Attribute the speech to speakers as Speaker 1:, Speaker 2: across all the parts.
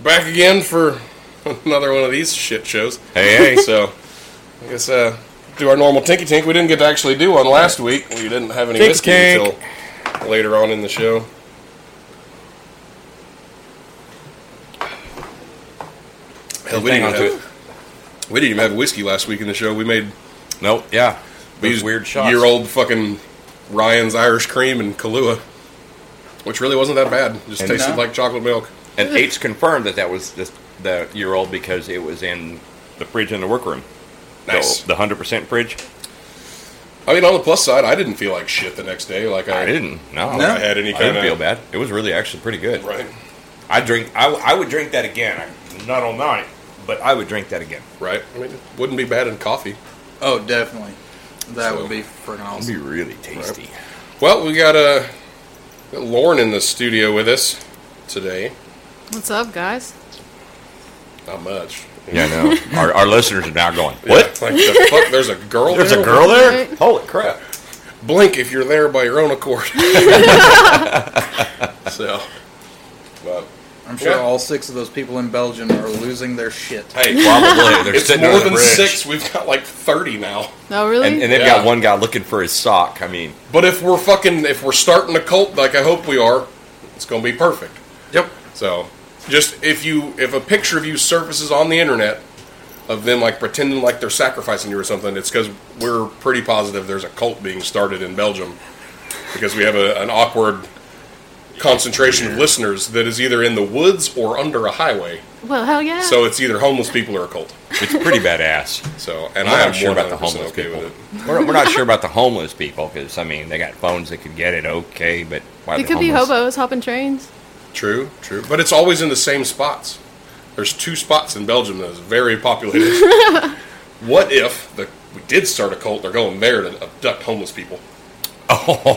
Speaker 1: back again for another one of these shit shows.
Speaker 2: Hey, hey.
Speaker 1: So, I guess uh, do our normal tinky tink. We didn't get to actually do one last week. We didn't have any
Speaker 2: Tinky
Speaker 1: whiskey
Speaker 2: tink.
Speaker 1: until later on in the show. Hell, we
Speaker 2: Hang
Speaker 1: didn't,
Speaker 2: on to it.
Speaker 1: have, we didn't even have whiskey last week in the show. We made
Speaker 2: Nope. Yeah. These
Speaker 1: used
Speaker 2: weird shots.
Speaker 1: year old fucking Ryan's Irish cream and Kahlua, which really wasn't that bad. Just
Speaker 2: And-
Speaker 1: tasted
Speaker 2: No.
Speaker 1: like chocolate milk.
Speaker 2: And H confirmed that that was the, the year old because it was in the fridge in the workroom. The-
Speaker 1: Nice.
Speaker 2: The hundred percent fridge.
Speaker 1: I mean, on the plus side, I didn't feel like shit the next day. Like I,
Speaker 2: I didn't. No.
Speaker 3: No.
Speaker 1: I had any
Speaker 2: I
Speaker 1: kind
Speaker 2: didn't
Speaker 1: of
Speaker 2: feel bad. It was really actually pretty good.
Speaker 1: Right,
Speaker 2: I drink. I, w- I would drink that again. I- Not all night, but I would drink that again.
Speaker 1: right. I mean, it wouldn't be bad in coffee.
Speaker 3: Oh, definitely. That
Speaker 1: So-
Speaker 3: would be freaking
Speaker 2: It'd
Speaker 3: awesome.
Speaker 2: be really tasty.
Speaker 1: Well, we got uh, got Lauren in the studio with us today.
Speaker 4: What's up, guys?
Speaker 1: Not much.
Speaker 2: Yeah, no. our, our listeners are now going.
Speaker 1: Yeah,
Speaker 2: What?
Speaker 1: like the fuck? There's a girl.
Speaker 2: There's a
Speaker 1: there?
Speaker 2: girl there?
Speaker 4: Right.
Speaker 2: Holy crap!
Speaker 1: Blink if you're there by your own accord. so, but
Speaker 3: I'm sure
Speaker 1: Yeah.
Speaker 3: all six of those people in Belgium are losing their shit.
Speaker 1: hey,
Speaker 2: Probably they're
Speaker 1: it's
Speaker 2: sitting
Speaker 1: more
Speaker 2: on the
Speaker 1: than
Speaker 2: bridge.
Speaker 1: six. We've got like thirty now.
Speaker 4: No, really?
Speaker 2: and, and they've
Speaker 1: Yeah.
Speaker 2: got one guy looking for his sock. I mean,
Speaker 1: But if we're fucking, if we're starting a cult like I hope we are, it's gonna be perfect.
Speaker 3: Yep.
Speaker 1: So, just if you if a picture of you surfaces on the internet of them like pretending like they're sacrificing you or something, it's because we're pretty positive there's a cult being started in Belgium because we have a, an awkward concentration of listeners that is either in the woods or under a highway.
Speaker 4: well, hell yeah.
Speaker 1: So it's either homeless people or a cult.
Speaker 2: it's pretty badass.
Speaker 1: So, and
Speaker 2: We're
Speaker 1: I am
Speaker 2: not sure about the
Speaker 1: 100%
Speaker 2: homeless
Speaker 1: okay
Speaker 2: people.
Speaker 1: with it.
Speaker 2: We're, we're not sure about the homeless people because I mean they got phones that could get it okay, but why
Speaker 4: they
Speaker 2: are
Speaker 4: could be
Speaker 2: homeless?
Speaker 4: hobos hopping trains.
Speaker 1: True, true. But it's always in the same spots. There's two spots in Belgium that is very populated. what if the, we did start a cult? They're going there to abduct homeless people.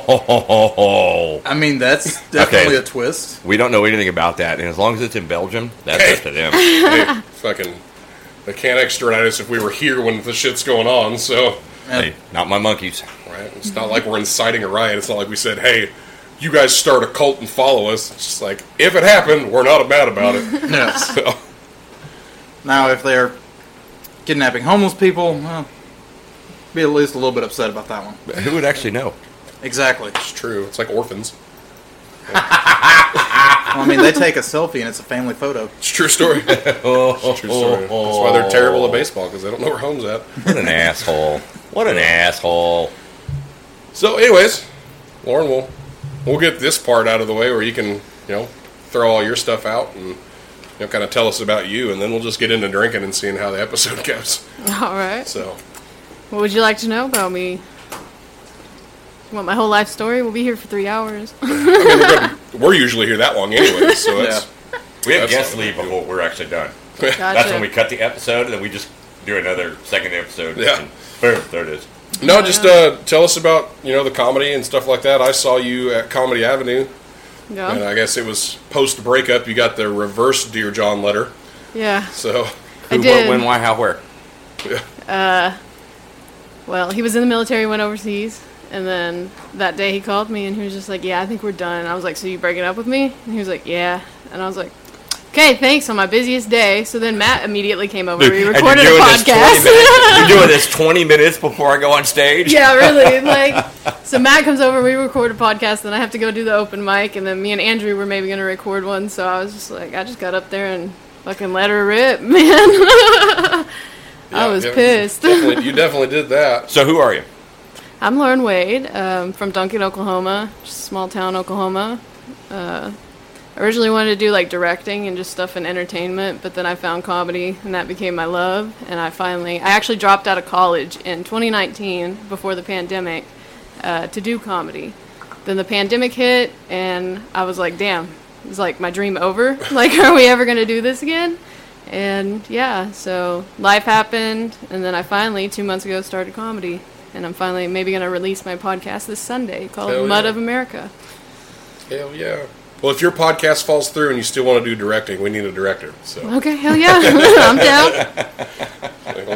Speaker 2: Oh,
Speaker 3: I mean, that's definitely a twist.
Speaker 2: we don't know anything about that, and as long as it's in Belgium, that's up to them.
Speaker 1: Hey, fucking, they can't extradite us if we were here when the shit's going on. So,
Speaker 3: Yeah.
Speaker 2: Hey, not my monkeys.
Speaker 1: right? It's not like we're inciting a riot. It's not like we said, "Hey, you guys start a cult and follow us." It's just like if it happened, we're not mad about it.
Speaker 3: Yes.
Speaker 1: So,
Speaker 3: Now, if they're kidnapping homeless people, well, be at least a little bit upset about that one.
Speaker 2: But who would actually know?
Speaker 3: Exactly.
Speaker 1: it's true. It's like orphans.
Speaker 3: Well, I mean, they take a selfie and it's a family photo.
Speaker 1: It's a true story. It's a true story. That's why they're terrible at baseball because they don't know where home's at.
Speaker 2: What an asshole! What an asshole!
Speaker 1: So, anyways, Lauren, we'll we'll get this part out of the way where you can you know throw all your stuff out and you know kind of tell us about you, and then we'll just get into drinking and seeing how the episode goes.
Speaker 4: All right.
Speaker 1: So,
Speaker 4: What would you like to know about me? You want my whole life story? We'll be here for three hours.
Speaker 1: we're usually here that long anyway, so it's
Speaker 2: We
Speaker 1: have guests leave
Speaker 2: before we're actually done.
Speaker 4: Gotcha.
Speaker 2: cut the episode, and then we just do another second episode.
Speaker 1: Yeah. and
Speaker 2: boom, there it is.
Speaker 1: no, just uh, tell us about you know the comedy and stuff like that. I saw you at Comedy Avenue, and
Speaker 4: Go.
Speaker 1: I guess it was post breakup. You got the reverse Dear John letter,
Speaker 4: Yeah.
Speaker 1: so
Speaker 4: I
Speaker 2: Who,
Speaker 4: did.
Speaker 2: what, when, why, how, where?
Speaker 4: Well, he was in the military, went overseas, and then that day he called me and he was just like, "Yeah, I think we're done." And I was like, "So you breaking up with me?" And he was like, "Yeah." And I was like, "Okay, thanks." On my busiest day, so then Matt immediately came over. we
Speaker 2: And
Speaker 4: recorded a podcast.
Speaker 2: This 20 minutes, you're doing this 20 minutes before I go on stage?
Speaker 4: yeah, really. Like, so Matt comes over, we record a podcast, then I have to go do the open mic, and then me and Andrew were maybe gonna record one. So I was just like, I just got up there and fucking let her rip, man. I
Speaker 1: Yeah,
Speaker 4: was
Speaker 1: yeah,
Speaker 4: pissed.
Speaker 1: definitely- you definitely did that.
Speaker 2: So who are you?
Speaker 4: I'm Lauren Wade um, from Duncan, Oklahoma, just a small town, Oklahoma. Uh, originally wanted to do like directing and just stuff in entertainment, but then I found comedy and that became my love. And I finally, I actually dropped out of college in 2019 before the pandemic uh, to do comedy. Then the pandemic hit, and I was like, damn, is like my dream over? Like, are we ever gonna do this again? And yeah, so life happened, and then I finally, two months ago, started comedy. And I'm finally maybe gonna release my podcast this Sunday called
Speaker 1: Hell
Speaker 4: Mud
Speaker 1: yeah.
Speaker 4: of America.
Speaker 1: Hell yeah. Well, if your podcast falls through and you still want to do directing, we need a director. So
Speaker 4: Okay, hell yeah, I'm down.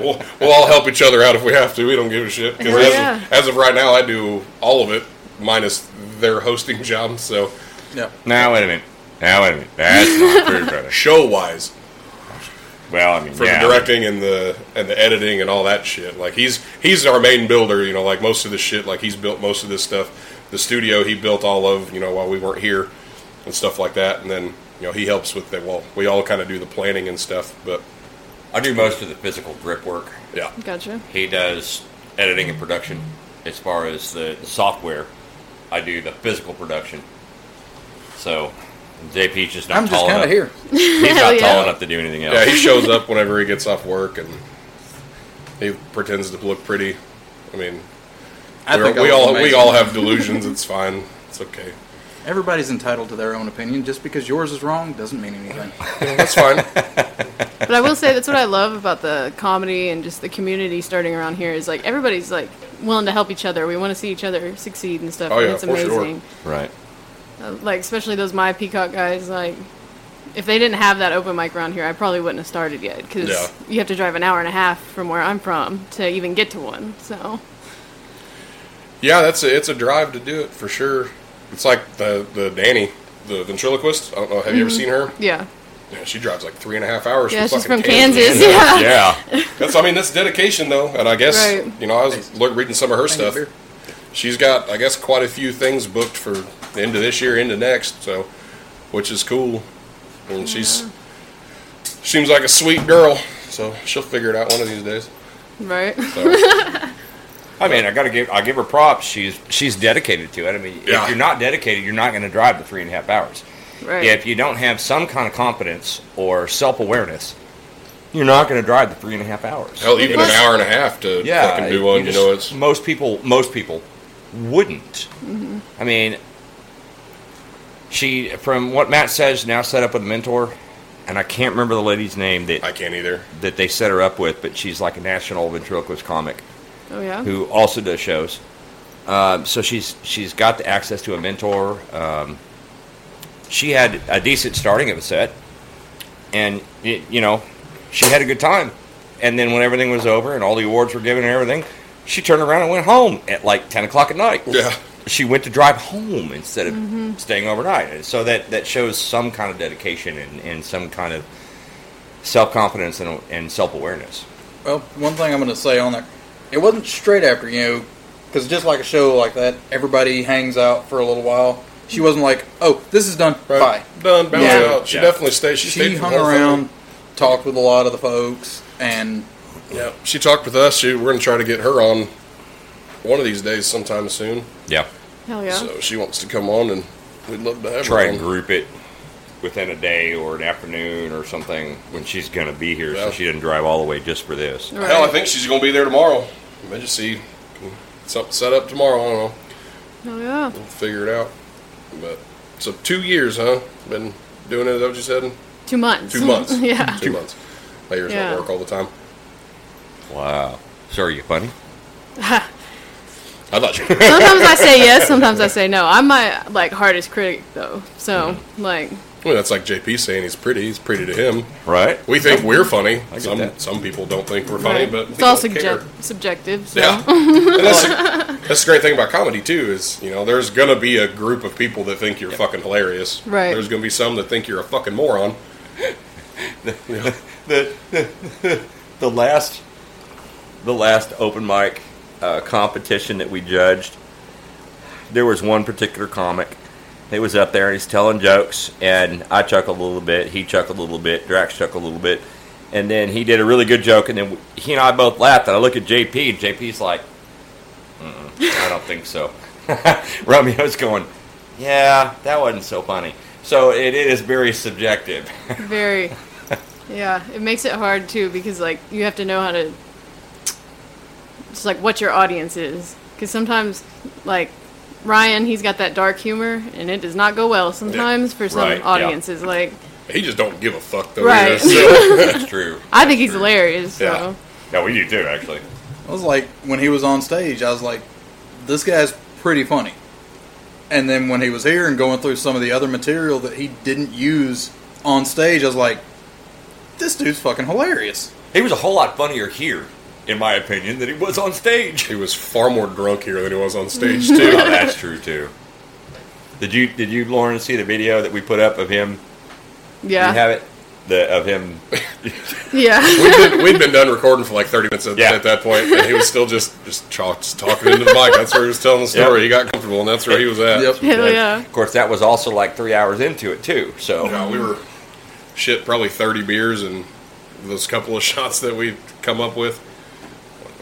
Speaker 1: we'll, we'll all help each other out if we have to. We don't give a shit. 'Cause
Speaker 4: Hell
Speaker 1: as,
Speaker 4: yeah.
Speaker 1: of, as of right now, I do all of it minus their hosting job. So
Speaker 3: Yeah.
Speaker 2: Now, wait a minute. Now wait a minute. That's not true, brother.
Speaker 1: show wise
Speaker 2: Well, I mean,
Speaker 1: for
Speaker 2: yeah,
Speaker 1: the directing and the and the editing and all that shit. Like he's he's our main builder, you know. Like most of the shit, like he's built most of this stuff. The studio he built all of, you know, while we weren't here and stuff like that. And then you know he helps with the well, we all kind of do the planning and stuff. But
Speaker 2: I do most of the physical grip work.
Speaker 1: yeah,
Speaker 4: Gotcha.
Speaker 2: He does editing and production. As far as the, the software, I do the physical production. So JP's just not
Speaker 3: I'm
Speaker 2: tall
Speaker 3: just kind
Speaker 2: enough.
Speaker 3: of here.
Speaker 2: He's
Speaker 4: Hell
Speaker 2: not
Speaker 4: yeah.
Speaker 2: tall enough to do anything else.
Speaker 1: yeah, he shows up whenever he gets off work and he pretends to look pretty. I mean,
Speaker 3: I
Speaker 1: we're-
Speaker 3: think I
Speaker 1: we
Speaker 3: look
Speaker 1: all we
Speaker 3: amazing.
Speaker 1: all have delusions. It's fine. It's okay.
Speaker 3: Everybody's entitled to their own opinion. Just because yours is wrong doesn't mean anything.
Speaker 1: That's fine.
Speaker 4: But I will say that's what I love about the comedy and just the community starting around here is like everybody's like willing to help each other. We want to see each other succeed and stuff.
Speaker 1: Oh,
Speaker 4: and
Speaker 1: yeah,
Speaker 4: it's
Speaker 1: for sure.
Speaker 4: amazing.
Speaker 2: Right.
Speaker 4: Uh, like especially those my peacock guys like if they didn't have that open mic around here, I probably wouldn't have started yet because
Speaker 1: Yeah.
Speaker 4: you have to drive an hour and a half from where I'm from to even get to one. So
Speaker 1: Yeah, that's a, it's a drive to do it for sure. It's like the the Danny, the ventriloquist. I don't know. Have you ever seen her?
Speaker 4: yeah,
Speaker 1: Yeah, she drives like three and a half hours.
Speaker 4: yeah, she's
Speaker 1: fucking
Speaker 4: from Kansas. Yeah,
Speaker 2: Yeah.
Speaker 1: That's I mean that's dedication though, and I guess
Speaker 4: Right.
Speaker 1: you know I was look, reading some of her stuff.
Speaker 3: beer.
Speaker 1: She's got I guess quite a few things booked for the end of this year, into next, so which is cool. And she's seems like a sweet girl, so she'll figure it out one of these days.
Speaker 4: right.
Speaker 1: So,
Speaker 2: I mean, I gotta give I give her props. She's she's dedicated to it. I mean,
Speaker 1: Yeah.
Speaker 2: if you're not dedicated, you're not going to drive the three and a half hours.
Speaker 4: Right.
Speaker 2: If you don't have some kind of competence or self awareness, you're not going to drive the three and a half hours.
Speaker 1: hell, even an
Speaker 4: Plus-
Speaker 1: hour and a half to
Speaker 2: yeah,
Speaker 1: fucking do one, you, know, it's
Speaker 2: just- most people. Most people wouldn't. I mean, she from what Matt says now set up with a mentor, and I can't remember the lady's name that
Speaker 1: I can't either.
Speaker 2: that they set her up with, but she's like a national ventriloquist comic
Speaker 4: Oh yeah.
Speaker 2: who also does shows. Um, so she's she's got the access to a mentor. Um, she had a decent starting of a set, and y you know, she had a good time. And then when everything was over and all the awards were given and everything, she turned around and went home at like ten o'clock at night.
Speaker 1: Yeah.
Speaker 2: She went to drive home instead of staying overnight. And so that, that shows some kind of dedication and, and some kind of self confidence and, and self awareness.
Speaker 3: Well, one thing I'm going to say on that, it wasn't straight after you know, because just like a show like that, everybody hangs out for a little while. She wasn't like, "Oh, this is done, bye."
Speaker 1: Done. Bounce
Speaker 3: Yeah.
Speaker 1: out. She
Speaker 2: Yeah.
Speaker 1: definitely stayed. She,
Speaker 3: She
Speaker 1: stayed for
Speaker 3: hung
Speaker 1: the whole thing.
Speaker 3: around, talked with a lot of the folks, and
Speaker 1: Yeah, she talked with us. She, we're going to try to get her on one of these days sometime soon.
Speaker 2: Yeah.
Speaker 4: Hell yeah.
Speaker 1: So she wants to come on, and we'd love to have
Speaker 2: try
Speaker 1: her.
Speaker 2: and
Speaker 1: on.
Speaker 2: group it within a day or an afternoon or something when she's going to be here
Speaker 1: Yeah.
Speaker 2: so she didn't drive all the way just for this.
Speaker 4: Right.
Speaker 1: Hell, I think she's going to be there tomorrow. Maybe just see something set up tomorrow. I don't know.
Speaker 4: Hell yeah.
Speaker 1: We'll figure it out. But so two years, huh? Been doing it. Is that what you said?
Speaker 4: Two months.
Speaker 1: Two months.
Speaker 4: yeah.
Speaker 1: Two months. My ears
Speaker 4: Yeah.
Speaker 1: don't work all the time.
Speaker 2: Wow. So are you funny?
Speaker 1: I thought you.
Speaker 4: sometimes I say yes, sometimes I say no. I'm my like hardest critic though, so like
Speaker 1: well, that's like JP saying he's pretty. He's pretty to him.
Speaker 2: Right?
Speaker 1: We think we're funny.
Speaker 2: get
Speaker 1: Some
Speaker 2: that.
Speaker 1: some people don't think we're funny,
Speaker 4: right.
Speaker 1: but
Speaker 4: it's
Speaker 1: we
Speaker 4: all
Speaker 1: don't care.
Speaker 4: subject- subjective. So.
Speaker 1: Yeah, and that's, that's the great thing about comedy too is you know there's gonna be a group of people that think you're fucking hilarious.
Speaker 4: Right.
Speaker 1: There's gonna be some that think you're a fucking moron.
Speaker 2: The, the last the last open mic uh, competition that we judged, there was one particular comic. He was up there and he's telling jokes, and I chuckled a little bit. He chuckled a little bit. Drax chuckled a little bit, and then he did a really good joke. And then he and I both laughed. And I look at JP, and JP's like, Mm-mm, "I don't think so." Romeo's going, "Yeah, that wasn't so funny." So it, it is very subjective.
Speaker 4: Very. Yeah, it makes it hard too because like you have to know how to just like what your audience is because sometimes like Ryan he's got that dark humor and it does not go well sometimes for some
Speaker 2: Right, yeah.
Speaker 4: audiences. Like
Speaker 1: He just don't give a fuck though.
Speaker 4: Right.
Speaker 1: either, so-
Speaker 2: That's true.
Speaker 4: I think he's hilarious. So.
Speaker 1: Yeah.
Speaker 2: Yeah, we do too, actually.
Speaker 3: I was like, when he was on stage, I was like, "This guy's pretty funny." And then when he was here and going through some of the other material that he didn't use on stage, I was like, "This dude's fucking hilarious."
Speaker 2: He was a whole lot funnier here, in my opinion, than he was on stage.
Speaker 1: he was far more drunk here than he was on stage too.
Speaker 2: that's true too. Did you did you Lauren see the video that we put up of him? Do you
Speaker 4: Yeah.
Speaker 2: have it? The of him.
Speaker 4: Yeah.
Speaker 1: We'd been, we'd been done recording for like 30 minutes at,
Speaker 2: Yeah.
Speaker 1: at that point, and he was still just just, chalk, just talking into the mic. That's where he was telling the story.
Speaker 2: Yeah.
Speaker 1: He got comfortable, and that's where he was at.
Speaker 3: Yep.
Speaker 4: Hell yeah.
Speaker 2: Of course, that was also like three hours into it too. So
Speaker 1: Yeah, we were shit probably 30 beers and those couple of shots that we come up with.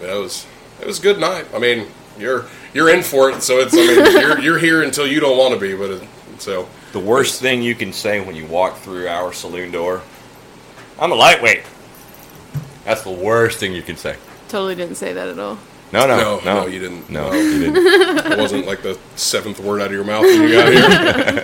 Speaker 1: That was it was a good night. I mean, you're you're in for it, so it's I mean you're you're here until you don't want to be, but it, so
Speaker 2: the worst thing you can say when you walk through our saloon door, I'm a lightweight. That's the worst thing you can say.
Speaker 4: Totally didn't say that at all.
Speaker 2: No, no,
Speaker 1: No,
Speaker 2: no,
Speaker 1: no, you didn't.
Speaker 2: No,
Speaker 1: No.
Speaker 2: you didn't.
Speaker 1: it wasn't like the seventh word out of your mouth when you got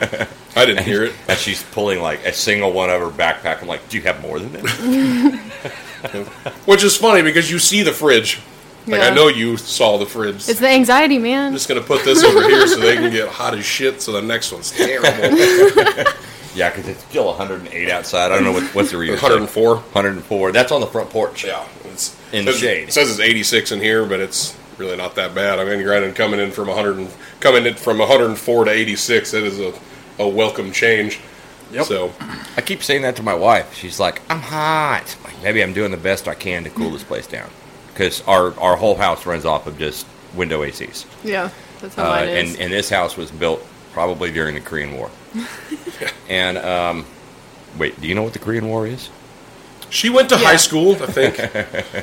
Speaker 1: here. I didn't hear it.
Speaker 2: And she's pulling like a single one out of her backpack. I'm like, do you have more than that?
Speaker 1: Which is funny because you see the fridge. Like
Speaker 4: Yeah.
Speaker 1: I know you saw the fridge.
Speaker 4: It's the anxiety, man.
Speaker 1: I'm just gonna put this over here so they can get hot as shit. So the next one's terrible.
Speaker 2: yeah, because it's still 108 outside. I don't know what, what's the reason.
Speaker 1: 104.
Speaker 2: 104. That's on the front porch.
Speaker 1: Yeah, it's
Speaker 2: In the
Speaker 1: says-
Speaker 2: shade.
Speaker 1: It says it's 86 in here, but it's really not that bad. I mean, granted, coming in from 100 and coming in from 104 to 86, that is a, a welcome change.
Speaker 3: Yep.
Speaker 1: So
Speaker 2: I keep saying that to my wife. She's like, I'm hot. Like, maybe I'm doing the best I can to cool this place down. Because our, our whole house runs off of just window ACs.
Speaker 4: Yeah. That's
Speaker 2: Uh,
Speaker 4: how Oh, mine is.
Speaker 2: and, and this house was built probably during the Korean War. and, um, wait, do you know what the Korean War is?
Speaker 1: she went to
Speaker 4: Yeah.
Speaker 1: high school, I think.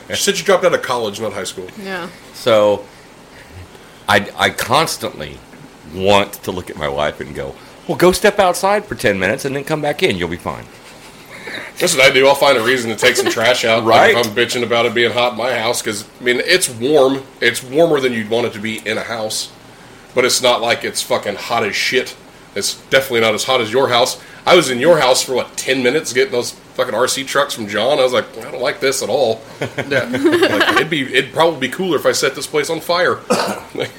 Speaker 1: she said she dropped out of college, not high school.
Speaker 4: yeah.
Speaker 2: So I, I constantly want to look at my wife and go, well, go step outside for 10 minutes and then come back in. You'll be fine.
Speaker 1: That's what I do. I'll find a reason to take some trash out. like,
Speaker 2: Right.
Speaker 1: if I'm bitching about it being hot in my house, because, I mean, it's warm. It's warmer than you'd want it to be in a house, but it's not like it's fucking hot as shit. It's definitely not as hot as your house. I was in your house for, what, 10 minutes getting those fucking RC trucks from John. I was like, I don't like this at all.
Speaker 3: Yeah.
Speaker 1: like, it'd, be, it'd probably be cooler if I set this place on fire. Like,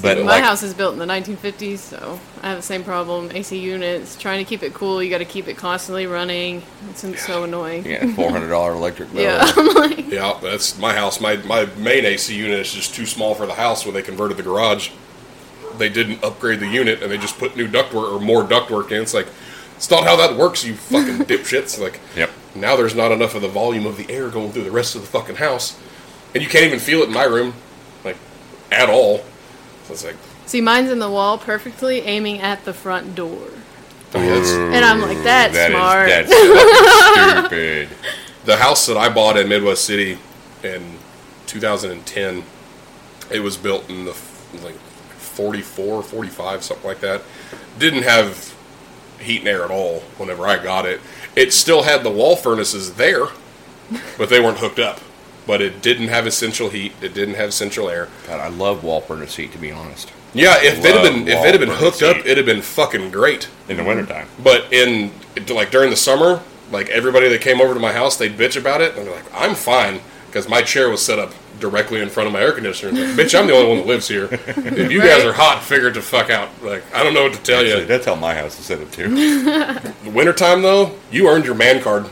Speaker 2: But
Speaker 4: My
Speaker 2: like,
Speaker 4: house is built in the 1950s, so I have the same problem. AC units, trying to keep it cool, you got to keep it constantly running. It's so annoying.
Speaker 2: yeah, $400 electric bill.
Speaker 4: Yeah, I'm like,
Speaker 1: yeah, that's my house. My, my main AC unit is just too small for the house when they converted the garage. they didn't upgrade the unit and they just put new ductwork or more ductwork in. It's like, it's not how that works, you fucking dipshits. Like,
Speaker 2: Yep.
Speaker 1: now there's not enough of the volume of the air going through the rest of the fucking house. And you can't even feel it in my room, like, at all. So it's like,
Speaker 4: see, mine's in the wall, perfectly aiming at the front door,
Speaker 1: I mean, that's-
Speaker 4: and I'm like, that's
Speaker 2: That is-
Speaker 4: smart.
Speaker 2: that's stupid.
Speaker 1: the house that I bought in Midwest City in 2010, it was built in the, f- like, 44, 45, something like that. Didn't have heat and air at all whenever I got it. It still had the wall furnaces there, but they weren't hooked up. But it didn't have essential heat. It didn't have essential air.
Speaker 2: God, I love wall furnace heat, to be honest.
Speaker 1: Yeah, if they'd have been if
Speaker 2: Love
Speaker 1: they'd have been
Speaker 2: wall
Speaker 1: hooked
Speaker 2: furnace
Speaker 1: up,
Speaker 2: heat.
Speaker 1: it'd have been fucking great.
Speaker 2: In
Speaker 4: Mm-hmm.
Speaker 2: the wintertime.
Speaker 1: But in like during the summer, like everybody that came over to my house, they'd bitch about it, and they're like, "I'm fine," because my chair was set up directly in front of my air conditioner. It's Like, Bitch, I'm the only one that lives here. If you guys are hot, figure it the fuck out. Like, I don't know what to tell you.
Speaker 2: Actually, that's how my house is set up, too.
Speaker 1: The wintertime though, you earned your man card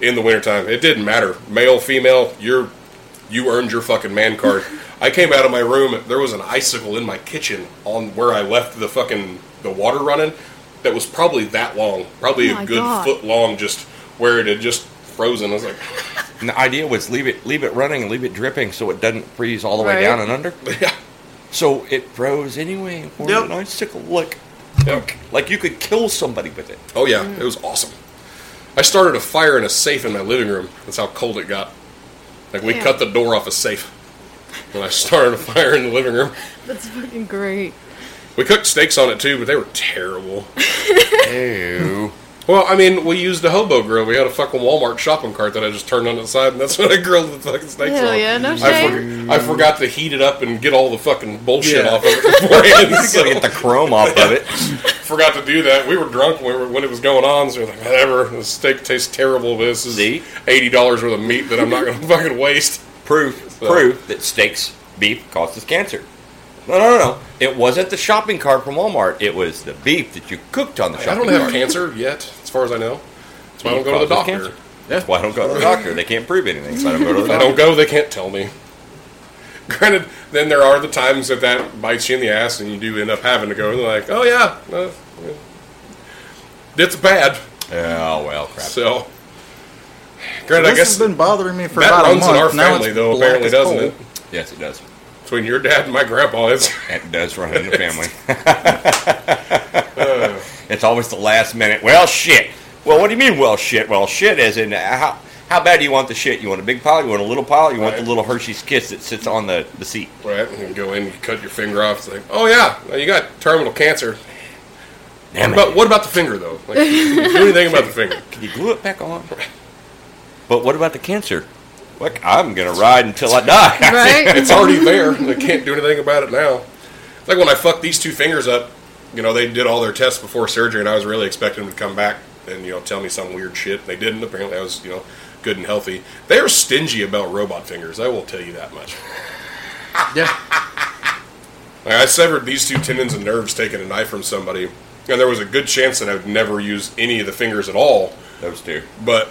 Speaker 1: in the wintertime. It didn't matter. Male, female, you're you earned your fucking man card. I came out of my room, there was an icicle in my kitchen on where I left the fucking the water running that was probably that long. Probably
Speaker 4: Oh
Speaker 1: a
Speaker 4: my
Speaker 1: good
Speaker 4: God.
Speaker 1: foot long just where it had just frozen. I was like,
Speaker 2: And the idea was leave it leave it running and leave it dripping so it doesn't freeze all the way
Speaker 4: Right.
Speaker 2: down and under.
Speaker 1: yeah.
Speaker 2: So it froze anyway and formed
Speaker 3: Yep.
Speaker 2: an icicle. Like,
Speaker 1: yeah.
Speaker 2: like you could kill somebody with it.
Speaker 1: Oh yeah, it was awesome. I started a fire in a safe in my living room. That's how cold it got. Like we
Speaker 4: Yeah.
Speaker 1: cut the door off a safe. And I started a fire in the living room.
Speaker 4: That's fucking great.
Speaker 1: We cooked steaks on it too, but they were terrible.
Speaker 2: Ew.
Speaker 1: Well, I mean, we used a hobo grill. We had a fucking Walmart shopping cart that I just turned on its side, and that's what I grilled the fucking steaks
Speaker 4: Hell
Speaker 1: on.
Speaker 4: yeah, no
Speaker 1: I,
Speaker 4: shame.
Speaker 1: for- I forgot to heat it up and get all the fucking bullshit
Speaker 3: Yeah.
Speaker 1: off of it beforehand.
Speaker 2: you gotta
Speaker 1: so
Speaker 2: get the chrome off of it.
Speaker 1: forgot to do that. We were drunk when, we were, when it was going on, so we were like, whatever. The steak tastes terrible. This is
Speaker 2: See?
Speaker 1: eighty dollars worth of meat that I'm not going to fucking waste.
Speaker 2: Proof,
Speaker 1: So-
Speaker 2: proof that steaks beef causes cancer. No, no, no, no. It wasn't the shopping cart from Walmart. It was the beef that you cooked on the
Speaker 1: I
Speaker 2: shopping
Speaker 1: don't
Speaker 2: cart.
Speaker 1: have cancer yet, as far as I know. That's why I don't go to the
Speaker 2: Causes
Speaker 1: doctor.
Speaker 2: cancer. That's why I don't go to the doctor. They can't prove anything, so I don't go to the
Speaker 1: If I
Speaker 2: doctor.
Speaker 1: don't go, they can't tell me. Granted, then there are the times that that bites you in the ass, and you do end up having to go like, "Oh yeah, uh, yeah. it's bad."
Speaker 2: Oh well, crap.
Speaker 1: So, granted,
Speaker 3: this
Speaker 1: I guess
Speaker 3: has been bothering me for
Speaker 1: that
Speaker 3: about a
Speaker 1: runs
Speaker 3: month.
Speaker 1: in our
Speaker 3: now
Speaker 1: family
Speaker 3: it's
Speaker 1: though.
Speaker 3: black
Speaker 1: Apparently,
Speaker 3: as
Speaker 1: doesn't
Speaker 3: coal.
Speaker 1: it?
Speaker 2: yes, it does.
Speaker 1: Between your dad and my grandpa, it's
Speaker 2: It does run in the family. it's always the last minute. Well, shit. Well, what do you mean? Well, shit. Well, shit. As in, uh, how how bad do you want the shit? You want a big pile? You want a little pile? You want the
Speaker 1: Right.
Speaker 2: little Hershey's Kiss that sits on the, the seat?
Speaker 1: right. You go in, you cut your finger off. It's like, "Oh yeah, you got terminal cancer."
Speaker 2: Damn
Speaker 1: But
Speaker 2: it!
Speaker 1: what about the finger though? Like, you can do anything about the finger?
Speaker 2: Can you glue it back on? But what about the cancer? Look, I'm gonna ride until I die.
Speaker 4: Right?
Speaker 1: It's already there. They can't do anything about it now. It's like when I fucked these two fingers up. You know, they did all their tests before surgery, and I was really expecting them to come back and you know tell me some weird shit. They didn't. Apparently, I was you know good and healthy. They are stingy about robot fingers. I will tell you that much.
Speaker 3: Yeah,
Speaker 1: Like, I severed these two tendons and nerves taking a knife from somebody, and there was a good chance that I would never use any of the fingers at all.
Speaker 2: Those two.
Speaker 1: But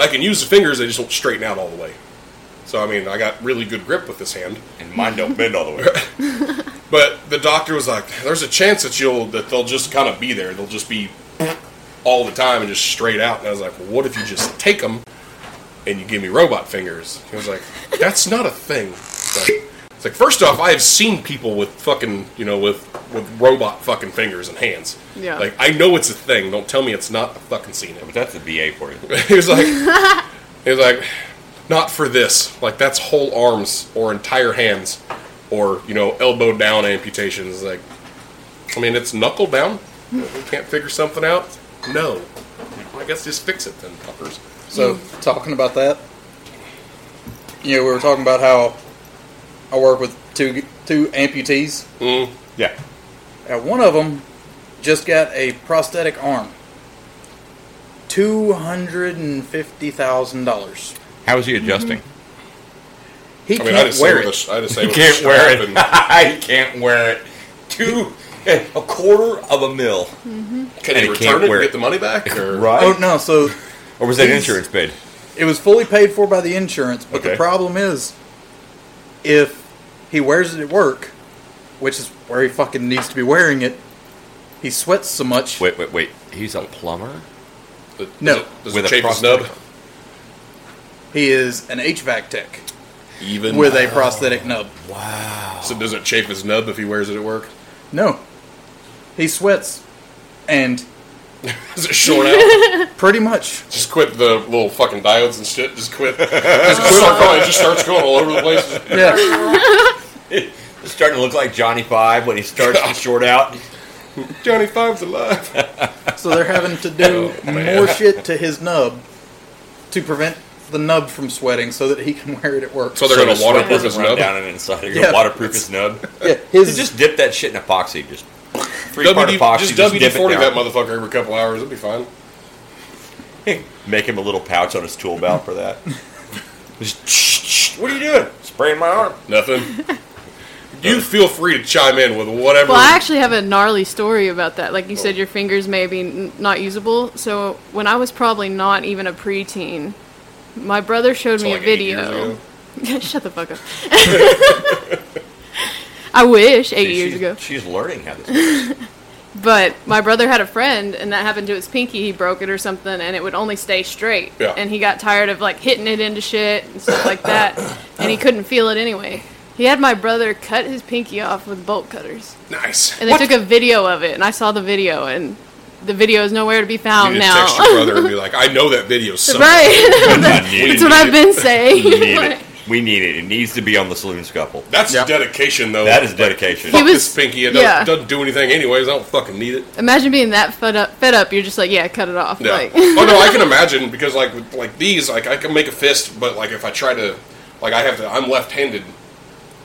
Speaker 1: I can use the fingers; they just won't straighten out all the way. So I mean, I got really good grip with this hand.
Speaker 2: And mine don't bend all the way.
Speaker 1: But the doctor was like, "There's a chance that you'll that they'll just kind of be there. They'll just be all the time and just straight out." And I was like, well, "What if you just take them and you give me robot fingers?" He was like, "That's not a thing." It's like, it's like, first off, I have seen people with fucking you know with with robot fucking fingers and hands.
Speaker 4: Yeah.
Speaker 1: Like I know it's a thing. Don't tell me it's not. I've fucking seen it.
Speaker 2: But that's the VA for you.
Speaker 1: he was like, he was like, not for this. Like that's whole arms or entire hands, or you know elbow down amputations. Like, I mean, it's knuckle down. We can't figure something out. No, I guess just fix it then, fuckers.
Speaker 3: So talking about that, you know, we were talking about how I work with two two amputees.
Speaker 1: Mm.
Speaker 2: Yeah.
Speaker 3: And one of them just got a prosthetic arm. Two hundred and fifty thousand dollars.
Speaker 2: How is he adjusting?
Speaker 1: Mm-hmm.
Speaker 3: He
Speaker 1: I mean, I
Speaker 3: can't
Speaker 1: just say
Speaker 3: wear
Speaker 1: with a
Speaker 3: it.
Speaker 1: sh- I just say
Speaker 2: You
Speaker 1: with a
Speaker 2: can't wear
Speaker 1: strap
Speaker 2: it.
Speaker 1: and-
Speaker 2: I can't wear it. Two, a quarter of a mil.
Speaker 1: Can
Speaker 2: And
Speaker 1: he
Speaker 2: he
Speaker 1: return
Speaker 2: can't
Speaker 1: it and
Speaker 2: wear
Speaker 1: get
Speaker 2: it.
Speaker 1: the money back? Or
Speaker 3: oh no! So
Speaker 2: Or was that
Speaker 3: He's-
Speaker 2: insurance paid?
Speaker 3: it was fully paid for by the insurance, but
Speaker 2: Okay.
Speaker 3: the problem is, if he wears it at work, which is where he fucking needs to be wearing it, he sweats so much.
Speaker 2: Wait, wait, wait. He's a plumber?
Speaker 1: Does
Speaker 3: No.
Speaker 1: it- Does
Speaker 2: With
Speaker 1: it
Speaker 2: a
Speaker 1: chafe his
Speaker 2: prosthetic.
Speaker 1: nub?
Speaker 3: He is an HVAC tech
Speaker 1: Even
Speaker 3: with a prosthetic nub.
Speaker 1: so does it chafe his nub if he wears it at work?
Speaker 3: No, he sweats, and
Speaker 1: Is it short out?
Speaker 3: pretty much
Speaker 1: Just quit the little fucking diodes and shit. Just quit. Just quit. it just starts going all over the place.
Speaker 3: Yeah.
Speaker 2: It's starting to look like Johnny Five when he starts to short out.
Speaker 1: Johnny Five's alive.
Speaker 3: So they're having to do
Speaker 1: Oh, man.
Speaker 3: more shit to his nub to prevent the nub from sweating so that he can wear it at work.
Speaker 1: So they're gonna
Speaker 2: the sweat
Speaker 1: waterproof
Speaker 2: doesn't
Speaker 1: his
Speaker 2: run
Speaker 1: nub?
Speaker 2: down and inside. You're
Speaker 3: Yeah.
Speaker 2: gonna waterproof his nub.
Speaker 3: yeah,
Speaker 2: You
Speaker 3: his
Speaker 2: just dip that shit in epoxy. Just three part
Speaker 1: WD,
Speaker 2: epoxy.
Speaker 1: just
Speaker 2: dip
Speaker 1: WD
Speaker 2: it
Speaker 1: forty that
Speaker 2: down.
Speaker 1: motherfucker every couple hours. It'll be fine.
Speaker 2: Make him a little pouch on his tool belt for that. Just, what are you doing? Spraying my arm.
Speaker 1: Nothing. you feel free to chime in with whatever.
Speaker 4: Well, I actually have a gnarly story about that. Like you
Speaker 2: Oh.
Speaker 4: said, your fingers may be n- not usable. So when I was probably not even a preteen, my brother showed
Speaker 1: So
Speaker 4: me
Speaker 1: like
Speaker 4: a
Speaker 1: eight years
Speaker 4: video.
Speaker 1: ago?
Speaker 4: Shut the fuck up. I wish eight
Speaker 2: See,
Speaker 4: years
Speaker 2: she's,
Speaker 4: ago.
Speaker 2: She's learning how this works.
Speaker 4: But my brother had a friend, and that happened to his pinky. He broke it or something, and it would only stay straight.
Speaker 1: Yeah.
Speaker 4: And he got tired of like hitting it into shit and stuff like that, and he couldn't feel it anyway. He had my brother cut his pinky off with bolt cutters,
Speaker 1: nice.
Speaker 4: and they took a video of it. And I saw the video, and the video is nowhere to be
Speaker 1: You
Speaker 4: found
Speaker 1: need to
Speaker 4: now.
Speaker 1: text your brother and be like, "I know that video somewhere."
Speaker 4: right?
Speaker 2: I need it.
Speaker 4: That's what I've been
Speaker 2: We need
Speaker 4: saying.
Speaker 2: it. We need it. It needs to be on the saloon scuffle.
Speaker 1: That's
Speaker 3: Yeah.
Speaker 1: dedication, though.
Speaker 2: That is dedication.
Speaker 4: He
Speaker 1: Fuck
Speaker 4: was-
Speaker 1: this pinky. It doesn't,
Speaker 4: yeah.
Speaker 1: doesn't do anything, anyways. I don't fucking need it.
Speaker 4: Imagine being that fed up. Fed up, you're just like, yeah, cut it off.
Speaker 1: Yeah.
Speaker 4: Like,
Speaker 1: oh no, I can imagine because like with, like these, like I can make a fist, but like if I try to, like I have to, I'm left-handed,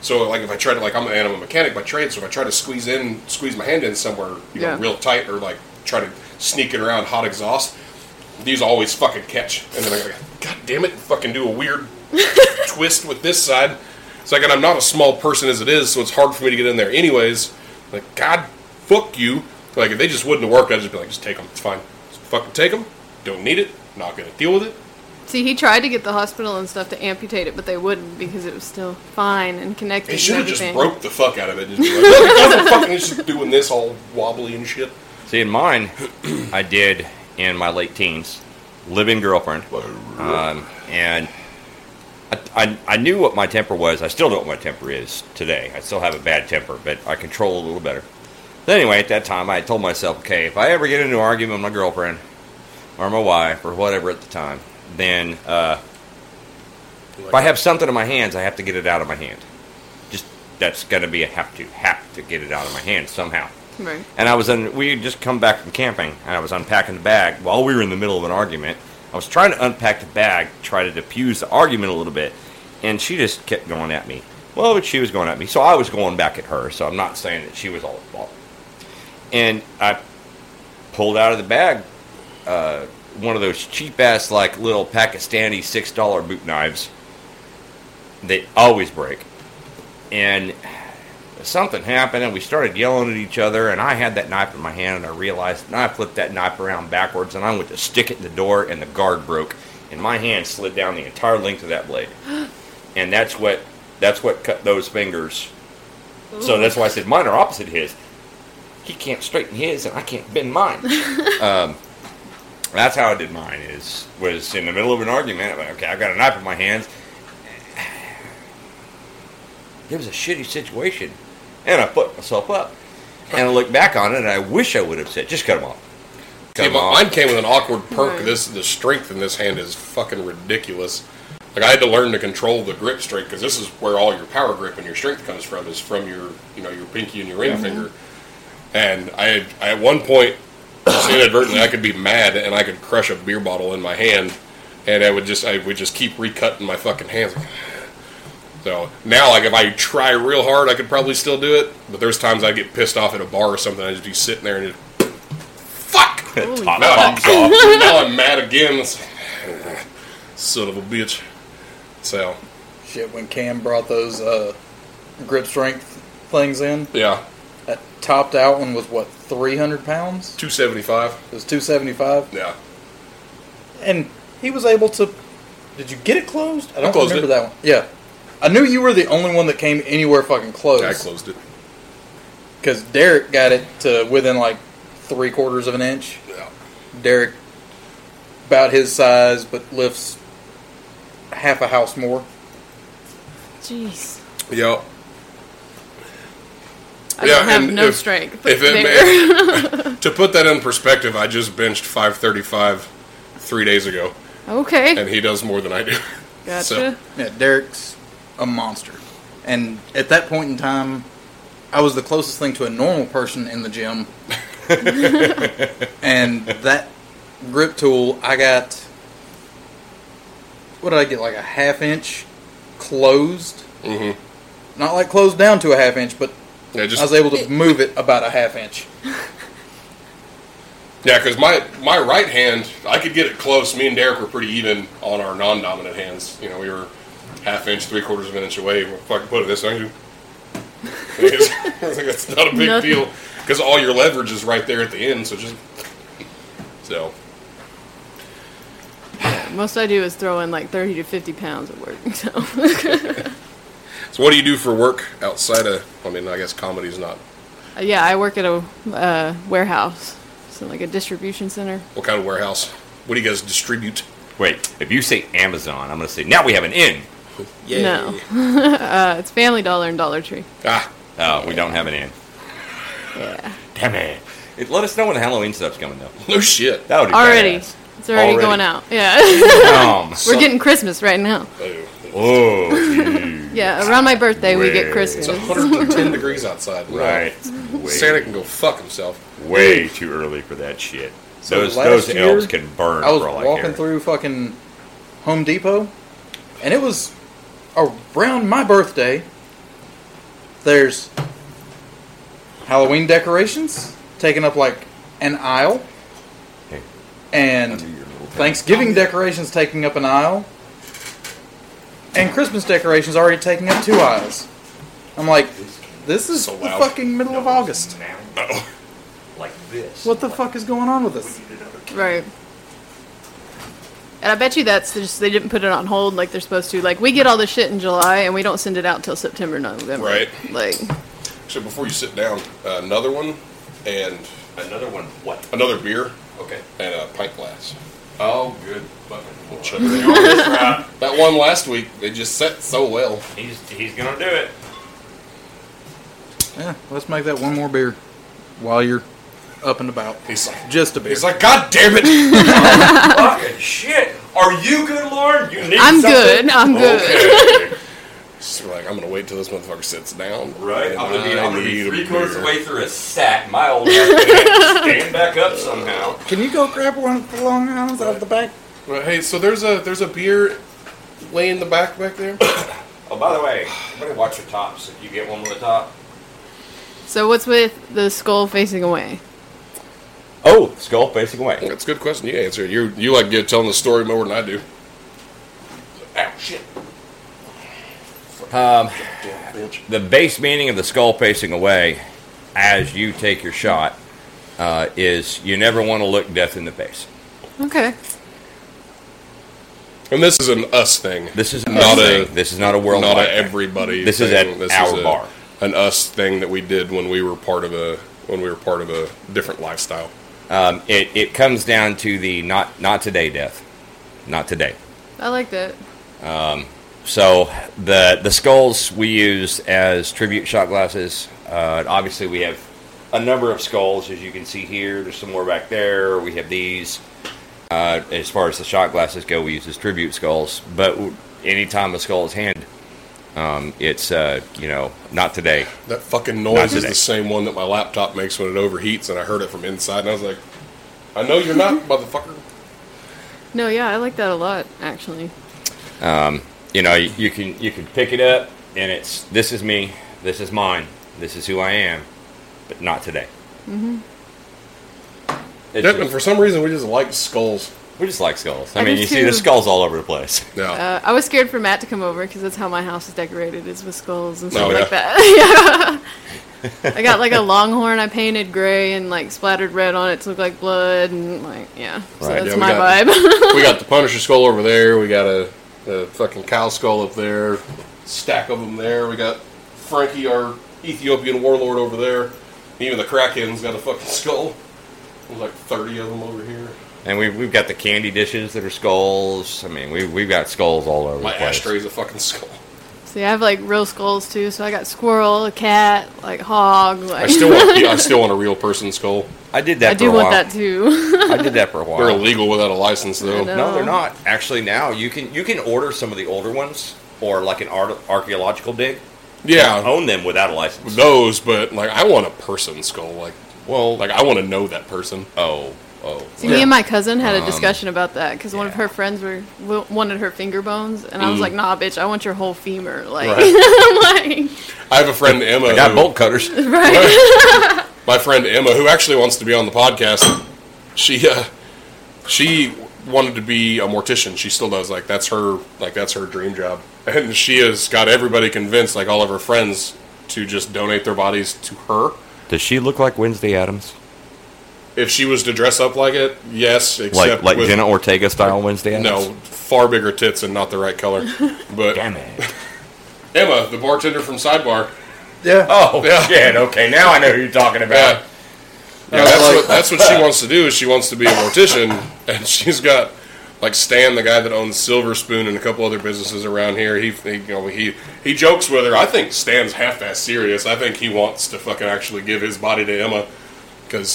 Speaker 1: so like if I try to, like I'm, and I'm a mechanic by trade, so if I try to squeeze in, squeeze my hand in somewhere, you
Speaker 4: Yeah.
Speaker 1: know, real tight, or like try to sneak it around hot exhaust, these always fucking catch, and then I go, God damn it, fucking do a weird twist with this side. It's like, and I'm not a small person as it is, so it's hard for me to get in there, anyways. Like, God, fuck you. Like, if they just wouldn't have worked, I'd just be like, just take them. It's fine. Just fucking take them. Don't need it. Not gonna deal with it.
Speaker 4: See, he tried to get the hospital and stuff to amputate it, but they wouldn't because it was still fine and connected.
Speaker 1: They
Speaker 4: and
Speaker 1: should have just
Speaker 4: everything.
Speaker 1: broke the fuck out of it. And just be like, "Look, I'm fucking it's just doing this all wobbly and shit.
Speaker 2: See, in mine, I did in my late teens, living girlfriend, um, and I, I, I knew what my temper was. I still know what my temper is today. I still have a bad temper, but I control it a little better. But anyway, at that time, I had told myself, okay, if I ever get into an argument with my girlfriend or my wife or whatever at the time, then uh, if I have something in my hands, I have to get it out of my hand. Just that's going to be a have to have to get it out of my hand somehow.
Speaker 4: Right.
Speaker 2: And I was in, we had just come back from camping, and I was unpacking the bag while we were in the middle of an argument. I was trying to unpack the bag, try to diffuse the argument a little bit, and she just kept going at me. Well, but she was going at me, so I was going back at her. So I'm not saying that she was all at fault. And I pulled out of the bag uh, one of those cheap ass like little Pakistani six dollar boot knives. They always break, and something happened and we started yelling at each other and i had that knife in my hand and i realized and i flipped that knife around backwards and i went to stick it in the door and the guard broke and my hand slid down the entire length of that blade and that's what that's what cut those fingers so that's why i said mine are opposite his he can't straighten his and i can't bend mine um, that's how i did mine is was in the middle of an argument I'm like, okay i got a knife in my hands it was a shitty situation and I put myself up. And I look back on it, and I wish I would have said, "Just cut him off." Cut
Speaker 1: See,
Speaker 2: 'em
Speaker 1: my-
Speaker 2: off.
Speaker 1: mine came with an awkward perk.
Speaker 4: Right.
Speaker 1: This the strength in this hand is fucking ridiculous. Like I had to learn to control the grip strength because this is where all your power grip and your strength comes from is from your you know your pinky and your ring finger. And I, had, I at one point just inadvertently I could be mad and I could crush a beer bottle in my hand, and I would just I would just keep recutting my fucking hands. So now, like if I try real hard, I could probably still do it. But there's times I get pissed off at a bar or something. I just be sitting there and just fuck.
Speaker 2: Top
Speaker 1: No,
Speaker 2: pops
Speaker 1: I'm,
Speaker 2: off.
Speaker 1: now I'm mad again. It's- Son of a bitch. So,
Speaker 3: Shit, when Cam brought those uh, grip strength things in,
Speaker 1: yeah,
Speaker 3: that topped out one was what three hundred pounds.
Speaker 1: 275.
Speaker 3: It was two seventy five,
Speaker 1: Yeah.
Speaker 3: and he was able to. Did you get it closed? I don't
Speaker 1: closed
Speaker 3: remember
Speaker 1: it.
Speaker 3: that one. Yeah, I knew you were the only one that came anywhere fucking close.
Speaker 1: I closed it.
Speaker 3: because Derek got it to within like three quarters of an inch.
Speaker 1: Yeah.
Speaker 3: Derek, about his size, but lifts half a house more.
Speaker 4: Jeez.
Speaker 1: Yeah.
Speaker 4: I
Speaker 1: Yeah,
Speaker 4: don't have
Speaker 1: and
Speaker 4: no
Speaker 1: if-
Speaker 4: strength.
Speaker 1: if it
Speaker 4: there.
Speaker 1: To put that in perspective, I just benched 535 three days ago,
Speaker 4: okay.
Speaker 1: and he does more than I do.
Speaker 4: Gotcha.
Speaker 1: So,
Speaker 3: Yeah, Derek's a monster. And at that point in time, I was the closest thing to a normal person in the gym. and that grip tool, I got, what did I get? Like a half inch closed.
Speaker 1: mhm.
Speaker 3: Not like closed down to a half inch, but
Speaker 1: yeah, just
Speaker 3: I was able to move it about a half inch.
Speaker 1: Yeah, because my my right hand, I could get it close. Me and Derek were pretty even on our non-dominant hands. You know, we were half inch, three quarters of an inch away. If I could put it this way, it's it's like that's not a big
Speaker 4: Nothing.
Speaker 1: deal because all your leverage is right there at the end. So just so
Speaker 4: Most I do is throw in like 30 to 50 pounds at work. So
Speaker 1: so what do you do for work outside of? I mean, I guess comedy's not.
Speaker 4: yeah, I work at a uh, warehouse, so like a distribution center.
Speaker 1: What kind of warehouse? What do you guys distribute?
Speaker 2: Wait, if you say Amazon, I'm going to say now we have an in.
Speaker 4: No. Uh, it's Family Dollar and Dollar Tree.
Speaker 1: Ah,
Speaker 2: Oh, we don't have an in.
Speaker 4: Yeah.
Speaker 2: Damn it. It- Let us know when the Halloween stuff's coming though.
Speaker 1: no shit.
Speaker 2: That would be
Speaker 4: Already.
Speaker 2: badass.
Speaker 4: It's already,
Speaker 2: Already.
Speaker 4: going out. Yeah.
Speaker 2: Um,
Speaker 4: We're getting Christmas right now.
Speaker 1: Oh,
Speaker 2: oh, gee.
Speaker 4: Yeah, around my birthday we get
Speaker 2: Way.
Speaker 1: it's
Speaker 4: Christmas.
Speaker 1: 110 degrees outside.
Speaker 2: right.
Speaker 1: Santa
Speaker 2: Way,
Speaker 1: can go fuck himself.
Speaker 2: way too early for that shit.
Speaker 3: So
Speaker 2: those
Speaker 3: last
Speaker 2: those
Speaker 3: year,
Speaker 2: elves can burn
Speaker 3: I was
Speaker 2: for all I
Speaker 3: walking
Speaker 2: care.
Speaker 3: through fucking Home Depot, and it was around my birthday. There's Halloween decorations taking up like an aisle,
Speaker 2: Hey,
Speaker 3: and
Speaker 2: under your little tent.
Speaker 3: Thanksgiving decorations taking up an aisle, and Christmas decorations already taking up two aisles. I'm like, this is
Speaker 1: So
Speaker 3: the
Speaker 1: loud.
Speaker 3: fucking middle of August.
Speaker 1: Oh.
Speaker 2: Like this.
Speaker 3: What the fuck is going on with this?
Speaker 4: Right. And I bet you that's just they didn't put it on hold like they're supposed to. Like we get all this shit in July and we don't send it out till September, November.
Speaker 1: Right.
Speaker 4: Like
Speaker 1: Actually, before you sit down, uh, another one and
Speaker 2: Another one. What?
Speaker 1: another beer
Speaker 2: Okay.
Speaker 1: and a pint glass.
Speaker 2: Oh, good. Fucking
Speaker 1: We'll
Speaker 2: boy.
Speaker 1: chug it down.
Speaker 2: That's right.
Speaker 1: that one last week, it just set so well.
Speaker 2: He's he's gonna do it.
Speaker 3: Yeah, let's make that one more beer while you're up and about.
Speaker 1: He's like,
Speaker 3: Just a beer.
Speaker 1: he's like, God damn it!
Speaker 2: Fucking shit. Are you good, Lauren? You need
Speaker 4: I'm
Speaker 2: something?
Speaker 4: good. I'm good.
Speaker 1: Oh, Okay. So we're like, I'm gonna wait till this motherfucker sits down.
Speaker 2: Right? I'm gonna be,
Speaker 1: I
Speaker 2: I'm gonna be
Speaker 1: need a
Speaker 2: three quarters of
Speaker 1: beer.
Speaker 2: the way through a stack. My old ass can't stand back up somehow.
Speaker 3: Can you go grab one of the Long Island's out of the back?
Speaker 1: Well, hey, so there's a there's a beer way in the back back there.
Speaker 2: Oh, by the way, everybody watch your tops. If you get one with a top.
Speaker 4: So what's with the skull facing away?
Speaker 2: Oh, skull facing away.
Speaker 1: That's a good question. You answer. it. You you like good telling the story more than I do.
Speaker 2: Ow, shit. Um, the base meaning of the skull facing away as you take your shot uh, is you never want to look death in the face.
Speaker 4: Okay.
Speaker 1: And this is an us thing.
Speaker 2: This is
Speaker 1: Not
Speaker 2: not
Speaker 1: a-
Speaker 2: a this is not a world.
Speaker 1: not a everybody.
Speaker 2: This is
Speaker 1: thing.
Speaker 2: at our
Speaker 1: a-
Speaker 2: bar.
Speaker 1: An us thing that we did when we were part of a when we were part of a different lifestyle.
Speaker 2: Um, it it comes down to the not not today death, not today.
Speaker 4: I like that.
Speaker 2: So the the skulls we use as tribute shot glasses. Uh, obviously, we have a number of skulls, as you can see here. There's some more back there. We have these. Uh, as far as the shot glasses go, we use as tribute skulls. But w- anytime a skull is handed, um, it's uh, you know not today.
Speaker 1: That fucking noise is
Speaker 2: today.
Speaker 1: the same one that my laptop makes when it overheats, and I heard it from inside, and I was like, I know you're not, motherfucker.
Speaker 4: No, yeah, I like that a lot actually.
Speaker 2: you know you, you can you can pick it up and it's this is me this is mine this is who i am but not today mm-hmm.
Speaker 1: Yep, and for some reason, we just like skulls.
Speaker 2: we just like skulls i,
Speaker 4: I
Speaker 2: mean
Speaker 4: do
Speaker 2: you see the
Speaker 4: too.
Speaker 2: skulls all over the place
Speaker 1: Yeah.
Speaker 4: Uh, I was scared for Matt to come over because that's how my house is decorated is with skulls and stuff
Speaker 1: Oh,
Speaker 4: like that. yeah. I got like a longhorn I painted gray and like splattered red on it to look like blood and like yeah. So
Speaker 2: Right, yeah,
Speaker 4: that's
Speaker 1: we
Speaker 4: my
Speaker 1: got-
Speaker 4: vibe.
Speaker 1: we got the Punisher skull over there. We got a, a fucking cow skull up there. Stack of them there. We got Frankie, our Ethiopian warlord, over there. Even the Kraken's got a fucking skull. There's like 30 of them over here.
Speaker 2: and we, we've got the candy dishes that are skulls i mean we, we've got skulls all over
Speaker 1: My
Speaker 2: the place
Speaker 1: ashtray's a fucking skull.
Speaker 4: See, I have like real skulls too. So I got squirrel, a cat, like hog. Like,
Speaker 1: I still want, yeah, I still want a real person skull.
Speaker 2: i did that
Speaker 4: I
Speaker 2: for
Speaker 4: do
Speaker 2: a
Speaker 4: want
Speaker 2: while
Speaker 4: that too.
Speaker 2: i did that for a while
Speaker 1: They're illegal without a license,
Speaker 4: I
Speaker 1: though.
Speaker 4: know.
Speaker 2: No, they're not. Actually, now you can you can order some of the older ones or like an art, archaeological dig.
Speaker 1: Yeah,
Speaker 2: Own them without a license.
Speaker 1: those. But like, I want a person skull. Like,
Speaker 2: Well,
Speaker 1: like I want to know that person.
Speaker 2: Oh, oh.
Speaker 4: See,
Speaker 1: Yeah.
Speaker 4: me and my cousin had a discussion about that because one of
Speaker 2: Um, yeah. Mm.
Speaker 4: her friends were w- wanted her finger bones, and I was like, "Nah, bitch, I want your whole femur." Like, I'm
Speaker 1: I have a friend Emma.
Speaker 2: I got
Speaker 1: who-
Speaker 2: bolt cutters.
Speaker 4: like, right?
Speaker 1: my friend Emma, who actually wants to be on the podcast, she uh, she wanted to be a mortician. She still does. Like that's her like that's her dream job, and she has got everybody convinced, like all of her friends, to just donate their bodies to her.
Speaker 2: Does she look like Wednesday Adams?
Speaker 1: If she was to dress up like it, yes,
Speaker 2: Like
Speaker 1: except
Speaker 2: like
Speaker 1: with
Speaker 2: Jenna Ortega style Wednesday Adams?
Speaker 1: no far bigger tits and not the right color. But
Speaker 2: Damn it.
Speaker 1: Emma, the bartender from Sidebar, uh,
Speaker 3: Yeah.
Speaker 2: Oh
Speaker 1: Yeah.
Speaker 2: shit. Okay, now I know who you're talking
Speaker 1: yeah.
Speaker 2: about.
Speaker 1: Yeah, that's what that's what she wants to do. Is she wants to be a mortician, and she's got like Stan, the guy that owns Silver Spoon and a couple other businesses around here. He, he you know he he jokes with her. I think Stan's half that serious. I think he wants to fucking actually give his body to Emma because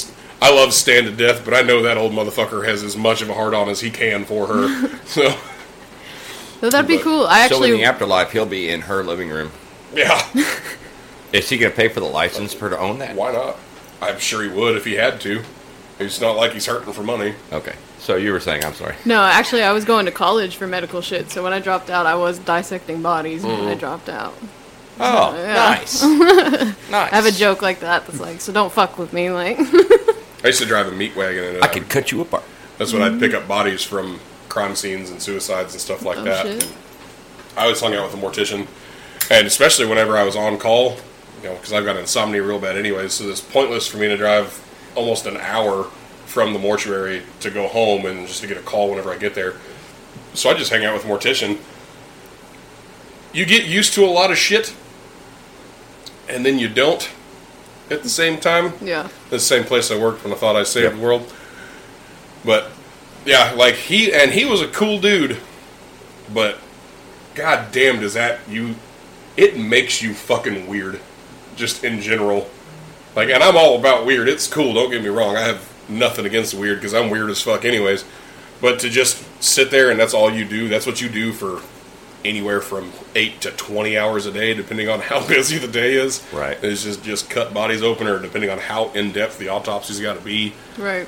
Speaker 1: I love Stan to death, but I know that old motherfucker has as much of a heart on as he can for her. so
Speaker 4: So that'd be
Speaker 1: But-
Speaker 4: cool. I
Speaker 2: so in
Speaker 4: actually,
Speaker 2: the afterlife, he'll be in her living room.
Speaker 1: yeah,
Speaker 2: Is he gonna pay for the license for her to own that?
Speaker 1: why not? I'm sure he would if he had to. It's not like he's hurting for money.
Speaker 2: Okay. So you were saying? I'm sorry.
Speaker 4: no, actually, I was going to college for medical shit. So when I dropped out, I was dissecting bodies when
Speaker 2: Mm-hmm.
Speaker 4: I dropped out.
Speaker 2: Oh,
Speaker 4: Yeah.
Speaker 2: nice. nice.
Speaker 4: I have a joke like that that's like, so don't fuck with me. Like,
Speaker 1: I used to drive a meat wagon and
Speaker 2: I
Speaker 1: uh,
Speaker 2: could cut you apart.
Speaker 1: That's when I'd pick up bodies from crime scenes and suicides and stuff like
Speaker 4: Oh,
Speaker 1: that.
Speaker 4: shit.
Speaker 1: And I always hung out with a mortician, and especially whenever I was on call, you know, because I've got insomnia real bad anyways. So it's pointless for me to drive almost an hour from the mortuary to go home and just to get a call whenever I get there. so I just hang out with Mortician. You get used to a lot of shit, and then you don't at the same time.
Speaker 4: Yeah.
Speaker 1: the same place I worked when I thought I saved
Speaker 2: Yep.
Speaker 1: the world. But yeah, like he and he was a cool dude, but god damn does that you it makes you fucking weird just in general. Like and I'm all about weird. It's cool, don't get me wrong. I have nothing against weird cuz I'm weird as fuck anyways. But to just sit there and that's all you do, that's what you do for anywhere from 8 to 20 hours a day depending on how busy the day is.
Speaker 2: Right.
Speaker 1: It's just just cut bodies open or depending on how in depth the autopsy's got to be.
Speaker 4: Right.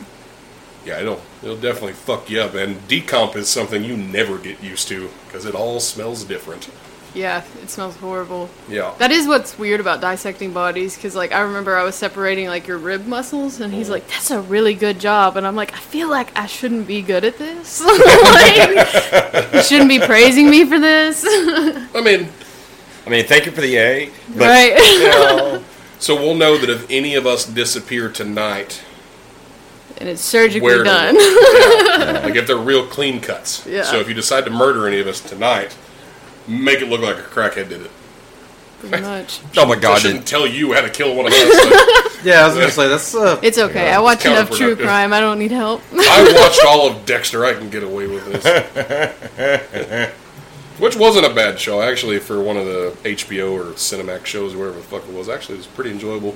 Speaker 1: Yeah, it'll it'll definitely fuck you up. And decomp is something you never get used to because it all smells different.
Speaker 4: Yeah, it smells horrible.
Speaker 1: Yeah.
Speaker 4: That is what's weird about dissecting bodies, because like I remember I was separating like your rib muscles, and he's like, "That's a really good job," and I'm like, "I feel like I shouldn't be good at this. like, you shouldn't be praising me for this,
Speaker 1: I mean,
Speaker 2: I mean, thank you for the A, but
Speaker 4: right?"
Speaker 1: so we'll know that if any of us disappear tonight,
Speaker 4: and it's surgically
Speaker 1: where to
Speaker 4: done.
Speaker 1: look. Yeah. like if they're real clean cuts.
Speaker 4: Yeah.
Speaker 1: So if you decide to murder any of us tonight, make it look like a crackhead did it.
Speaker 4: Pretty much.
Speaker 2: oh my
Speaker 1: I
Speaker 2: god,
Speaker 1: shouldn't
Speaker 2: did,
Speaker 1: tell you how to kill one of us. Like,
Speaker 3: Yeah, I was gonna say that's uh,
Speaker 4: It's okay. I watch enough true
Speaker 1: counterproductive.
Speaker 4: crime. I don't need help.
Speaker 1: I watched all of Dexter. I can get away with this. Which wasn't a bad show, actually, for one of the HBO or Cinemax shows, or whatever the fuck it was. Actually, it was pretty enjoyable.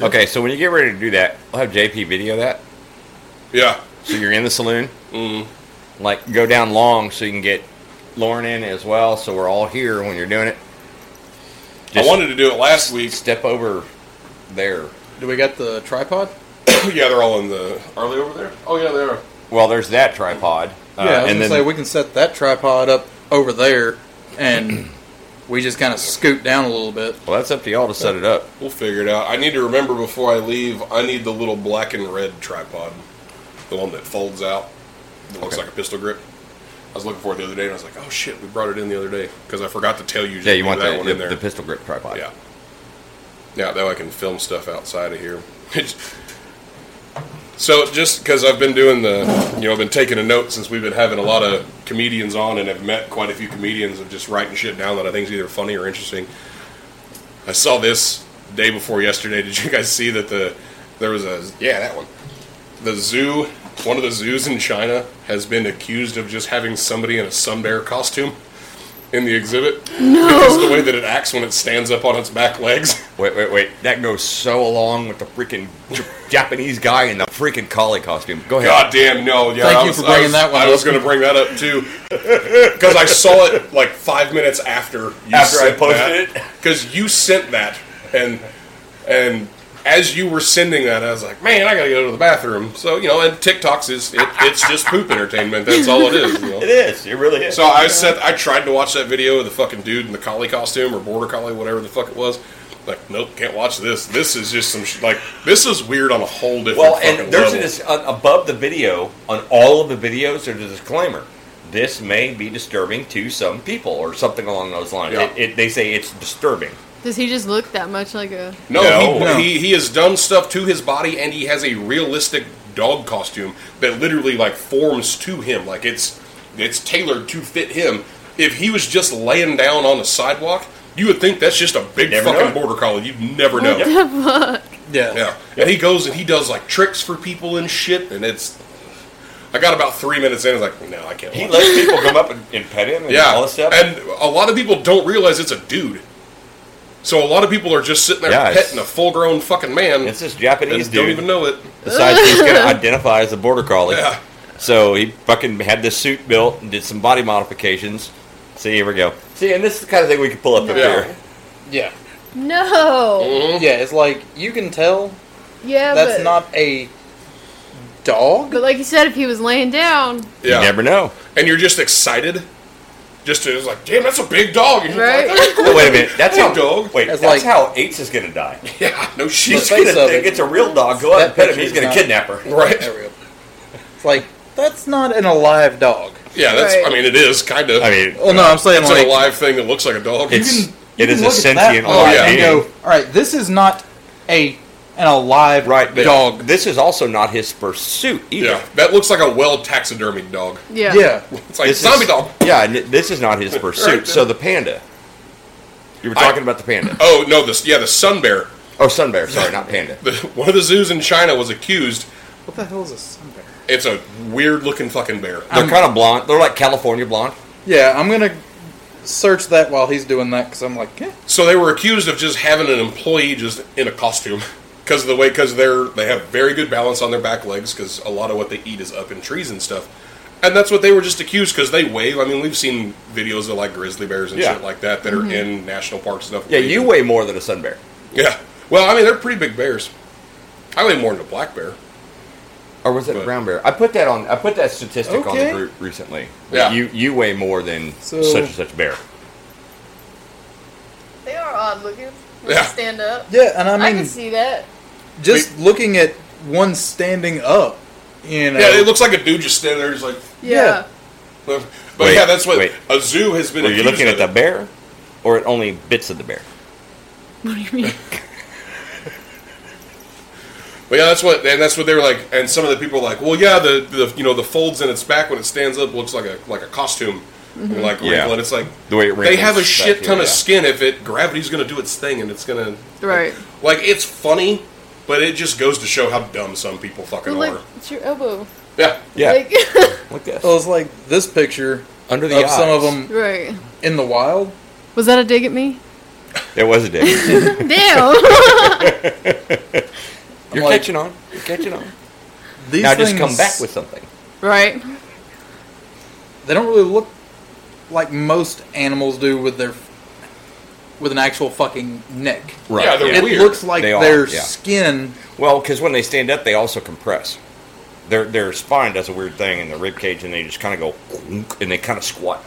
Speaker 2: okay. So when you get ready to do that, I'll have JP video that.
Speaker 1: Yeah. mm-hmm.
Speaker 2: So you're in the saloon, like go down long so you can get Lauren in as well. So we're all here when you're doing it.
Speaker 1: I wanted to do it last week.
Speaker 2: step over there.
Speaker 3: do we got the tripod?
Speaker 1: yeah, they're all in the. Are they over there? Oh, yeah, they are.
Speaker 2: Well, there's that tripod. Uh,
Speaker 3: yeah, I was
Speaker 2: and
Speaker 3: gonna
Speaker 2: then
Speaker 3: say we can set that tripod up over there, and we just kind of scoot down a little bit.
Speaker 2: well, that's up to y'all to set it up.
Speaker 1: We'll figure it out. I need to remember before I leave, I need the little black and red tripod. The one that folds out, that looks
Speaker 2: Okay.
Speaker 1: like a pistol grip. I was looking for it the other day, and I was like, oh shit, we brought it in the other day. Because I forgot to tell you. just
Speaker 2: Yeah, you
Speaker 1: leave
Speaker 2: want
Speaker 1: that
Speaker 2: the,
Speaker 1: one
Speaker 2: the,
Speaker 1: in there.
Speaker 2: the pistol grip tripod.
Speaker 1: Yeah. Yeah, that way I can film stuff outside of here. so just because I've been doing the, you know, I've been taking a note since we've been having a lot of comedians on and have met quite a few comedians of just writing shit down that I think is either funny or interesting. I saw this day before yesterday. Did you guys see that the there was a yeah that one the zoo one of the zoos in China has been accused of just having somebody in a sun bear costume in the exhibit because
Speaker 3: Oh.
Speaker 1: the way that it acts when it stands up on its back legs.
Speaker 2: Wait, wait, wait. That goes so along with the freaking J- Japanese guy in the freaking collie costume. Go ahead.
Speaker 1: God damn, no. Yeah,
Speaker 3: Thank
Speaker 1: I
Speaker 3: you
Speaker 1: was,
Speaker 3: for bringing
Speaker 1: I was,
Speaker 3: that one
Speaker 1: I
Speaker 3: up.
Speaker 1: was going to bring that up too because I saw it like five minutes after you
Speaker 2: After I posted it?
Speaker 1: because you sent that and and as you were sending that, I was like, man, I got to go to the bathroom. So you know, and TikToks is it, it's just poop entertainment. That's all it is. You know?
Speaker 2: It is. It really is.
Speaker 1: So I said I tried to watch that video of the fucking dude in the collie costume or border collie, whatever the fuck it was. Like, nope, can't watch this. This is just some sh- like this is weird on a whole different.
Speaker 2: Well,
Speaker 1: fucking
Speaker 2: and there's
Speaker 1: level.
Speaker 2: a dis- uh, above the video on all of the videos. There's a disclaimer: this may be disturbing to some people, or something along those lines.
Speaker 1: Yeah.
Speaker 2: It, it, they say it's disturbing.
Speaker 4: Does he just look that much like a?
Speaker 1: No, He,
Speaker 2: No.
Speaker 1: He, he has done stuff to his body, and he has a realistic dog costume that literally like forms to him. Like it's it's tailored to fit him. If he was just laying down on the sidewalk, you would think that's just a big
Speaker 2: Never
Speaker 1: fucking
Speaker 2: know.
Speaker 1: border collie. You'd never know.
Speaker 3: Yeah,
Speaker 1: Yeah, and he goes and he does like tricks for people and shit, and it's. I got about three minutes in. I was like, no, I can't.
Speaker 2: He
Speaker 1: watch
Speaker 2: lets people come up and, and pet him and
Speaker 1: yeah,
Speaker 2: all this stuff.
Speaker 1: and a lot of people don't realize it's a dude. So a lot of people are just sitting there
Speaker 2: Yeah, it's-
Speaker 1: petting a full-grown fucking man.
Speaker 2: it's this Japanese
Speaker 1: and don't
Speaker 2: dude
Speaker 1: even know it.
Speaker 2: decides he's going to identify as a border collie.
Speaker 1: Yeah.
Speaker 2: So he fucking had this suit built and did some body modifications. See, here we go. See, and this is the kind of thing we could pull up up
Speaker 1: Yeah.
Speaker 2: here.
Speaker 3: yeah,
Speaker 4: No.
Speaker 1: Mm-hmm.
Speaker 3: yeah. It's like you can tell
Speaker 4: Yeah,
Speaker 3: that's
Speaker 4: but
Speaker 3: not a dog.
Speaker 4: But like you said, if he was laying down,
Speaker 1: Yeah,
Speaker 2: You never know.
Speaker 1: and you're just excited. Just to, it's like, damn, that's a big dog. And you're
Speaker 4: right?
Speaker 1: like,
Speaker 2: Oh, wait a minute. That's
Speaker 1: Hey,
Speaker 2: how
Speaker 1: dog.
Speaker 2: Wait,
Speaker 3: That's
Speaker 2: that's,
Speaker 3: like-
Speaker 2: how Apes is going to die.
Speaker 1: yeah, no
Speaker 2: She's
Speaker 1: shit.
Speaker 2: going
Speaker 3: face
Speaker 2: to
Speaker 3: of
Speaker 2: think
Speaker 3: it.
Speaker 2: it's a real dog. Go out
Speaker 3: That
Speaker 2: and pet him. He's
Speaker 3: picture's
Speaker 2: going to
Speaker 3: not-
Speaker 2: kidnap her.
Speaker 1: Right?
Speaker 3: There we go. It's like that's not an alive dog.
Speaker 1: Yeah, that's. I
Speaker 4: Right.
Speaker 1: mean, it is kind of.
Speaker 2: I mean,
Speaker 3: Well, no, I'm saying
Speaker 1: it's
Speaker 3: like
Speaker 1: an alive thing that looks like a dog.
Speaker 2: it's
Speaker 3: you
Speaker 2: it is
Speaker 3: can
Speaker 2: a
Speaker 3: look at that Oh,
Speaker 2: sentient
Speaker 3: dog
Speaker 1: alive
Speaker 2: live
Speaker 1: yeah.
Speaker 3: and
Speaker 2: being.
Speaker 3: go, all right, this is not a and a live
Speaker 2: Right, but
Speaker 3: dog.
Speaker 2: This is also not his pursuit either.
Speaker 1: Yeah, that looks like a well taxidermied dog.
Speaker 4: Yeah.
Speaker 3: yeah.
Speaker 1: It's like
Speaker 2: This
Speaker 1: zombie
Speaker 2: is,
Speaker 1: dog.
Speaker 2: Yeah, and this is not his pursuit.
Speaker 1: Right.
Speaker 2: So the panda. You were
Speaker 1: I-
Speaker 2: talking about the panda.
Speaker 1: Oh no, this yeah, the sun bear.
Speaker 2: Oh, sun bear. Sorry, not panda.
Speaker 1: The, one of the zoos in China was accused.
Speaker 3: What the hell is a sun bear?
Speaker 1: It's a weird looking fucking bear.
Speaker 2: They're kind of blonde. They're like California blonde.
Speaker 3: Yeah, I'm gonna search that while he's doing that because I'm like, eh.
Speaker 1: So they were accused of just having an employee just in a costume because of the way because they're they have very good balance on their back legs because a lot of what they eat is up in trees and stuff, and that's what they were just accused because they wave. I mean, we've seen videos of like grizzly bears and
Speaker 2: Yeah.
Speaker 1: shit like that that are in national parks and stuff.
Speaker 2: Yeah, you weigh more than a sun bear.
Speaker 1: Yeah. Well, I mean, they're pretty big bears. I weigh more than a black bear.
Speaker 2: Or was it
Speaker 1: But-
Speaker 2: a brown bear? I put that on. I put that statistic on
Speaker 3: Okay.
Speaker 2: the group recently.
Speaker 1: Yeah.
Speaker 2: You you weigh more than
Speaker 3: So-
Speaker 2: such and such bear.
Speaker 4: They are odd looking.
Speaker 1: they Yeah.
Speaker 4: Stand up.
Speaker 3: yeah, and I mean,
Speaker 4: that.
Speaker 3: just looking at one standing up, you know,
Speaker 1: Yeah, it looks like a dude just standing there, just like.
Speaker 4: Yeah.
Speaker 1: But
Speaker 2: Wait,
Speaker 1: yeah, that's what
Speaker 2: wait.
Speaker 1: a zoo has been.
Speaker 2: Were you
Speaker 1: accused
Speaker 2: looking at
Speaker 1: of.
Speaker 2: the bear, or at only bits of the bear?
Speaker 4: What do you mean?
Speaker 1: But yeah, that's what, and that's what they were like. And some of the people were like, well, yeah, the, the you know the folds in its back when it stands up looks like a like a costume, and like
Speaker 2: Mm-hmm. Yeah.
Speaker 1: wrinkle, and it's like
Speaker 2: The way it
Speaker 1: they have a
Speaker 2: wrinkles
Speaker 1: shit
Speaker 2: back
Speaker 1: ton
Speaker 2: here,
Speaker 1: of
Speaker 2: yeah.
Speaker 1: skin. If it gravity's going to do its thing, and it's going to
Speaker 4: Right.
Speaker 1: like it's funny, but it just goes to show how dumb some people fucking
Speaker 4: Well, look,
Speaker 1: are.
Speaker 4: it's your elbow.
Speaker 1: Yeah,
Speaker 2: Yeah.
Speaker 4: Like,
Speaker 2: Look this.
Speaker 3: So it's like this picture
Speaker 2: Under
Speaker 3: of
Speaker 2: the eyes.
Speaker 3: some of them
Speaker 4: right.
Speaker 3: in the wild.
Speaker 4: Was that a dig at me?
Speaker 2: There was a dick.
Speaker 4: Damn.
Speaker 2: You're
Speaker 3: like-
Speaker 2: catching on. You're catching on.
Speaker 3: These
Speaker 2: now
Speaker 3: things
Speaker 2: just come back with something.
Speaker 4: right.
Speaker 3: They don't really look like most animals do with their with an actual fucking neck.
Speaker 2: Right.
Speaker 1: Yeah, they're
Speaker 3: It
Speaker 1: weird.
Speaker 3: looks like
Speaker 2: They are,
Speaker 3: their
Speaker 2: yeah.
Speaker 3: skin.
Speaker 2: Well, because when they stand up, they also compress. Their their spine does a weird thing in the rib cage, and they just kind of go "Oonk," and they kind of squat,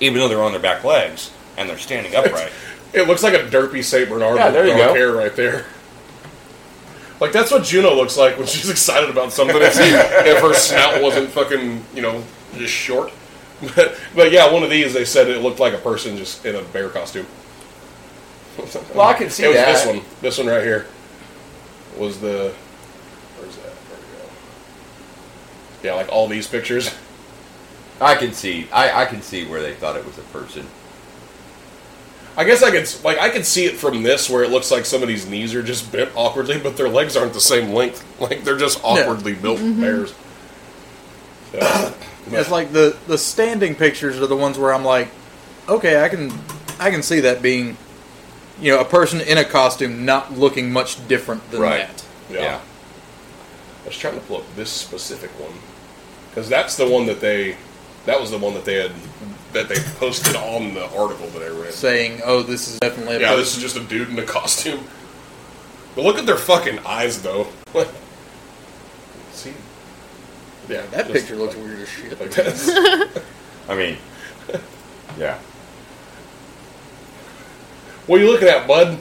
Speaker 2: even though they're on their back legs and they're standing upright.
Speaker 1: it looks like a derpy Saint Bernard
Speaker 2: Yeah,
Speaker 1: with
Speaker 2: there you
Speaker 1: dark
Speaker 2: go.
Speaker 1: hair right there. Like that's what Juno looks like when she's excited about something. If, she, if her snout wasn't fucking, you know, just short. But, but yeah, one of these they said it looked like a person just in a bear costume.
Speaker 2: Well, I can see
Speaker 1: it was
Speaker 2: that.
Speaker 1: this one. This one right here was the. Where's that? There we go. Yeah, like all these pictures.
Speaker 2: I can see. I, I can see where they thought it was a person.
Speaker 1: I guess I could s- like I could see it from this where it looks like somebody's knees are just bent awkwardly, but their legs aren't the same length. Like they're just awkwardly built bears. So,
Speaker 3: Mm-hmm. It's like the the standing pictures are the ones where I'm like, okay, I can I can see that being, you know, a person in a costume not looking much different than
Speaker 2: Right.
Speaker 3: that.
Speaker 1: yeah. I was trying to pull up this specific one because that's the one that they that was the one that they had that they posted on the article that I read.
Speaker 3: Saying, oh, this is definitely a
Speaker 1: yeah,
Speaker 3: person.
Speaker 1: this is just a dude in a costume. But look at their fucking eyes though. see, yeah,
Speaker 3: that
Speaker 1: just
Speaker 3: picture looks
Speaker 1: like-
Speaker 3: weird as shit.
Speaker 1: Like this.
Speaker 2: I mean, yeah.
Speaker 1: What are you looking at, bud?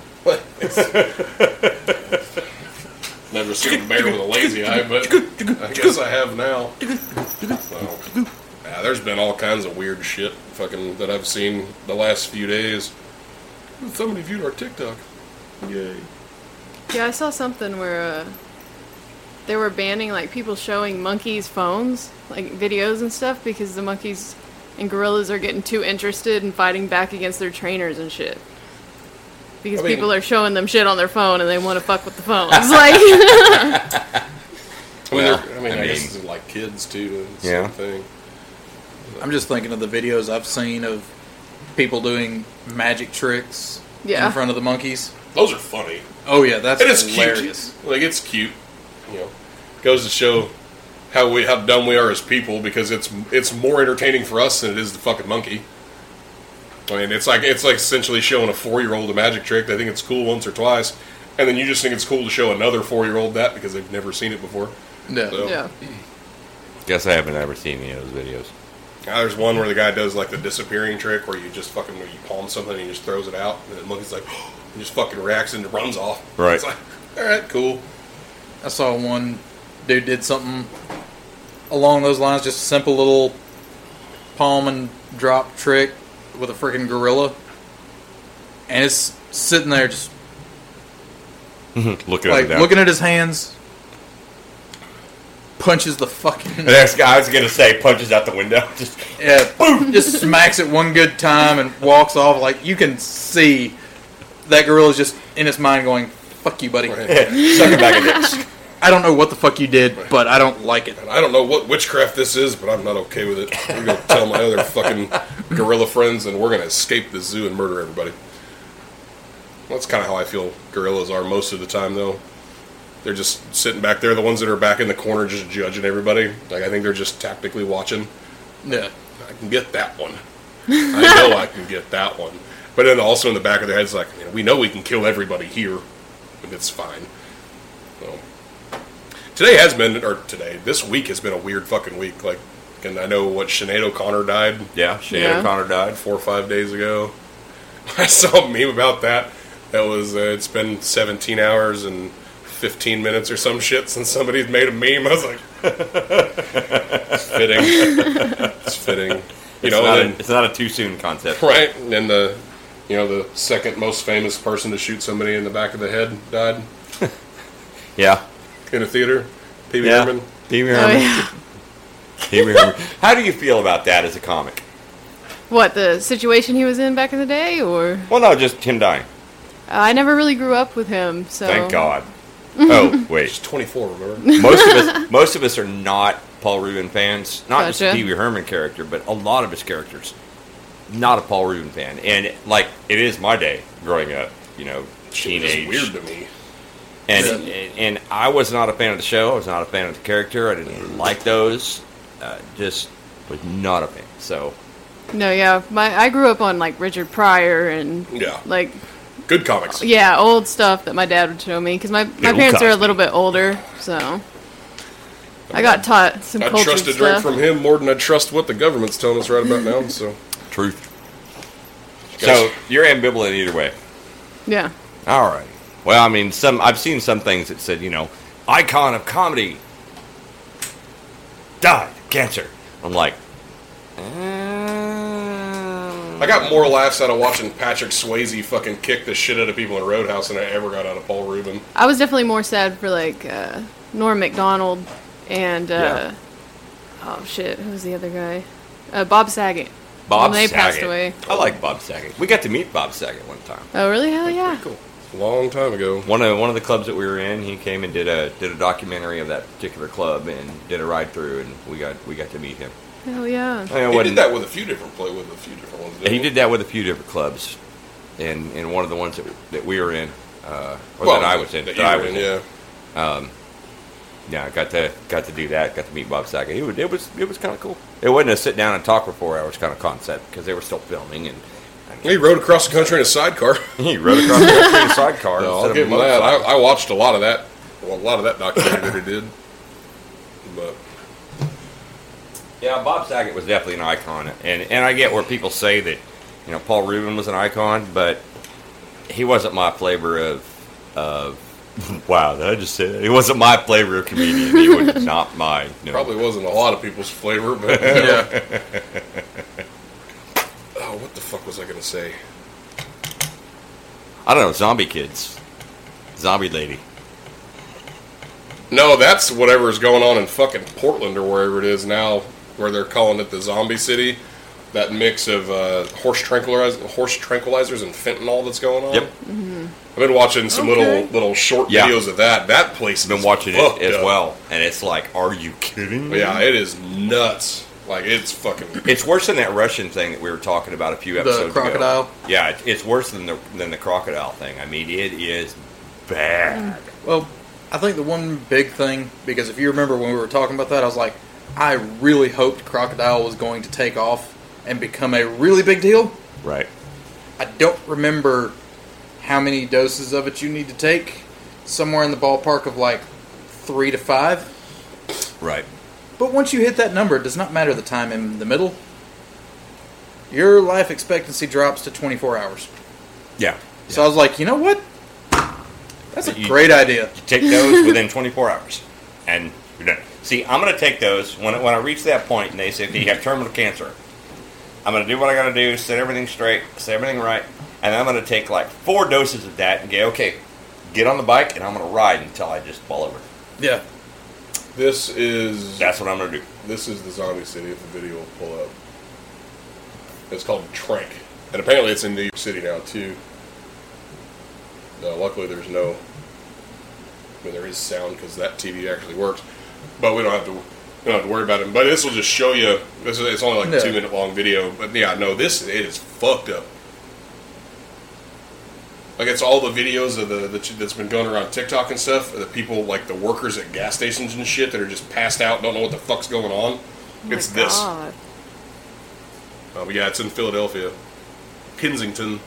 Speaker 1: Never seen a bear with a lazy eye, but I guess I have now. So, yeah, there's been all kinds of weird shit fucking that I've seen the last few days. Somebody viewed our TikTok. Yay.
Speaker 4: Yeah, I saw something where uh, they were banning like people showing monkeys phones, like videos and stuff, because the monkeys and gorillas are getting too interested in fighting back against their trainers and shit. Because
Speaker 1: I mean-
Speaker 4: people are showing them shit on their phone and they want to fuck with the phones. Like,
Speaker 1: I mean,
Speaker 2: Well,
Speaker 1: they're- I mean, I,
Speaker 2: I mean-
Speaker 1: guess it's like kids too. It's the
Speaker 2: Yeah.
Speaker 1: same thing.
Speaker 3: I'm just thinking of the videos I've seen of people doing magic tricks
Speaker 4: Yeah.
Speaker 3: in front of the monkeys.
Speaker 1: Those are funny.
Speaker 3: Oh yeah, that's
Speaker 1: it is
Speaker 3: hilarious.
Speaker 1: cute. Like it's cute. You know, goes to show how we how dumb we are as people because it's it's more entertaining for us than it is the fucking monkey. I mean, it's like it's like essentially showing a four year old a magic trick. They think it's cool once or twice, and then you just think it's cool to show another four year old that because they've never seen it before.
Speaker 3: No.
Speaker 1: So-
Speaker 4: yeah.
Speaker 2: Guess I haven't ever seen any of those videos.
Speaker 1: Now, there's one where the guy does like the disappearing trick where you just fucking you palm something and he just throws it out, and the monkey's like, and just fucking reacts and runs off.
Speaker 2: Right.
Speaker 1: It's like, all right, cool.
Speaker 3: I saw one dude did something along those lines, just a simple little palm and drop trick with a freaking gorilla, and it's sitting there just
Speaker 2: Mm-hmm. Looking
Speaker 3: Like
Speaker 2: at it.
Speaker 3: looking at his hands, punches the fucking
Speaker 2: The next guy I was gonna say punches out the window. Just
Speaker 3: yeah, boom, just smacks it one good time and walks off. Like you can see that gorilla's just in his mind going, "Fuck you, buddy.
Speaker 1: Right.
Speaker 2: suck it back in dicks.
Speaker 3: I don't know what the fuck you did, but I don't like it."
Speaker 1: And I don't know what witchcraft this is, but I'm not okay with it. I'm gonna tell my other fucking gorilla friends, and we're gonna escape the zoo and murder everybody. That's kind of how I feel gorillas are most of the time, though. They're just sitting back there. The ones that are back in the corner, just judging everybody. Like I think they're just tactically watching.
Speaker 3: Yeah,
Speaker 1: I can get that one. I know I can get that one. But then also in the back of their heads, like you know, we know we can kill everybody here, and it's fine. So today has been, or today this week has been a weird fucking week. Like, and I know what Sinead O'Connor died
Speaker 2: Yeah, Shane
Speaker 4: Yeah.
Speaker 2: O'Connor died.
Speaker 1: four or five days ago. I saw a meme about that. That was uh, it's been 17 hours and 15 minutes or some shit since somebody's made a meme. I was like, it's fitting. It's fitting. You
Speaker 2: It's,
Speaker 1: know,
Speaker 2: not
Speaker 1: and-
Speaker 2: a, it's not a too soon concept.
Speaker 1: Right, and then the, you know, the second most famous person to shoot somebody in the back of the head died
Speaker 2: Yeah.
Speaker 1: in a theater. Pee Wee
Speaker 2: yeah.
Speaker 1: Herman.
Speaker 2: Pee Wee
Speaker 4: Oh
Speaker 2: Herman.
Speaker 4: yeah.
Speaker 2: Pee Wee Herman. How do you feel about that as a comic?
Speaker 4: What the situation he was in back in the day, or
Speaker 2: Well, no, just him dying.
Speaker 4: I never really grew up with him, so
Speaker 2: Thank God. Oh
Speaker 1: She's
Speaker 2: wait,
Speaker 1: 24, remember?
Speaker 2: most of us most of us are not Paul Rubin fans. Not just the
Speaker 4: Gotcha.
Speaker 2: Pee Wee Herman character, but a lot of his characters. Not a Paul Rubin fan, and like it is my day growing up. You know,
Speaker 1: She was
Speaker 2: teenage.
Speaker 1: weird to me.
Speaker 2: and,
Speaker 3: Yeah.
Speaker 2: and and I was not a fan of the show. I was not a fan of the character. I didn't like those. Uh, just was not a fan. So
Speaker 4: No, yeah, my I grew up on like Richard Pryor and
Speaker 1: Yeah.
Speaker 4: like
Speaker 1: Good comics.
Speaker 4: Oh, yeah, old stuff that my dad would show me because my my
Speaker 2: Bill
Speaker 4: parents are a
Speaker 2: Cosby.
Speaker 4: little bit older, so I got taught some
Speaker 1: I
Speaker 4: cultured
Speaker 1: trust a drink
Speaker 4: stuff.
Speaker 1: from him more than I trust what the government's telling us right about now. So
Speaker 2: truth. So you're ambivalent either way.
Speaker 4: yeah,
Speaker 2: All right. Well, I mean, some I've seen some things that said, you know, icon of comedy died of cancer. I'm like, "Uh,
Speaker 1: I got more laughs out of watching Patrick Swayze fucking kick the shit out of people in Roadhouse than I ever got out of Paul Rubin.
Speaker 4: I was definitely more sad for like uh, Norm Macdonald and
Speaker 2: Yeah.
Speaker 4: uh, oh shit, who was the other guy? Uh, Bob Saget.
Speaker 2: Bob
Speaker 4: When they
Speaker 2: Saget.
Speaker 4: passed away.
Speaker 2: I like Bob Saget. We got to meet Bob Saget one time.
Speaker 4: Oh really? Hell yeah.
Speaker 1: Cool. Long time ago.
Speaker 2: One of one of the clubs that we were in, he came and did a did a documentary of that particular club and did a ride through, and we got we got to meet him.
Speaker 4: Hell yeah.
Speaker 2: I mean, it
Speaker 1: He
Speaker 2: wasn't-
Speaker 1: did that with a few different play with a few different ones. didn't
Speaker 2: he did that with a few different clubs, and and one of the ones that, that we were in, uh, or
Speaker 1: Well,
Speaker 2: that I was in,
Speaker 1: that
Speaker 2: that
Speaker 1: you
Speaker 2: I
Speaker 1: were
Speaker 2: was
Speaker 1: in,
Speaker 2: in.
Speaker 1: yeah.
Speaker 2: Yeah, I got to got to do that. Got to meet Bob Saget. It was it was, it was kind of cool. It wasn't a sit down and talk for four hours kind of concept because they were still filming and
Speaker 1: He rode across the country in a sidecar.
Speaker 2: he rode across the country in a sidecar.
Speaker 1: No,
Speaker 2: instead
Speaker 1: I'll
Speaker 2: of
Speaker 1: give
Speaker 2: a
Speaker 1: him that.
Speaker 2: motorcycle.
Speaker 1: I, I watched a lot of that, well, a lot of that documentary that he did. But
Speaker 2: Yeah, Bob Saget was definitely an icon, and and I get where people say that, you know, Paul Rubin was an icon, but he wasn't my flavor of of. Wow, did I just say that? He wasn't my flavor of comedian. He was not my. No.
Speaker 1: probably wasn't a lot of people's flavor. But uh,
Speaker 3: yeah.
Speaker 1: oh, what the fuck was I gonna say?
Speaker 2: I don't know. Zombie kids, zombie lady.
Speaker 1: No, that's whatever's going on in fucking Portland or wherever it is now, where they're calling it the Zombie City. That mix of uh, horse tranquilizers, horse tranquilizers, and fentanyl that's going on. Mm-hmm.
Speaker 2: Yep.
Speaker 1: I've been watching some
Speaker 4: Okay.
Speaker 1: little little short
Speaker 2: Yeah.
Speaker 1: videos of that. That place
Speaker 2: Been
Speaker 1: is
Speaker 2: watching it
Speaker 1: fucked
Speaker 2: as
Speaker 1: up.
Speaker 2: well, and it's like, are you kidding me?
Speaker 1: Yeah, it is nuts. Like it's fucking
Speaker 2: It's worse than that Russian thing that we were talking about a few episodes ago.
Speaker 3: crocodile?
Speaker 2: Yeah, it- it's worse than the than the crocodile thing. I mean, it is bad.
Speaker 3: Well, I think the one big thing because if you remember when we were talking about that, I was like, I really hoped crocodile was going to take off and become a really big deal.
Speaker 2: Right.
Speaker 3: I don't remember how many doses of it you need to take. Somewhere in the ballpark of like three to five.
Speaker 2: Right.
Speaker 3: But once you hit that number, it does not matter the time in the middle. Your life expectancy drops to 24 hours.
Speaker 2: Yeah.
Speaker 3: So I was like, you know what? That's a
Speaker 2: You-
Speaker 3: great idea.
Speaker 2: You take those within 24 hours, and you're done. See, I'm going to take those when, when I reach that point, and they say, "Do you have terminal cancer?" I'm going to do what I got to do, set everything straight, set everything right, and I'm going to take like four doses of that and go, "Okay, get on the bike and I'm going to ride until I just fall over.
Speaker 3: Yeah.
Speaker 1: This is
Speaker 2: That's what I'm going to do.
Speaker 1: this is the zombie city if the video will pull up. It's called Trank, and apparently it's in New York City now too. Now, luckily, there's no. I mean, there is sound because that TV actually works, but we don't have to. We don't have to worry about it. But this will just show you. This is it's only like
Speaker 3: No.
Speaker 1: a two minute long video, but yeah, no, this it is fucked up. Like it's all the videos of the, the that's been going around TikTok and stuff. The people like the workers at gas stations and shit that are just passed out, don't know what the fuck's going on.
Speaker 4: Oh my
Speaker 1: it's this.
Speaker 4: God.
Speaker 1: Uh, but yeah, it's in Philadelphia, Kensington.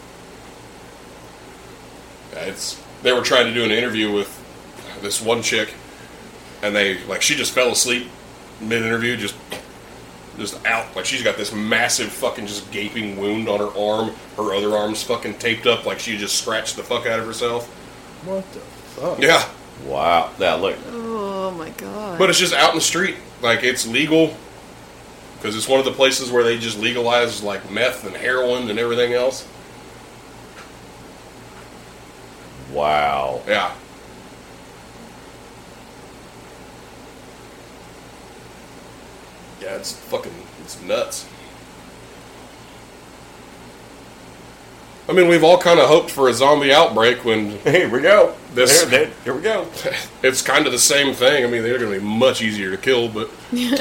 Speaker 1: Yeah, it's they were trying to do an interview with this one chick, and they like she just fell asleep mid interview, just just out. Like she's got this massive fucking just gaping wound on her arm. Her other arm's fucking taped up, like she just scratched the fuck out of herself.
Speaker 3: What the fuck?
Speaker 1: Yeah,
Speaker 2: Wow. Now look.
Speaker 4: Oh my god.
Speaker 1: but it's just out in the street, like it's legal. Because it's one of the places where they just legalize like meth and heroin and everything else.
Speaker 2: Wow.
Speaker 1: Yeah. Yeah, it's fucking it's nuts. I mean, we've all kind of hoped for a zombie outbreak when
Speaker 2: Here we go.
Speaker 1: This-
Speaker 2: there, there- here we go.
Speaker 1: it's kind of the same thing. I mean, they're going to be much easier to kill, but
Speaker 3: Yeah.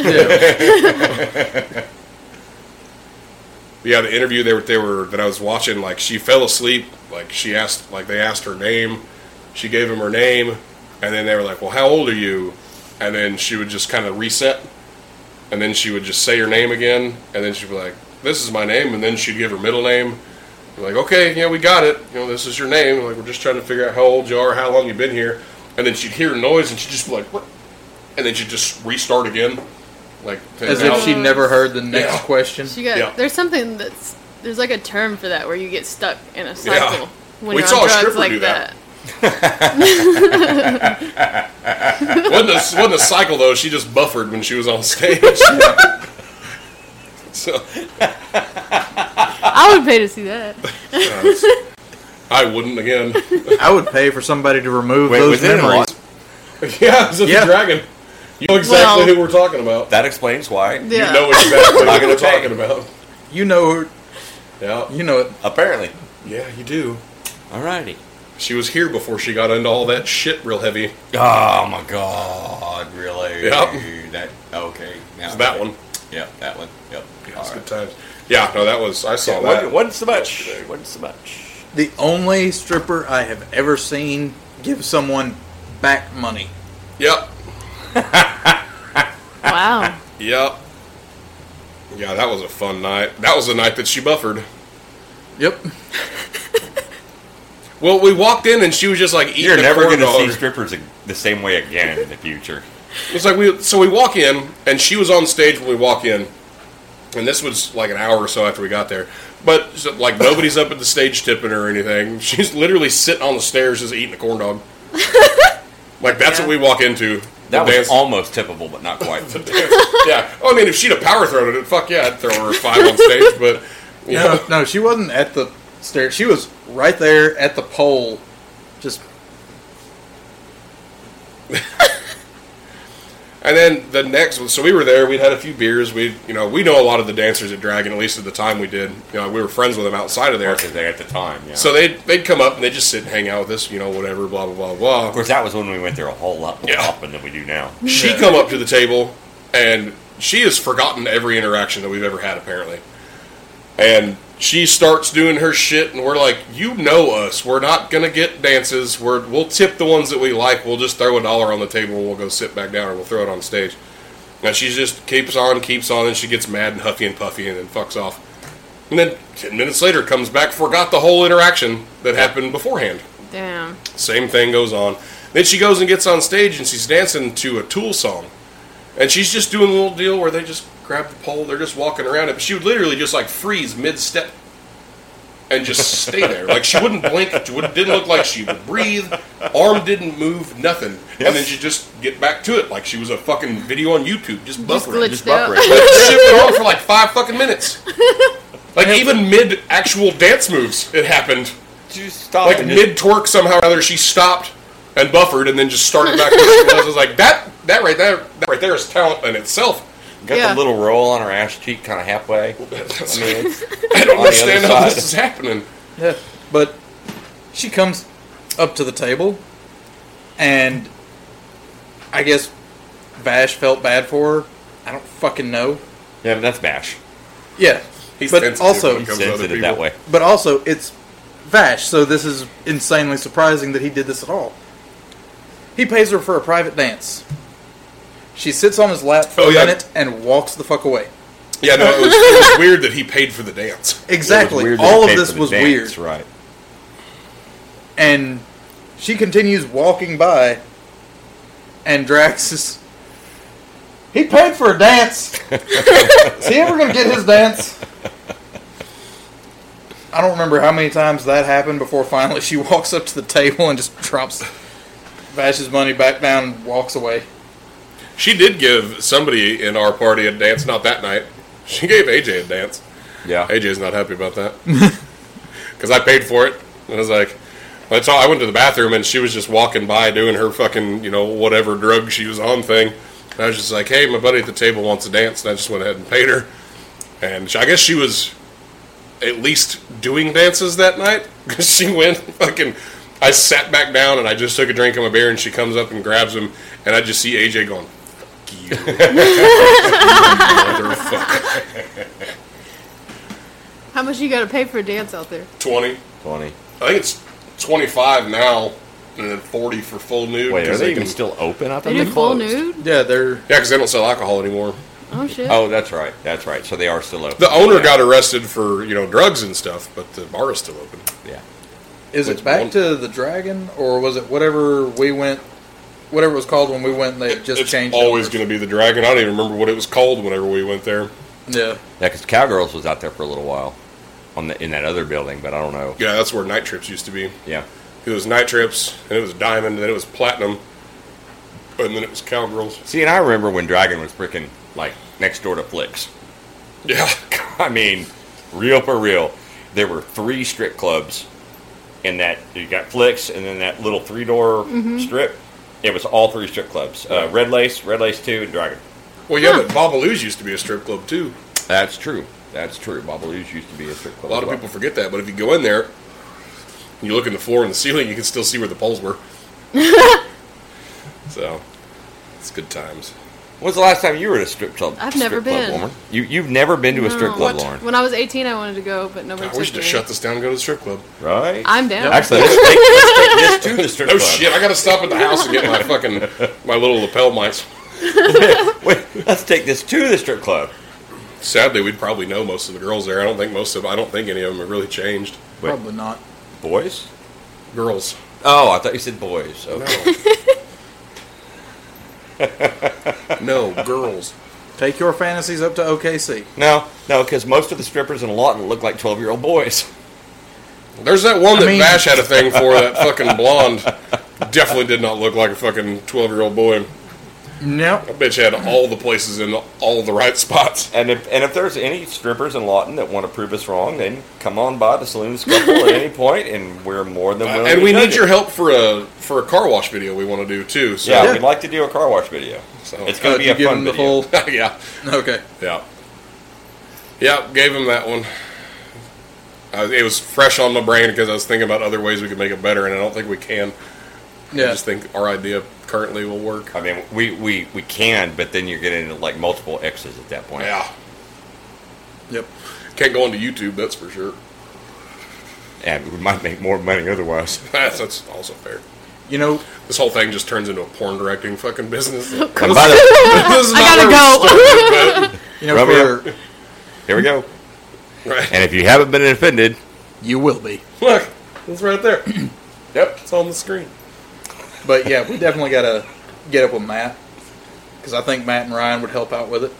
Speaker 1: yeah, the interview they were they were that I was watching, like she fell asleep, like she asked, like they asked her name, she gave them her name, and then they were like, "Well, how old are you?" And then she would just kind of reset, and then she would just say her name again, and then she'd be like, "This is my name," and then she'd give her middle name. We're like, "Okay, yeah, we got it. You know, this is your name. Like, we're just trying to figure out how old you are, how long you've been here." And then she'd hear a noise, and she'd just be like, "What?" And then she'd just restart again, like
Speaker 3: As
Speaker 1: now-
Speaker 3: if she never heard the next
Speaker 1: Yeah.
Speaker 3: question.
Speaker 4: She got
Speaker 1: Yeah.
Speaker 4: there's something that's there's like a term for that where you get stuck in a cycle when
Speaker 1: We
Speaker 4: you're
Speaker 1: saw a
Speaker 4: on drugs
Speaker 1: stripper
Speaker 4: like
Speaker 1: do that.
Speaker 4: that.
Speaker 1: wasn't a, wasn't a cycle though. She just buffered when she was on stage. so
Speaker 4: I would pay to see that.
Speaker 1: I wouldn't again.
Speaker 3: I would pay for somebody to remove
Speaker 2: Wait,
Speaker 3: those
Speaker 2: was it in
Speaker 3: memories.
Speaker 2: Los-
Speaker 1: yeah, it's a
Speaker 3: Yeah.
Speaker 1: dragon. You know exactly
Speaker 4: Well-
Speaker 1: who we're talking about.
Speaker 2: That explains why.
Speaker 4: Yeah.
Speaker 1: You know exactly
Speaker 2: Not
Speaker 1: who
Speaker 2: gonna
Speaker 1: we're
Speaker 2: pay.
Speaker 1: talking about.
Speaker 3: You know,
Speaker 1: Yeah,
Speaker 3: you know it.
Speaker 2: Apparently.
Speaker 1: yeah, you do.
Speaker 2: Alrighty.
Speaker 1: She was here before she got into all that shit real heavy.
Speaker 2: Oh my God! Really?
Speaker 1: Yep.
Speaker 2: That okay? Now
Speaker 1: It's that one.
Speaker 2: Yep, that one. Yep.
Speaker 1: Yeah, it's good times. Yeah, no, that was I saw
Speaker 2: Yeah,
Speaker 1: that.
Speaker 2: wasn't, wasn't so much. Wasn't so much.
Speaker 3: The only stripper I have ever seen give someone back money.
Speaker 1: Yep,
Speaker 4: Wow.
Speaker 1: yep. Yeah, that was a fun night. That was the night that she buffered.
Speaker 3: Yep.
Speaker 1: Well, we walked in and she was just like eating
Speaker 2: You're
Speaker 1: a
Speaker 2: never
Speaker 1: corn
Speaker 2: going to
Speaker 1: dog.
Speaker 2: see strippers ag- the same way again in the future.
Speaker 1: It's like we so we walk in and she was on stage when we walk in, and this was like an hour or so after we got there. But so, like nobody's up at the stage tipping her or anything. She's literally sitting on the stairs just eating a corn dog. like that's what we walk into.
Speaker 2: That
Speaker 1: The
Speaker 2: was
Speaker 1: dance-
Speaker 2: almost tippable, but not quite.
Speaker 1: yeah. Oh, I mean, if she'd have power thrown it, fuck yeah, I'd throw her a five on stage. But you
Speaker 3: No,
Speaker 1: know,
Speaker 3: no, she wasn't at the stair. She was right there at the pole, just
Speaker 1: And then the next, so we were there. We'd had a few beers. We, you know, we know a lot of the dancers at Dragon. At least at the time we did. You know, we were friends with them outside of there.
Speaker 2: Because they at the time, yeah.
Speaker 1: So they'd, they'd come up and they'd just sit and hang out with us, you know, whatever, blah, blah, blah,
Speaker 2: of
Speaker 1: blah.
Speaker 2: course, that was when we went there a whole lot more
Speaker 1: Yeah.
Speaker 2: often than we do now.
Speaker 1: She come up to the table and she has forgotten every interaction that we've ever had, apparently. And she starts doing her shit and we're like, you know us. We're not going to get dances. We're, we'll tip the ones that we like. We'll just throw a dollar on the table and we'll go sit back down or we'll throw it on stage. And she just keeps on, keeps on, and she gets mad and huffy and puffy and then fucks off. And then 10 minutes later comes back, forgot the whole interaction that happened beforehand.
Speaker 4: Damn.
Speaker 1: Same thing goes on. Then she goes and gets on stage and she's dancing to a Tool song. And she's just doing a little deal where they just grab the pole, they're just walking around it. But she would literally just like freeze mid step and just stay there. Like she wouldn't blink, it would- didn't look like she would breathe, arm didn't move, nothing.
Speaker 2: Yes.
Speaker 1: And then she'd just get back to it like she was a fucking video on YouTube, just
Speaker 4: Just
Speaker 1: buffering.
Speaker 4: glitched
Speaker 2: Just
Speaker 4: out.
Speaker 2: buffering.
Speaker 1: Like, shit went on for like five fucking minutes. Like even mid actual dance moves, it happened.
Speaker 2: just stop
Speaker 1: Like
Speaker 2: and just-
Speaker 1: mid twerk somehow or other, she stopped and buffered and then just started back where she was. I was like, that that right there, that right there is talent in itself.
Speaker 2: got
Speaker 4: Yeah.
Speaker 2: the little roll on her ass cheek, kind of halfway. I mean, it's,
Speaker 1: I don't
Speaker 2: On the other
Speaker 1: understand how
Speaker 2: side.
Speaker 1: this is happening.
Speaker 3: Yeah, but she comes up to the table, and I guess Bash felt bad for her. I don't fucking know.
Speaker 2: yeah, but that's bash.
Speaker 3: Yeah,
Speaker 1: He's
Speaker 3: but
Speaker 1: sensitive when
Speaker 3: also,
Speaker 1: it comes- Those
Speaker 2: Sends
Speaker 1: other
Speaker 2: it that
Speaker 1: people.
Speaker 2: way.
Speaker 3: but also, it's Vash, so this is insanely surprising that he did this at all. He pays her for a private dance. She sits on his lap for
Speaker 1: Oh,
Speaker 3: a
Speaker 1: yeah.
Speaker 3: minute and walks the fuck away.
Speaker 1: Yeah, no, it was, it was weird that he paid for the dance.
Speaker 3: Exactly.
Speaker 2: It was weird that
Speaker 3: All
Speaker 2: it
Speaker 3: of
Speaker 2: paid
Speaker 3: this
Speaker 2: for the
Speaker 3: was
Speaker 2: dance,
Speaker 3: weird.
Speaker 2: right?
Speaker 3: and she continues walking by, and Drax is. He paid for a dance. is he ever gonna get his dance? I don't remember how many times that happened before finally she walks up to the table and just drops Vash's money back down and walks away.
Speaker 1: She did give somebody in our party a dance, not that night. She gave AJ a dance.
Speaker 2: Yeah.
Speaker 1: AJ's not happy about that. Because I paid for it. And I was like, that's all. I went to the bathroom and she was just walking by doing her fucking, you know, whatever drug she was on thing. And I was just like, hey, my buddy at the table wants a dance. And I just went ahead and paid her. And she- I guess she was at least doing dances that night. Because she went fucking. I sat back down and I just took a drink of my beer and she comes up and grabs him. And I just see AJ going, fuck you. Motherfucker.
Speaker 4: How much you got to pay for a dance out there?
Speaker 1: 20.
Speaker 2: Funny.
Speaker 1: I think it's 25 now, and then 40 for full nude.
Speaker 2: Wait, are
Speaker 1: 'cause
Speaker 2: they
Speaker 1: can-
Speaker 2: even still open? I thought
Speaker 4: They do full
Speaker 2: closed.
Speaker 4: nude?
Speaker 3: Yeah, they're
Speaker 1: Yeah, because they don't sell alcohol anymore.
Speaker 4: Oh shit.
Speaker 2: Oh, that's right. That's right. So they are still open.
Speaker 1: The owner
Speaker 2: Yeah.
Speaker 1: got arrested for you know drugs and stuff, but the bar is still open.
Speaker 2: Yeah.
Speaker 3: Is
Speaker 1: Which
Speaker 3: it back
Speaker 1: one?
Speaker 3: to the dragon, or was it whatever we went, whatever it was called when we went? and They had just
Speaker 1: it's
Speaker 3: changed.
Speaker 1: always going to be the dragon. I don't even remember what it was called whenever we went there.
Speaker 3: Yeah,
Speaker 2: Yeah, because Cowgirls was out there for a little while, on the in that other building, but I don't know.
Speaker 1: Yeah, that's where night trips used to be.
Speaker 2: Yeah.
Speaker 1: It was night trips, and it was diamond, and then it was platinum, and then it was cowgirls.
Speaker 2: See, and I remember when Dragon was freaking like next door to Flicks.
Speaker 1: Yeah,
Speaker 2: I mean, real for real, there were three strip clubs in that you got Flicks and then that little three door
Speaker 4: Mm-hmm.
Speaker 2: strip. It was all three strip clubs: uh, Red Lace, Red Lace Two, and Dragon.
Speaker 1: well, yeah,
Speaker 4: Huh.
Speaker 1: but Babaloo's used to be a strip club too.
Speaker 2: That's true. That's true. Babaloo's used to be a strip
Speaker 1: A
Speaker 2: club.
Speaker 1: lot
Speaker 2: as
Speaker 1: of
Speaker 2: well.
Speaker 1: people forget that, but if you go in there, and you look in the floor and the ceiling, you can still see where the poles were. so, it's good times.
Speaker 2: When's the last time you were at a strip club?
Speaker 4: I've never
Speaker 2: strip club,
Speaker 4: been.
Speaker 2: Lauren? You you've never been to a strip
Speaker 4: No.
Speaker 2: club,
Speaker 4: What?
Speaker 2: Lauren?
Speaker 4: When I was 18, I wanted to go, but nobody
Speaker 1: I
Speaker 4: took
Speaker 1: wish to
Speaker 4: me.
Speaker 1: shut this down and go to the strip club.
Speaker 2: Right.
Speaker 4: I'm down.
Speaker 2: Actually, let's take, let's take this to the strip
Speaker 1: Oh
Speaker 2: club.
Speaker 1: shit! I gotta stop at the house and get my fucking my little lapel mics.
Speaker 2: Wait, let's take this to the strip club.
Speaker 1: Sadly, we'd probably know most of the girls there. I don't think most of I don't think any of them have really changed.
Speaker 2: Wait.
Speaker 3: probably not.
Speaker 2: Boys?
Speaker 1: Girls,
Speaker 2: Oh, I thought you said boys. Okay.
Speaker 1: no girls.
Speaker 3: Take your fantasies up to OKC.
Speaker 2: No, no, because most of the strippers in Lawton look like twelve-year-old boys.
Speaker 1: There's that one that
Speaker 3: mean-
Speaker 1: Vash had a thing for. That fucking blonde definitely did not look like a fucking twelve year old boy.
Speaker 3: No,
Speaker 1: That bitch had all the places in all the right spots.
Speaker 2: And if and if there's any strippers in Lawton that want to prove us wrong, then come on by the saloon scuffle at any point, Uh, and we're more than willing.
Speaker 1: and
Speaker 2: to
Speaker 1: we
Speaker 2: judge
Speaker 1: need your
Speaker 2: it.
Speaker 1: help for a for a car wash video we want to do too. So
Speaker 2: Yeah,
Speaker 3: Yeah.
Speaker 2: we'd like to do a car wash video.
Speaker 1: So-
Speaker 2: it's going to be a
Speaker 3: Uh, give
Speaker 2: fun
Speaker 3: him the
Speaker 2: video.
Speaker 3: whole.
Speaker 1: yeah,
Speaker 3: Okay,
Speaker 1: yeah, yeah. Gave him that one. I, it was fresh on my brain because I was thinking about other ways we could make it better, and I don't think we can. I
Speaker 3: yeah,
Speaker 1: just think our idea currently will work.
Speaker 2: I mean, we, we we can, but then you're getting into like multiple X's at that point.
Speaker 1: Yeah,
Speaker 3: yep.
Speaker 1: can't go onto YouTube. That's for sure.
Speaker 2: and we might make more money otherwise.
Speaker 1: That's, that's also fair.
Speaker 3: You know,
Speaker 1: This whole thing just turns into a porn directing fucking business. this
Speaker 2: And by the-
Speaker 1: is not
Speaker 4: gotta
Speaker 1: where we
Speaker 4: go.
Speaker 1: started,
Speaker 3: you know,
Speaker 2: Rub it
Speaker 3: for-
Speaker 2: here we go.
Speaker 1: but- right.
Speaker 2: And if you haven't been offended,
Speaker 3: you will be.
Speaker 1: Look, it's right there. yep, it's on the screen.
Speaker 3: But yeah, we definitely gotta get up with Matt because I think Matt and Ryan would help out with it.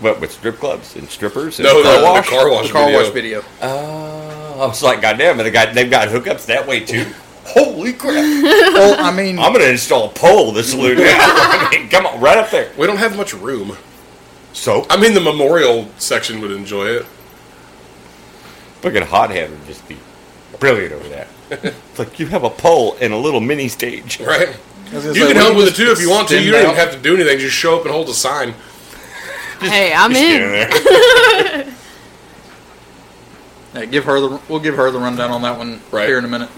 Speaker 2: what with strip clubs and strippers and
Speaker 1: No,
Speaker 2: car
Speaker 1: the,
Speaker 2: wash?
Speaker 1: the car wash
Speaker 3: Uh, The car
Speaker 1: video.
Speaker 3: wash video.
Speaker 2: Oh, I was like, goddamn it! They got, they've got hookups that way too. Holy crap!
Speaker 3: well, I mean,
Speaker 2: I'm gonna install a pole this saloon. I mean, come on, right up there.
Speaker 1: We don't have much room.
Speaker 2: So
Speaker 1: I mean, the memorial section would enjoy it.
Speaker 2: fucking hothead would just be brilliant over that. it's like you have a pole and a little mini stage.
Speaker 1: right?
Speaker 3: I was
Speaker 1: You
Speaker 3: gonna say,
Speaker 1: can
Speaker 3: we
Speaker 1: help with it
Speaker 3: just
Speaker 1: too if you want to. You don't
Speaker 3: extend
Speaker 1: even have
Speaker 3: out.
Speaker 1: to do anything. Just show up and hold a sign.
Speaker 4: Hey, I'm
Speaker 2: Just standing
Speaker 4: in.
Speaker 2: there.
Speaker 3: Yeah, give her the. We'll give her the rundown on that one
Speaker 1: Right.
Speaker 3: here in a minute.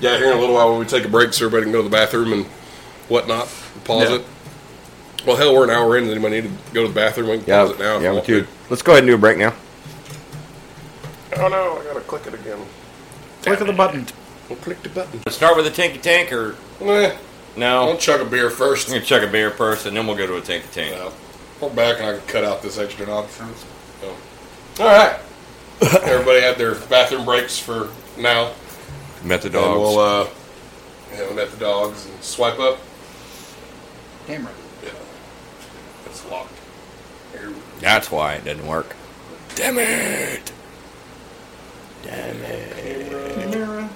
Speaker 1: Yeah, here in a little while when we take a break, so everybody can go to the bathroom and whatnot. Pause
Speaker 3: Yeah.
Speaker 1: it. Well, hell, we're an hour in. Does anybody need to go to the bathroom? We can
Speaker 2: Yeah,
Speaker 1: pause it now. if you
Speaker 2: yeah, me
Speaker 1: want
Speaker 2: too. Let's go ahead and do a break now.
Speaker 1: to. Oh no, I gotta click it again.
Speaker 3: Click of the button.
Speaker 1: Well, click the button.
Speaker 2: Start with a tinky tank or
Speaker 1: Eh,
Speaker 2: no?
Speaker 1: I'll
Speaker 2: I'm
Speaker 1: chug a beer first.
Speaker 2: gonna check a beer first, and then we'll go to a tinky tank.
Speaker 1: Well, We're back, and I can cut out this extra nonsense. So. All right. Everybody had their bathroom breaks for now.
Speaker 2: Met the
Speaker 1: And
Speaker 2: dogs.
Speaker 1: we'll uh, yeah, we met the dogs and swipe up.
Speaker 3: Camera.
Speaker 1: Yeah, it's locked. Here.
Speaker 2: That's why it didn't work. Damn it! Damn it!
Speaker 3: Camera.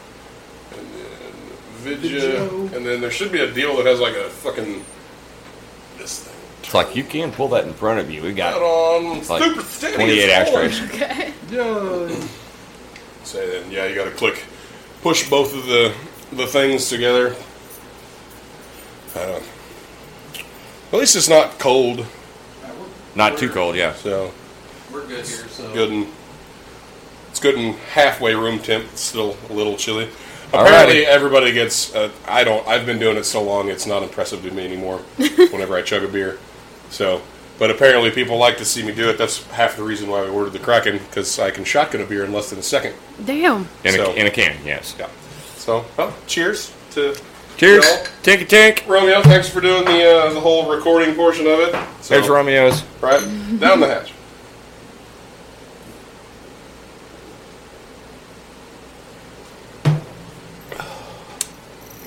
Speaker 1: Vidya, and then there should be a deal that has like a fucking this thing.
Speaker 2: It's like you can pull that in front of you. We
Speaker 1: Got
Speaker 2: got
Speaker 1: on
Speaker 2: like
Speaker 1: stupid city,
Speaker 2: 28
Speaker 1: it's on.
Speaker 2: extras.
Speaker 4: Okay.
Speaker 1: Say then, yeah, you got to click, push both of the the things together. Uh, at least it's not cold,
Speaker 2: Not too cold, yeah.
Speaker 1: so
Speaker 3: We're good here. So
Speaker 1: good and it's good and halfway room temp. It's still a little chilly.
Speaker 2: Alrighty.
Speaker 1: Apparently, everybody gets. Uh, I don't. I've been doing it so long; it's not impressive to me anymore. whenever I chug a beer, so. But apparently, people like to see me do it. That's half the reason why we ordered the Kraken because I can shotgun a beer in less than a second.
Speaker 4: Damn.
Speaker 2: In,
Speaker 1: So-
Speaker 2: a, in a can, yes.
Speaker 1: Yeah. So, well, cheers to
Speaker 2: Cheers.
Speaker 1: y'all.
Speaker 2: Tinky tank.
Speaker 1: Romeo. Thanks for doing the uh, the whole recording portion of it. So,
Speaker 2: There's Romeo's.
Speaker 1: Right down the hatch.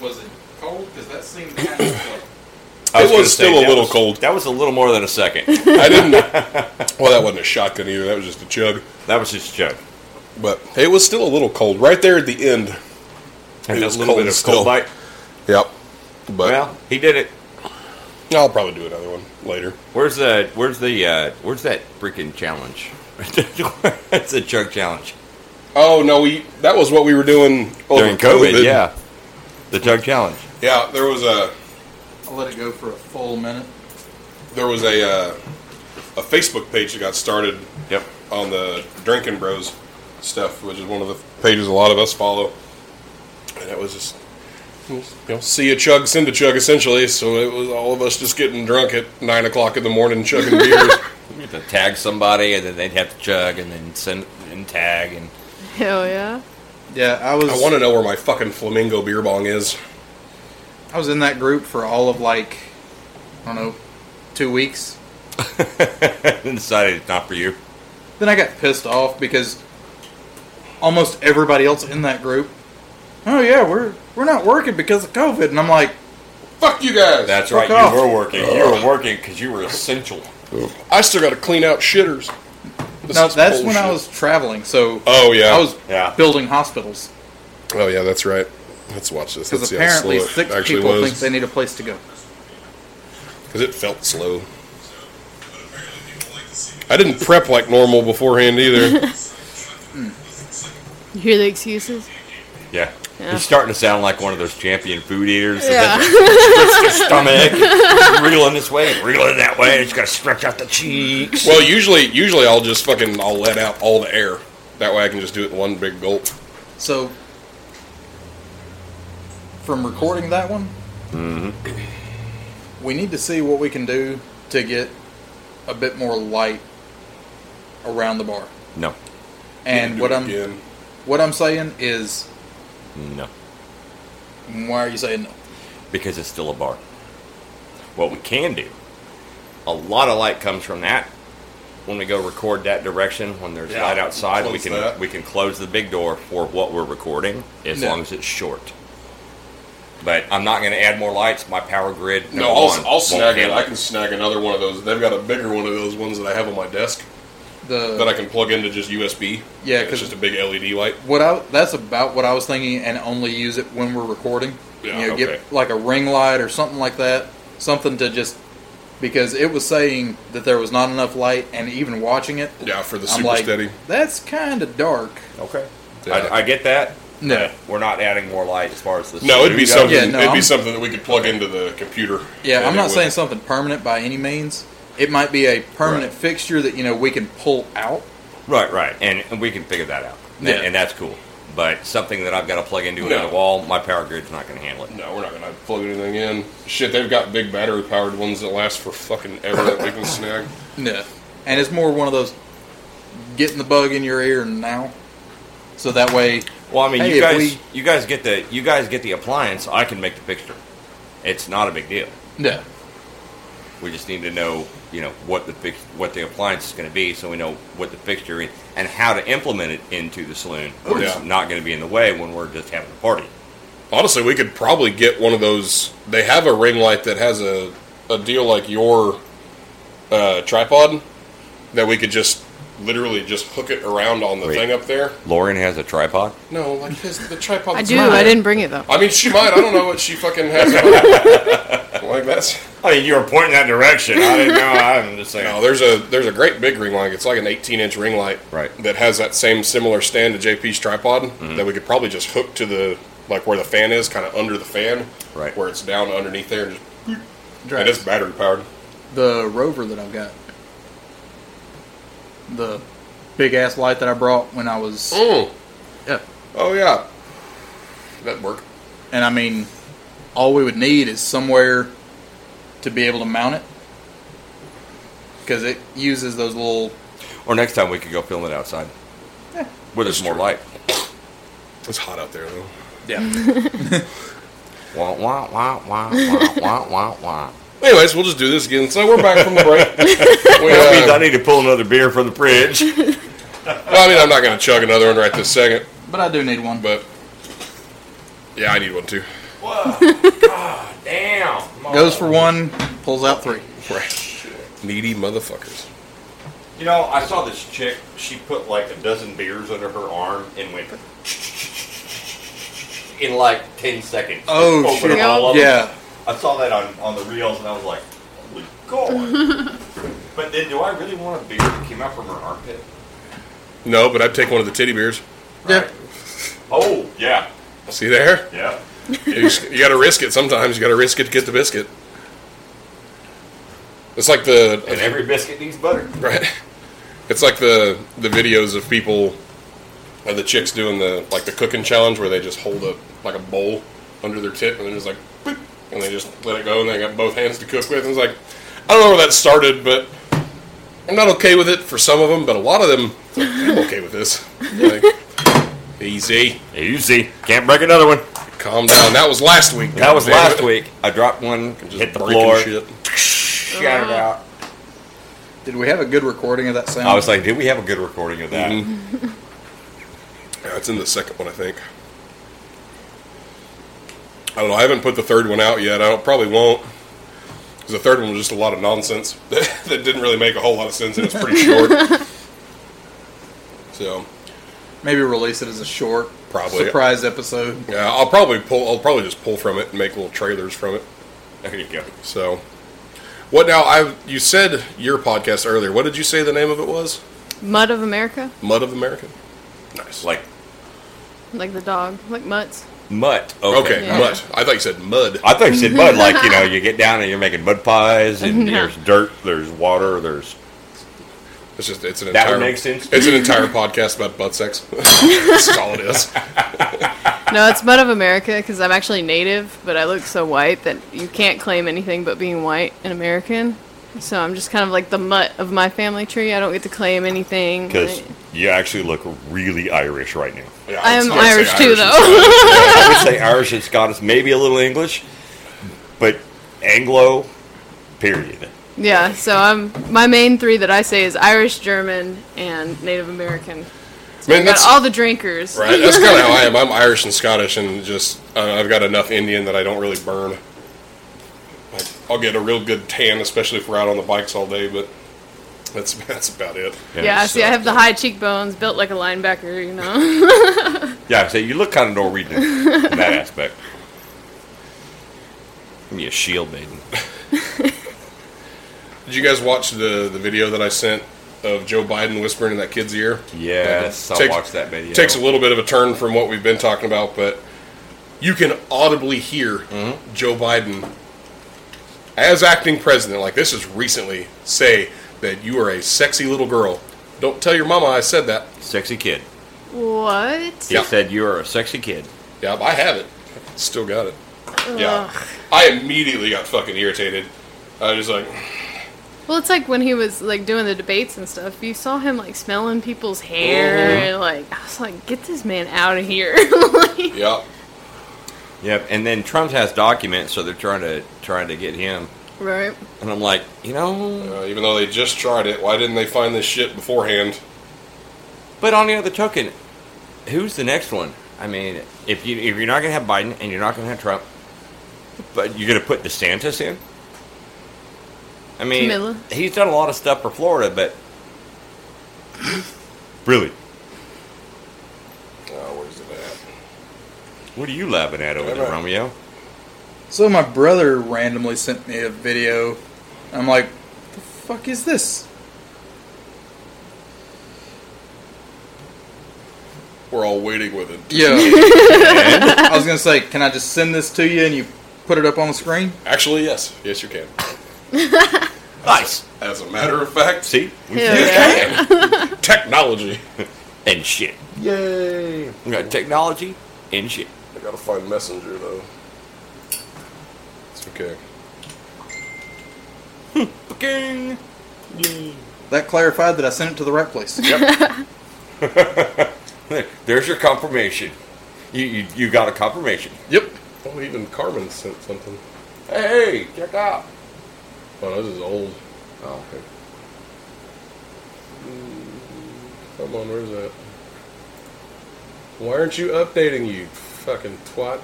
Speaker 3: was it cold? Because that seemed kind of slow.
Speaker 2: I
Speaker 1: It was
Speaker 2: gonna
Speaker 1: still a
Speaker 2: that
Speaker 1: little
Speaker 2: was-
Speaker 1: cold.
Speaker 2: That was a little more than a second.
Speaker 1: I didn't. Well, that wasn't a shotgun either. That was just a chug.
Speaker 2: that was just a joke.
Speaker 1: But it was still a little cold right there at the end.
Speaker 2: And
Speaker 1: It
Speaker 2: that
Speaker 1: was
Speaker 2: little
Speaker 1: cold
Speaker 2: bit of
Speaker 1: still.
Speaker 2: cold bite.
Speaker 1: Yep. But
Speaker 2: Well, he did it.
Speaker 1: I'll probably do another one later.
Speaker 2: Where's the where's the uh, where's that freaking challenge? That's a chug challenge
Speaker 1: Oh no, we that was what we were doing over
Speaker 2: during COVID, Yeah, the chug challenge.
Speaker 1: yeah. There was a
Speaker 3: I let it go for a full minute.
Speaker 1: there was a uh, a Facebook page that got started
Speaker 2: Yep.
Speaker 1: on the Drinking Bros stuff, which is one of the pages a lot of us follow. And it was just you know, see a chug, send a chug, essentially. So it was all of us just getting drunk at nine o'clock in the morning, chugging beers.
Speaker 2: You have to tag somebody, and then they'd have to chug, and then send and tag, and
Speaker 4: Hell yeah.
Speaker 3: Yeah, I was.
Speaker 1: I want to know where my fucking flamingo beer bong is.
Speaker 3: I was in that group for all of like, I don't know, two weeks.
Speaker 2: then decided it's not for you.
Speaker 3: Then I got pissed off because almost everybody else in that group. Oh yeah, we're we're not working because of COVID, and I'm like,
Speaker 1: Fuck you guys.
Speaker 2: That's
Speaker 3: Fuck
Speaker 2: right.
Speaker 3: off.
Speaker 2: You were working. You were working because you were essential.
Speaker 1: I still got to clean out shitters. This
Speaker 3: no,
Speaker 1: is
Speaker 3: that's when I
Speaker 1: bullshit.
Speaker 3: was traveling. So
Speaker 1: Oh yeah.
Speaker 3: I was
Speaker 2: Yeah.
Speaker 3: building hospitals
Speaker 1: Oh yeah, that's right. Let's watch this. Let's
Speaker 3: because
Speaker 1: see how
Speaker 3: apparently
Speaker 1: slow it
Speaker 3: six
Speaker 1: actually
Speaker 3: people
Speaker 1: was.
Speaker 3: think they need a place to go.
Speaker 1: because it felt slow. I didn't prep like normal beforehand either.
Speaker 4: You hear the excuses?
Speaker 2: Yeah.
Speaker 4: Yeah.
Speaker 2: He's starting to sound like one of those champion food eaters. that
Speaker 4: Yeah.
Speaker 2: has a stomach, and reeling this way, and reeling that way. It's got to stretch out the cheeks.
Speaker 1: well, usually, usually I'll just fucking I'll let out all the air. That way I can just do it in one big gulp.
Speaker 3: So from recording that one,
Speaker 1: Mm-hmm.
Speaker 3: we need to see what we can do to get a bit more light around the bar.
Speaker 2: No,
Speaker 3: And
Speaker 1: Do
Speaker 3: what
Speaker 1: it
Speaker 3: I'm
Speaker 1: again.
Speaker 3: what I'm saying is,
Speaker 2: no,
Speaker 3: why are you saying no?
Speaker 2: because it's still a bar. What we can do, a lot of light comes from that. When we go record that direction, when there's
Speaker 1: Yeah,
Speaker 2: light outside, we
Speaker 1: close
Speaker 2: can
Speaker 1: that.
Speaker 2: we can close the big door for what we're recording as
Speaker 3: No.
Speaker 2: long as it's short. But I'm not going to add more lights. My power grid.
Speaker 1: No,
Speaker 2: number
Speaker 1: I'll,
Speaker 2: one,
Speaker 1: I'll
Speaker 2: won't
Speaker 1: snag it.
Speaker 2: handle
Speaker 1: I can snag another one of those. They've got a bigger one of those ones that I have on my desk that I
Speaker 3: The
Speaker 1: can plug into just USB.
Speaker 3: Yeah,
Speaker 1: it's
Speaker 3: 'cause-
Speaker 1: just a big LED light.
Speaker 3: what I that's about what I was thinking, and only use it when we're recording.
Speaker 1: Yeah,
Speaker 3: you know,
Speaker 2: okay.
Speaker 3: get like a ring light or something like that, something to just because it was saying that there was not enough light, and even watching it,
Speaker 1: Yeah, for the
Speaker 3: I'm
Speaker 1: super
Speaker 3: like,
Speaker 1: steady.
Speaker 3: that's kind of dark.
Speaker 2: Okay.
Speaker 1: Yeah.
Speaker 2: I, I get that.
Speaker 3: No.
Speaker 2: We're not adding more light as far as this.
Speaker 1: No, it'd be
Speaker 2: studio
Speaker 1: something.
Speaker 2: goes.
Speaker 3: Yeah, no,
Speaker 1: it'd be
Speaker 3: I'm-
Speaker 1: something that we could plug into the computer.
Speaker 3: Yeah,
Speaker 1: and
Speaker 3: I'm
Speaker 1: it
Speaker 3: not
Speaker 1: would-
Speaker 3: saying something permanent by any means. It might be a permanent
Speaker 1: Right.
Speaker 3: fixture that you know we can pull out.
Speaker 2: Right, right, and, and we can figure that out. And,
Speaker 3: Yeah.
Speaker 2: and that's cool. But something that I've got to plug into
Speaker 1: No.
Speaker 2: another wall, my power grid's not going to handle it.
Speaker 1: No, we're not gonna plug anything in. Shit, they've got big battery powered ones that last for fucking ever that we can snag.
Speaker 3: No. And it's more one of those getting the bug in your ear now. So that way,
Speaker 2: Well, I mean,
Speaker 3: Hey,
Speaker 2: you
Speaker 3: if
Speaker 2: guys,
Speaker 3: we-
Speaker 2: you guys get the you guys get the appliance. I can make the fixture. It's not a big deal.
Speaker 3: no.
Speaker 2: We just need to know, you know, what the fix, what the appliance is going to be, so we know what the fixture is and how to implement it into the saloon. Or
Speaker 1: Yeah.
Speaker 2: It's not going to be in the way when we're just having a party.
Speaker 1: Honestly, we could probably get one of those. They have a ring light that has a, a deal like your uh, tripod that we could just literally just hook it around on the
Speaker 2: Wait.
Speaker 1: thing up there.
Speaker 2: Lauren has a tripod.
Speaker 1: No, like his, the tripod.
Speaker 4: I
Speaker 1: that's
Speaker 4: do.
Speaker 1: mine.
Speaker 4: I didn't bring it though.
Speaker 1: I mean, she might. I don't know what she fucking has. like that's
Speaker 2: I mean, you were pointing that direction. I didn't know. I'm just saying.
Speaker 1: no. There's a there's a great big ring light. It's like an 18 inch ring light,
Speaker 2: Right. Mm-hmm.
Speaker 1: That has that same similar stand to JP's tripod that we could probably just hook to the like where the fan is, kind of under the fan,
Speaker 2: Right.
Speaker 1: Where it's down underneath there. And just, and
Speaker 3: Drax.
Speaker 1: it's battery powered.
Speaker 3: the rover that I've got. The big ass light that I brought when I was
Speaker 1: Mm.
Speaker 3: yeah.
Speaker 1: Oh yeah, that work.
Speaker 3: And I mean all we would need is somewhere to be able to mount it. Cuz it uses those little
Speaker 2: Or next time we could go film it outside, where there's more light.
Speaker 1: It's hot out there though.
Speaker 3: yeah.
Speaker 2: Wah, wah, wah, wah, wah, wah, wah, wah.
Speaker 1: Anyways, we'll just do this again. So we're back from the break. we,
Speaker 2: That
Speaker 1: uh,
Speaker 2: means I need to pull another beer from the fridge.
Speaker 1: I mean, I'm not gonna chug another one right this second,
Speaker 3: But I do need one.
Speaker 1: but yeah, I need one too.
Speaker 2: Damn.
Speaker 3: Goes for one, pulls out three.
Speaker 1: Right. Needy motherfuckers.
Speaker 2: You know, I saw this chick. She put like a dozen beers under her arm and went in like ten seconds.
Speaker 3: Oh,
Speaker 2: Opened
Speaker 3: shit.
Speaker 2: up all of them.
Speaker 3: Yeah.
Speaker 2: I saw that on, on the reels and I was like, holy god. but then, do I really want a beer that came out from her armpit?
Speaker 1: No, but I'd take one of the titty beers.
Speaker 3: Yeah.
Speaker 2: Oh yeah,
Speaker 1: See there?
Speaker 2: yeah.
Speaker 1: You, just- you gotta risk it sometimes. You gotta risk it to get the biscuit. It's like the
Speaker 2: And every biscuit needs butter.
Speaker 1: right. It's like the the videos of people, of the chicks doing the like the cooking challenge where they just hold up like a bowl under their tip and they're just like, boop, and they just let it go and they got both hands to cook with. And it's like, I don't know where that started, but I'm not okay with it for some of them, but a lot of them, it's like, I'm okay with this. Like, easy.
Speaker 2: Easy. Can't break another one.
Speaker 1: Calm down. That was last week.
Speaker 2: That was
Speaker 1: goddammit.
Speaker 2: last week. I dropped one,
Speaker 1: Just
Speaker 2: hit the
Speaker 1: breaking
Speaker 2: floor,
Speaker 1: shit.
Speaker 2: shot it out.
Speaker 3: Did we have a good recording of that sound?
Speaker 2: I was like, did we have a good recording of that?
Speaker 4: Mm-hmm.
Speaker 1: Yeah, it's Mm-hmm. in the second one, I think. I don't know. I haven't put the third one out yet. I don't, probably won't. 'Cause the third one was just a lot of nonsense that, that didn't really make a whole lot of sense, and it's pretty short. so,
Speaker 3: Maybe release it as a short
Speaker 1: Probably.
Speaker 3: surprise episode.
Speaker 1: yeah, I'll probably pull. I'll probably just pull from it and make little trailers from it.
Speaker 2: There you go.
Speaker 1: So, what now? I you said your podcast earlier. What did you say the name of it was?
Speaker 4: Mud of America,
Speaker 1: Mud of America. Nice.
Speaker 2: Like
Speaker 4: like the dog, like mutts.
Speaker 2: mutt.
Speaker 1: okay,
Speaker 4: Yeah.
Speaker 1: mud. I thought you said mud.
Speaker 2: I thought you said mud, like you know, you get down and you're making mud pies, and
Speaker 4: No.
Speaker 2: there's dirt, there's water, there's
Speaker 1: It's just it's an
Speaker 2: That would
Speaker 1: entire
Speaker 2: make sense.
Speaker 1: It's an entire podcast about butt sex. That's all it is.
Speaker 4: No, it's Mud of America because I'm actually native, but I look so white that you can't claim anything but being white and American. So I'm just kind of like the mutt of my family tree. I don't get to claim anything.
Speaker 2: because you actually look really Irish right now.
Speaker 1: Yeah,
Speaker 4: I
Speaker 1: it's
Speaker 4: am
Speaker 1: not saying
Speaker 4: Irish too,
Speaker 1: is-
Speaker 4: though.
Speaker 2: I would say Irish and Scottish, maybe a little English, but Anglo, period.
Speaker 4: yeah, so I'm my main three that I say is Irish, German, and Native American.
Speaker 1: Man,
Speaker 4: Got
Speaker 1: that's
Speaker 4: all the drinkers.
Speaker 1: right. That's kind of how I am. I'm Irish and Scottish, and just uh, I've got enough Indian that I don't really burn. Like, I'll get a real good tan, especially if we're out on the bikes all day. But that's that's about it.
Speaker 4: Yeah, see, I have the high cheekbones, built like a linebacker. You know.
Speaker 2: Yeah, I say you look kind of Norwegian in that aspect. Give me a shield maiden.
Speaker 1: Did you guys watch the the video that I sent of Joe Biden whispering in that kid's ear.
Speaker 2: Yes, I
Speaker 1: Takes-
Speaker 2: watched that video.
Speaker 1: Takes a little bit of a turn from what we've been talking about, but you can audibly hear Joe Biden as acting president, like this is recently, say that you are a sexy little girl. Don't tell your mama I said that.
Speaker 2: sexy kid.
Speaker 4: What?
Speaker 2: He
Speaker 1: Yeah.
Speaker 2: said you are a sexy kid.
Speaker 1: Yeah, I have it. Still got it. Yeah. I immediately got fucking irritated. I was just like,
Speaker 4: Well, it's like when he was like doing the debates and stuff. You saw him like smelling people's hair
Speaker 1: Mm-hmm.
Speaker 4: and like I was like, get this man out of here. like,
Speaker 1: yeah.
Speaker 2: Yep. And then Trump has documents, so they're trying to trying to get him.
Speaker 4: right.
Speaker 2: And I'm like, you know.
Speaker 1: Uh, even though they just tried it, why didn't they find this shit beforehand?
Speaker 2: But on the other token, who's the next one? I mean, if you if you're not gonna have Biden and you're not gonna have Trump, but you're gonna put DeSantis in. I mean,
Speaker 4: Camilla.
Speaker 2: he's done a lot of stuff for Florida, but really,
Speaker 1: Oh, where's it at?
Speaker 2: what are you laughing at over there,
Speaker 1: Right.
Speaker 2: Romeo?
Speaker 3: So my brother randomly sent me a video. I'm like, the fuck is this?
Speaker 1: We're all waiting with it.
Speaker 3: Yeah. I was gonna say, can I just send this to you and you put it up on the screen?
Speaker 1: Actually, yes. Yes, you can.
Speaker 2: Nice.
Speaker 1: As a matter of fact,
Speaker 2: See, we
Speaker 4: Hell yeah.
Speaker 1: technology.
Speaker 2: and shit.
Speaker 1: Yay!
Speaker 2: We got technology and shit.
Speaker 1: I gotta find Messenger though. It's okay.
Speaker 2: Fucking.
Speaker 3: That clarified that I sent it to the right place.
Speaker 2: There's your confirmation. You, you you got a confirmation.
Speaker 1: Yep. Oh, even Carmen sent something.
Speaker 2: Hey, check out.
Speaker 1: Oh, no, this is old.
Speaker 2: Oh, okay.
Speaker 1: Come on, where's that? Why aren't you updating, you fucking twat?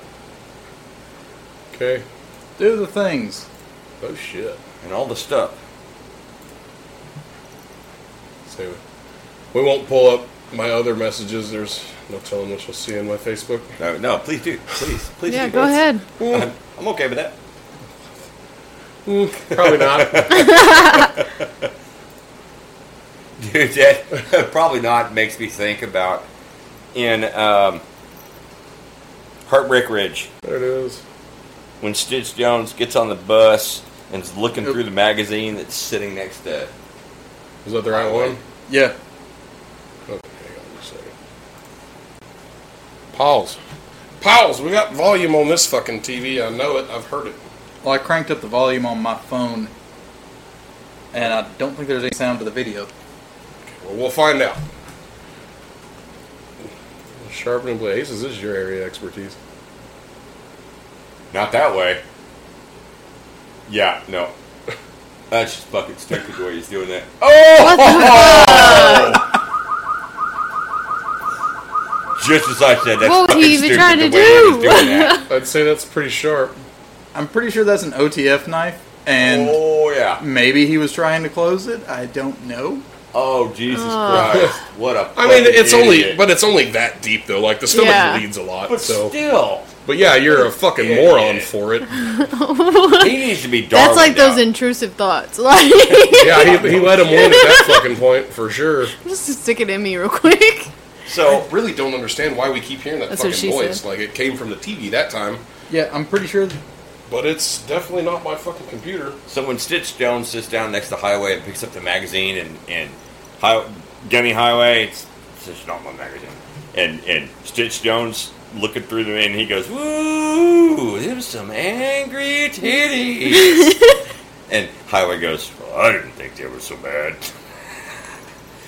Speaker 1: Okay.
Speaker 3: Do the things.
Speaker 1: Oh shit.
Speaker 2: and all the stuff.
Speaker 1: So we won't pull up my other messages. There's no telling what you'll see in my Facebook. Mm,
Speaker 2: No, no, please do, please, please.
Speaker 4: Yeah,
Speaker 2: do.
Speaker 4: go ahead.
Speaker 2: I'm, I'm okay with that.
Speaker 1: mm, Probably not.
Speaker 2: Dude, that probably not makes me think about in um, Heartbreak Ridge
Speaker 1: there it is.
Speaker 2: when Stitch Jones gets on the bus and is looking
Speaker 3: Yep.
Speaker 2: through the magazine that's sitting next to.
Speaker 1: Is that the right one?
Speaker 3: Yeah.
Speaker 1: Okay, Oh, hang on a second. Pause. Pause. We got volume on this fucking TV. I know it. I've heard it.
Speaker 3: Well, I cranked up the volume on my phone, and I don't think there's any sound to the video.
Speaker 1: Well, we'll find out. Sharpening blades. This is your area of expertise.
Speaker 2: Not that way. Yeah, no. That's just fucking stupid the way he's doing Oh! that.
Speaker 4: What the-
Speaker 2: Just as I said, that's
Speaker 4: What was
Speaker 2: fucking
Speaker 4: he even
Speaker 2: stupid
Speaker 4: trying to
Speaker 2: the way he was
Speaker 4: do?
Speaker 2: doing that.
Speaker 1: I'd say that's pretty sharp.
Speaker 3: I'm pretty sure that's an OTF knife, and
Speaker 2: oh yeah.
Speaker 3: maybe he was trying to close it. I don't know.
Speaker 2: Oh Jesus Christ! What a.
Speaker 1: I mean,
Speaker 2: fucking
Speaker 1: it's only,
Speaker 2: idiot.
Speaker 1: but it's only that deep though. Like the stomach
Speaker 4: Yeah.
Speaker 1: bleeds a lot.
Speaker 2: But
Speaker 1: so,
Speaker 2: still,
Speaker 1: but yeah, you're a fucking
Speaker 2: Yeah.
Speaker 1: moron for it.
Speaker 2: he needs to be dark.
Speaker 4: That's like those intrusive thoughts. Like,
Speaker 1: Yeah, he, he let him win at that fucking point for sure.
Speaker 4: just stick it in me real quick.
Speaker 2: so
Speaker 1: really don't understand why we keep hearing that
Speaker 4: That's what
Speaker 1: fucking
Speaker 4: she said.
Speaker 1: voice. Like it came from the TV that time,
Speaker 3: Yeah, I'm pretty sure.
Speaker 1: but it's definitely not my fucking computer.
Speaker 2: so when Stitch Jones sits down next to Highway and picks up the magazine and and high, Gummy Highway, it's, it's just not my magazine. And and Stitch Jones looking through them and he goes, "Woo! There's some angry titties." and Highway goes, well, "I didn't think they were so bad."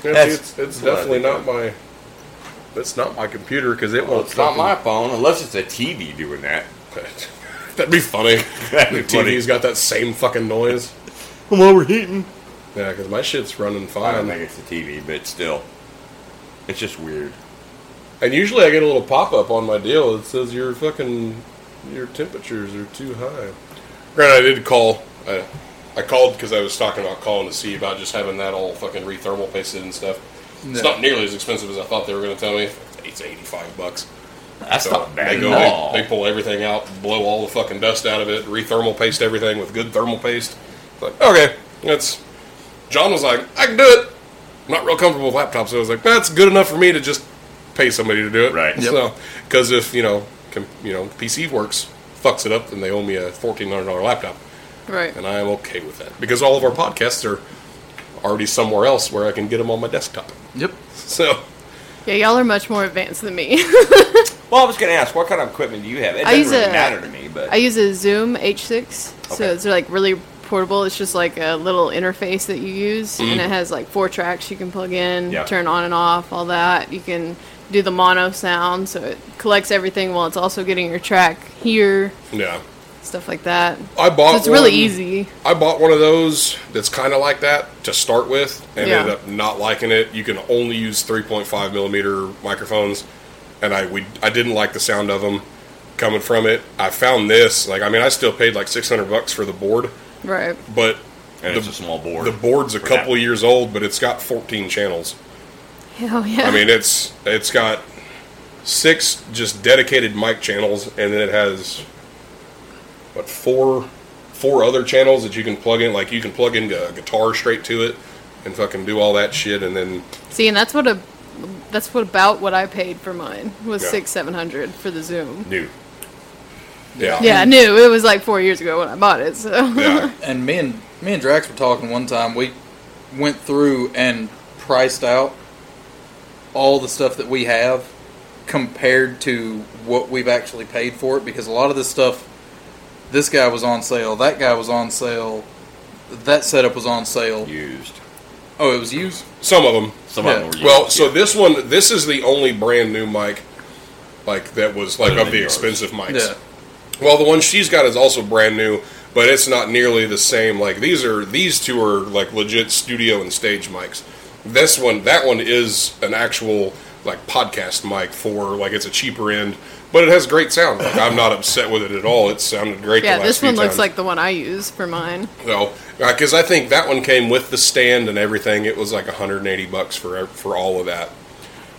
Speaker 1: Yeah,
Speaker 2: That's-
Speaker 1: see, it's it's
Speaker 2: that's what I
Speaker 1: definitely not
Speaker 2: think
Speaker 1: my. It's not my computer because it
Speaker 2: Well,
Speaker 1: won't.
Speaker 2: it's not
Speaker 1: fucking-
Speaker 2: my phone unless it's a TV doing that.
Speaker 1: That'd be funny.
Speaker 2: That'd be
Speaker 1: the TV's got that same fucking noise.
Speaker 2: I'm overheating.
Speaker 1: Yeah, because my shit's running
Speaker 2: I don't
Speaker 1: fine.
Speaker 2: think it's the TV, but still, it's just weird.
Speaker 1: And usually I get a little pop up on my deal that says your fucking your temperatures are too high. Granted, I did call. I, I called because I was talking about calling to see about just having that all fucking rethermal pasted and stuff. It's
Speaker 3: No.
Speaker 1: not nearly as expensive as I thought they were going to tell me. It's eighty five bucks.
Speaker 2: That's
Speaker 1: So
Speaker 2: not bad
Speaker 1: They
Speaker 2: at
Speaker 1: go,
Speaker 2: all.
Speaker 1: they, they pull everything out, blow all the fucking dust out of it, rethermal paste everything with good thermal paste. It's like okay, that's. John was like, I can do it. I'm not real comfortable with laptops. So I was like, that's good enough for me to just pay somebody to do it.
Speaker 2: Right. Yep.
Speaker 1: So, because if you know, com, you know, PC works fucks it up, then they owe me a fourteen hundred dollar laptop,
Speaker 4: Right.
Speaker 1: and I am okay with that because all of our podcasts are already somewhere else where I can get them on my desktop.
Speaker 3: Yep.
Speaker 1: So,
Speaker 4: Yeah, y'all are much more advanced than me.
Speaker 2: Well, I was going to ask, what kind of equipment do you have? It
Speaker 4: I
Speaker 2: doesn't
Speaker 4: use
Speaker 2: really
Speaker 4: a-
Speaker 2: matter to me, but
Speaker 4: I use a Zoom H6,
Speaker 2: Okay.
Speaker 4: so it's like really portable. It's just like a little interface that you use,
Speaker 1: Mm-hmm.
Speaker 4: and it has like four tracks you can plug in,
Speaker 2: Yeah.
Speaker 4: turn on and off, all that. You can do the mono sound, so it collects everything while it's also getting your track here,
Speaker 1: yeah,
Speaker 4: stuff like that.
Speaker 1: I bought.
Speaker 4: So it's really
Speaker 1: one-
Speaker 4: easy.
Speaker 1: I bought one of those that's kind of like that to start with, and
Speaker 4: Yeah.
Speaker 1: ended up not liking it. You can only use 3.5 millimeter microphones, and I we I didn't like the sound of them coming from it. I found this like I mean I still paid like 600 bucks for the board,
Speaker 4: Right.
Speaker 1: but
Speaker 2: and
Speaker 1: the-
Speaker 2: it's a small board.
Speaker 1: the board's a
Speaker 2: For that.
Speaker 1: couple years old, but it's got 14 channels.
Speaker 4: Hell Oh, yeah.
Speaker 1: I mean it's it's got six just dedicated mic channels, and then it has what four four other channels that you can plug in. Like you can plug in a guitar straight to it and fucking do all that shit, and then
Speaker 4: See, and that's what a that's what about what I paid for mine was
Speaker 1: Yeah.
Speaker 4: six seven hundred for the Zoom.
Speaker 2: new.
Speaker 1: yeah,
Speaker 4: Yeah, I knew it was like four years ago when I bought it. So
Speaker 1: yeah.
Speaker 3: And me and me and Drax were talking one time. We went through and priced out all the stuff that we have compared to what we've actually paid for it because a lot of this stuff this guy was on sale, that guy was on sale, that setup was on sale.
Speaker 2: Used.
Speaker 3: Oh, it was used.
Speaker 1: Some of them.
Speaker 2: Some
Speaker 3: Yeah.
Speaker 2: of them were used.
Speaker 1: Well, so this one, this is the only brand new mic, like that was like
Speaker 2: Other
Speaker 1: of
Speaker 2: than
Speaker 1: the
Speaker 2: yours.
Speaker 1: expensive mics.
Speaker 3: Yeah.
Speaker 1: Well, the one she's got is also brand new, but it's not nearly the same. Like these are these two are like legit studio and stage mics. This one, that one is an actual like podcast mic for like it's a cheaper end, but it has great sound. Like I'm not upset with it at all. It sounded great.
Speaker 4: yeah,
Speaker 1: the last
Speaker 4: this
Speaker 1: few
Speaker 4: one looks
Speaker 1: times.
Speaker 4: like the one I use for mine.
Speaker 1: no, because I think that one came with the stand and everything. It was like 180 bucks for for all of that.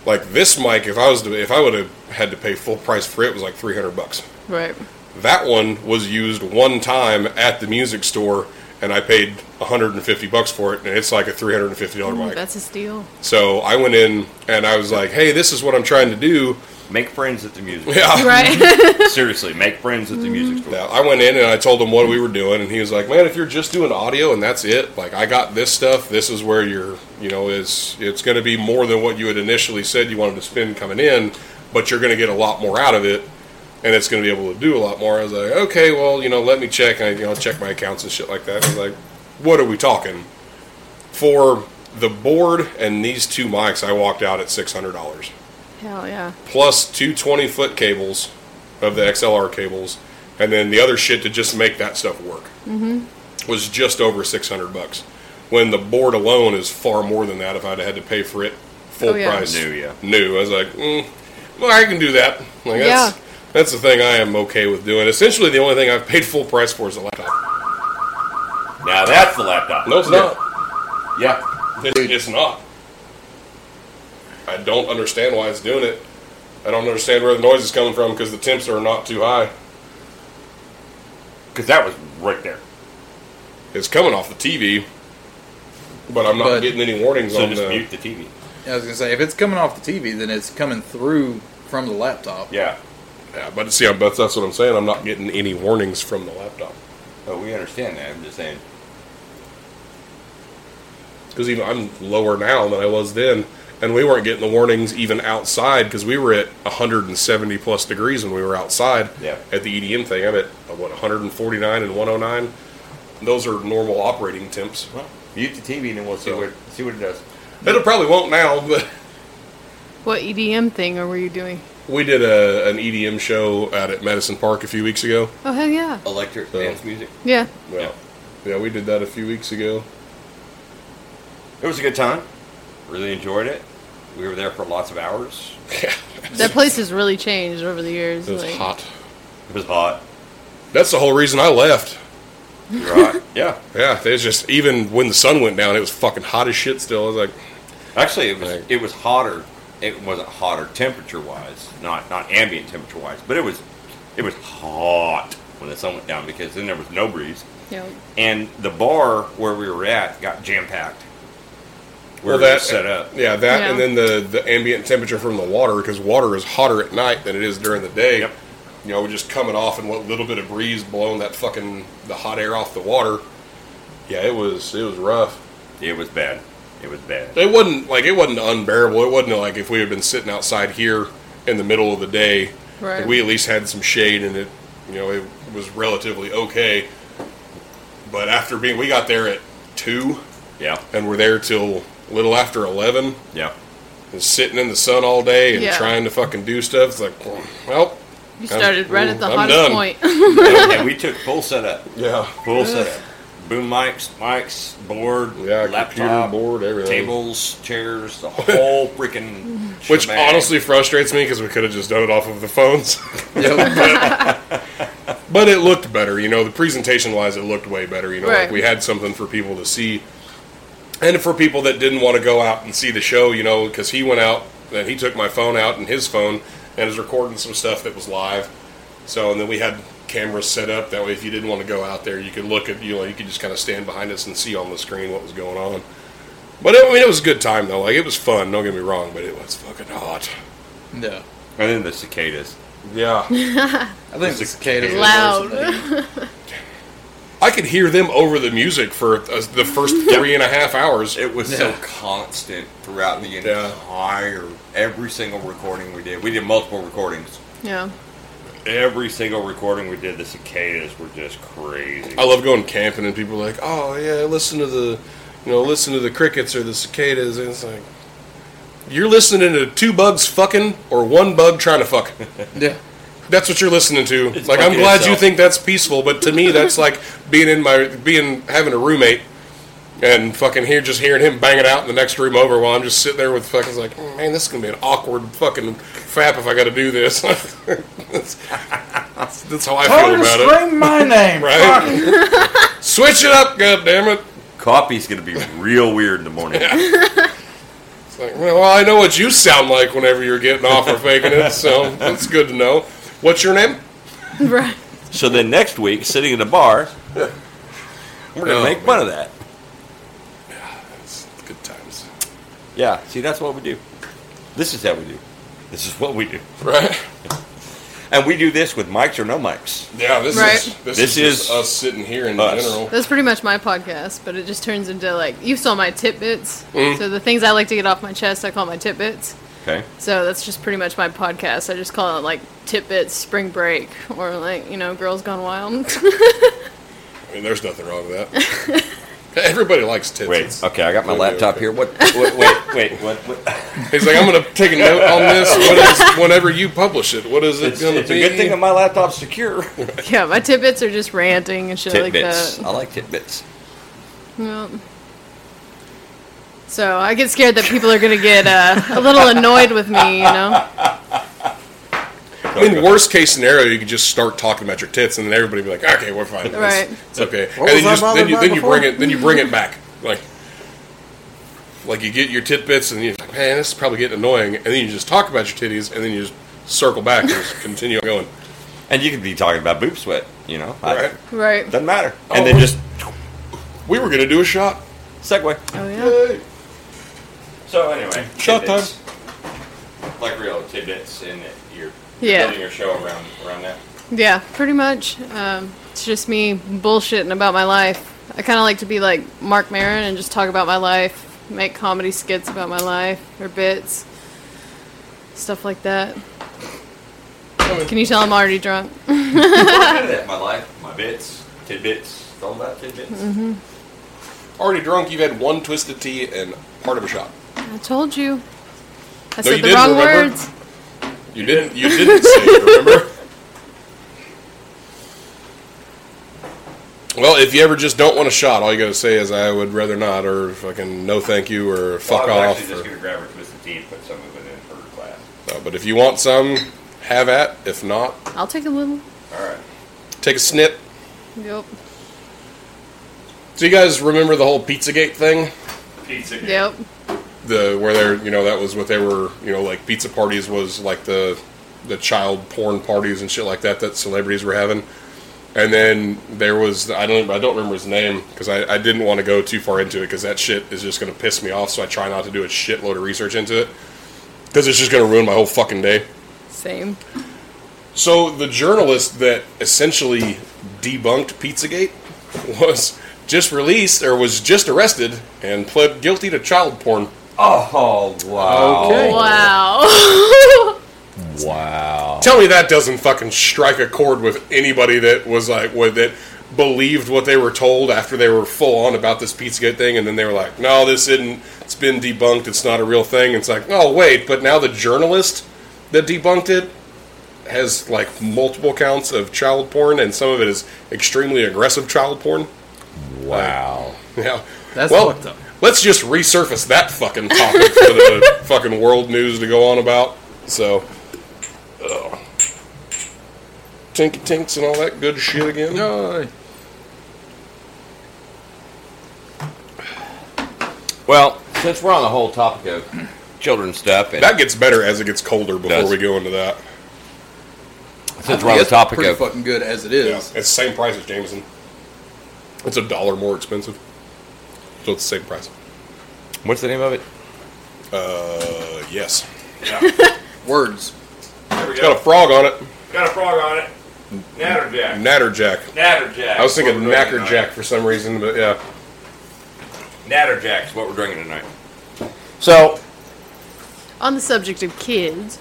Speaker 1: Like this mic, if I was to, if I would have had to pay full price for it, it was like 300 bucks.
Speaker 4: Right.
Speaker 1: That one was used one time at the music store, and I paid 150 bucks for it, and it's like a 350 dollar mic.
Speaker 4: That's a steal.
Speaker 1: so I went in and I was like, "Hey, this is what I'm trying to do."
Speaker 2: Make friends at the music.
Speaker 1: Yeah.
Speaker 4: Right.
Speaker 2: Seriously, make friends at the music store.
Speaker 1: Yeah, I went in and I told him what we were doing, and he was like, "Man, if you're just doing audio and that's it, like I got this stuff. This is where you're, you know, is it's going to be more than what you had initially said you wanted to spend coming in, but you're going to get a lot more out of it, and it's going to be able to do a lot more." I was like, "Okay, well, you know, let me check. I, you know, check my accounts and shit like that." I was like, "What are we talking for the board and these two mics?" I walked out at six hundred dollars
Speaker 4: Hell yeah.
Speaker 1: plus two 20 foot cables of the XLR cables, and then the other shit to just make that stuff work
Speaker 4: Mm-hmm.
Speaker 1: was just over 600 bucks. When the board alone is far more than that if I'd had to pay for it full
Speaker 4: Oh, yeah.
Speaker 1: price.
Speaker 2: New, yeah.
Speaker 1: New. I was like, mm, well, I can do that. Like, that's,
Speaker 4: Yeah.
Speaker 1: that's the thing I am okay with doing. Essentially, the only thing I've paid full price for is the laptop.
Speaker 2: Now that's the laptop.
Speaker 1: No, it's not.
Speaker 2: Yeah.
Speaker 1: It's, it's not. I don't understand why it's doing it. I don't understand where the noise is coming from because the temps are not too high.
Speaker 2: Because that was right there.
Speaker 1: It's coming off the TV, but I'm not
Speaker 3: But-
Speaker 1: getting any warnings
Speaker 2: So
Speaker 1: on
Speaker 2: just
Speaker 1: the.
Speaker 2: mute the TV.
Speaker 3: I was gonna say if it's coming off the TV, then it's coming through from the laptop.
Speaker 2: Yeah.
Speaker 1: Yeah, but see, I'm, that's, that's what I'm saying. I'm not getting any warnings from the laptop
Speaker 2: Oh, we understand that. I'm just saying.
Speaker 1: because even I'm lower now than I was then, and we weren't getting the warnings even outside because we were at 170 plus degrees when we were outside.
Speaker 2: Yeah.
Speaker 1: At the EDM thing, I'm at uh, what 149 and 109. Those are normal operating temps.
Speaker 2: Well, mute the TV and then we'll see
Speaker 1: So-
Speaker 2: what see what it does.
Speaker 1: It'll probably won't now, but.
Speaker 4: What EDM thing or were you doing?
Speaker 1: We did a, an EDM show out at Madison Park a few weeks ago.
Speaker 4: Oh hell yeah.
Speaker 2: Electric
Speaker 1: So-
Speaker 2: dance music.
Speaker 4: Yeah.
Speaker 1: Well, yeah, we did that a few weeks ago.
Speaker 2: It was a good time. Really enjoyed it. We were there for lots of hours.
Speaker 1: Yeah,
Speaker 4: That place has really changed over the years.
Speaker 1: it was
Speaker 4: like-
Speaker 1: hot.
Speaker 2: It was hot.
Speaker 1: That's the whole reason I left.
Speaker 2: You're hot. yeah.
Speaker 1: Yeah, it was just even when the sun went down, it was fucking hot as shit. Still, I was like,
Speaker 2: Actually, it was
Speaker 1: Like-
Speaker 2: it was hotter. It wasn't hotter temperature wise, not not ambient temperature wise, but it was it was hot when the sun went down because then there was no breeze,
Speaker 4: Yeah.
Speaker 2: and the bar where we were at got jam packed.
Speaker 1: Well,
Speaker 2: where
Speaker 1: that-
Speaker 2: it was set up.
Speaker 1: Yeah, that and
Speaker 4: Yeah.
Speaker 1: then the, the ambient temperature from the water because water is hotter at night than it is during the day.
Speaker 2: Yep.
Speaker 1: You know, just coming off and what little bit of breeze blowing that fucking the hot air off the water. Yeah, it was it was rough.
Speaker 2: It was bad. It was bad.
Speaker 1: It wasn't like it wasn't unbearable. It wasn't like if we had been sitting outside here in the middle of the day,
Speaker 4: Right.
Speaker 1: like, we at least had some shade and it, you know, it was relatively okay. But after being, we got there at two
Speaker 2: Yeah.
Speaker 1: and were there till little after eleven
Speaker 2: Yeah.
Speaker 1: and sitting in the sun all day and
Speaker 4: Yeah.
Speaker 1: trying to fucking do stuff. It's like, well,
Speaker 4: You started right at the
Speaker 1: I'm
Speaker 4: hottest
Speaker 1: done.
Speaker 4: point.
Speaker 2: and we took full setup.
Speaker 1: yeah,
Speaker 2: Full setup. Boom mics, mics, board,
Speaker 1: yeah, computer
Speaker 2: laptop,
Speaker 1: board, everything.
Speaker 2: tables, chairs, the whole freaking.
Speaker 1: Which
Speaker 2: shebang.
Speaker 1: honestly frustrates me because we could have just done it off of the phones.
Speaker 3: Yep.
Speaker 1: But it looked better, you know. The presentation wise, it looked way better, you know. Like
Speaker 4: Right.
Speaker 1: we had something for people to see, and for people that didn't want to go out and see the show, you know, because he went out and he took my phone out and his phone and was recording some stuff that was live. So and then we had cameras set up that way. If you didn't want to go out there, you could look at you know you could just kind of stand behind us and see on the screen what was going on. But I mean, it was a good time though. Like it was fun. Don't get me wrong, but it was fucking hot.
Speaker 3: yeah.
Speaker 2: And then the cicadas.
Speaker 1: Yeah,
Speaker 3: I think the cicadas are
Speaker 4: Loud.
Speaker 3: worse than they-
Speaker 1: I could hear them over the music for uh, the first three and a half hours.
Speaker 2: It was so constant throughout the
Speaker 1: Yeah.
Speaker 2: entire every single recording we did. We did multiple recordings.
Speaker 4: yeah.
Speaker 2: Every single recording we did, the cicadas were just crazy.
Speaker 1: I love going camping and people are like, oh yeah, listen to the, you know, listen to the crickets or the cicadas. And it's like, you're listening to two bugs fucking or one bug trying to fuck.
Speaker 3: Yeah.
Speaker 1: That's what you're listening to.
Speaker 2: It's
Speaker 1: like I'm
Speaker 2: fucking
Speaker 1: glad you
Speaker 2: itself.
Speaker 1: think that's peaceful, but to me that's like being in my being having a roommate and fucking here just hearing him bang it out in the next room over while I'm just sitting there with fucking like "Mm, man, this is gonna be an awkward fucking fap if I got to do this. that's, that's how I feel about it.
Speaker 3: my name.
Speaker 1: Right? Switch it up, goddammit.
Speaker 2: Coffee's gonna be real weird in the morning.
Speaker 1: It's like, well, I know what you sound like whenever you're getting off or faking it, so that's good to know. What's your name?
Speaker 4: Right.
Speaker 2: So then next week, sitting in a bar, we're gonna
Speaker 1: Oh,
Speaker 2: make fun of that.
Speaker 1: It's good times.
Speaker 2: Yeah. See, that's what we do. This is how we do. This is what we do.
Speaker 1: Right?
Speaker 2: And we do this with mics or no mics.
Speaker 1: Yeah, this is
Speaker 4: Right.
Speaker 1: this,
Speaker 2: This
Speaker 1: is, just
Speaker 2: is
Speaker 1: us sitting here in
Speaker 2: us.
Speaker 1: general.
Speaker 4: That's pretty much my podcast, but it just turns into like you saw my tidbits.
Speaker 1: Mm.
Speaker 4: So the things I like to get off my chest, I call my tidbits.
Speaker 2: Okay.
Speaker 4: So that's just pretty much my podcast. I just call it like tidbits, spring break, or like you know, girls gone wild.
Speaker 1: I mean, there's nothing wrong with that. Everybody likes tits.
Speaker 2: Wait.
Speaker 1: It's-
Speaker 2: Okay, I got my
Speaker 1: Okay,
Speaker 2: laptop
Speaker 1: okay.
Speaker 2: here. What? Wait. Wait. wait what, what?
Speaker 1: He's like, I'm going to take a note on this. What is, whenever you publish it, what is it
Speaker 2: It's,
Speaker 1: going to
Speaker 2: it's a
Speaker 1: be?
Speaker 2: good thing that my laptop's secure.
Speaker 4: yeah, my tidbits are just ranting and shit
Speaker 2: Tidbits.
Speaker 4: like
Speaker 2: I like tidbits.
Speaker 4: that. Yep. So I get scared that people are gonna get uh, a little annoyed with me, you know?
Speaker 1: I mean, worst case scenario, you could just start talking about your tits, and then everybody would be like, "Okay, we're fine. It's-
Speaker 4: Right.
Speaker 1: It's okay." and
Speaker 3: What
Speaker 1: then
Speaker 3: was
Speaker 1: you,
Speaker 3: I
Speaker 1: just, then,
Speaker 3: bothered
Speaker 1: you,
Speaker 3: by
Speaker 1: then you bring
Speaker 3: before?
Speaker 1: it, then you bring it back, like, like you get your tit bits, and you're like, "Man, this is probably getting annoying." And then you just talk about your titties, and then you just circle back and just continue going.
Speaker 2: And you could be talking about boob sweat. You know. I-
Speaker 1: Right.
Speaker 4: Right.
Speaker 2: doesn't matter.
Speaker 1: Oh,
Speaker 2: And then
Speaker 1: we-
Speaker 2: just
Speaker 1: We were gonna do a shot.
Speaker 2: segue.
Speaker 4: Oh yeah.
Speaker 1: Yay.
Speaker 2: So anyway,
Speaker 1: Shot
Speaker 2: tidbits. Like real tidbits, and that you're
Speaker 4: Yeah.
Speaker 2: building your show around around that.
Speaker 4: Yeah, pretty much. Um, it's just me bullshitting about my life. I kind of like to be like Mark Maron and just talk about my life, make comedy skits about my life or bits, stuff like that. Can you tell I'm already drunk?
Speaker 2: my life, my bits, tidbits. It's all about tidbits.
Speaker 4: Mm-hmm.
Speaker 1: Already drunk. You've had one twisted tea and part of a shot.
Speaker 4: I told you. I
Speaker 1: you
Speaker 4: said the
Speaker 1: didn't,
Speaker 4: wrong
Speaker 1: remember?
Speaker 4: words.
Speaker 1: You didn't. You didn't say. it, Remember. Well, if you ever just don't want a shot, all you gotta say is "I would rather not," or "fucking no, thank you," or "fuck
Speaker 2: well, I was
Speaker 1: off."
Speaker 2: actually just
Speaker 1: or-
Speaker 2: gonna grab her twisted tea and put some of it in for her class.
Speaker 1: Uh, but if you want some, have at. If not,
Speaker 4: I'll take a little.
Speaker 2: All right.
Speaker 1: take a snip.
Speaker 4: Yep.
Speaker 1: So you guys remember the whole PizzaGate thing?
Speaker 2: Pizza.
Speaker 4: Yep.
Speaker 1: The where they're you know that was what they were you know like pizza parties was like the the child porn parties and shit like that that celebrities were having. And then there was I don't I don't remember his name because I, I didn't want to go too far into it because that shit is just gonna piss me off. So I try not to do a shitload of research into it because it's just gonna ruin my whole fucking day.
Speaker 4: Same.
Speaker 1: So the journalist that essentially debunked Pizzagate was just released or was just arrested and pled guilty to child porn.
Speaker 2: Oh wow!
Speaker 3: Okay.
Speaker 4: Wow.
Speaker 2: Wow!
Speaker 1: Tell me that doesn't fucking strike a chord with anybody that was like with it believed what they were told after they were full on about this Pizzagate thing and then they were like, No, this isn't it's been debunked, it's not a real thing. It's like, oh wait, but now the journalist that debunked it has like multiple counts of child porn and some of it is extremely aggressive child porn.
Speaker 2: Wow!
Speaker 1: Yeah.
Speaker 3: That's
Speaker 1: well,
Speaker 3: fucked up.
Speaker 1: Let's just resurface that fucking topic for the fucking world news to go on about. So, ugh. Tinky Tinks and all that good shit again.
Speaker 2: Well, since we're on the whole topic of children's stuff, and
Speaker 1: That gets better as it gets colder before
Speaker 2: Does.
Speaker 1: we go into that.
Speaker 2: since we're on the
Speaker 3: It's
Speaker 2: topic
Speaker 3: pretty
Speaker 2: of
Speaker 3: fucking good as it is.
Speaker 1: Yeah, it's the same price as Jameson. It's a dollar more expensive. So it's the same price.
Speaker 2: what's the name of it?
Speaker 1: Uh, yes.
Speaker 3: Words.
Speaker 5: There we
Speaker 1: It's got a frog on it.
Speaker 5: Got a frog on it. Natterjack.
Speaker 1: Natterjack.
Speaker 5: Natterjack.
Speaker 1: I was thinking
Speaker 5: What we're doing
Speaker 1: Knackerjack for some reason, but yeah.
Speaker 5: tonight. Natterjack's what we're drinking tonight.
Speaker 2: So
Speaker 4: On the subject of kids,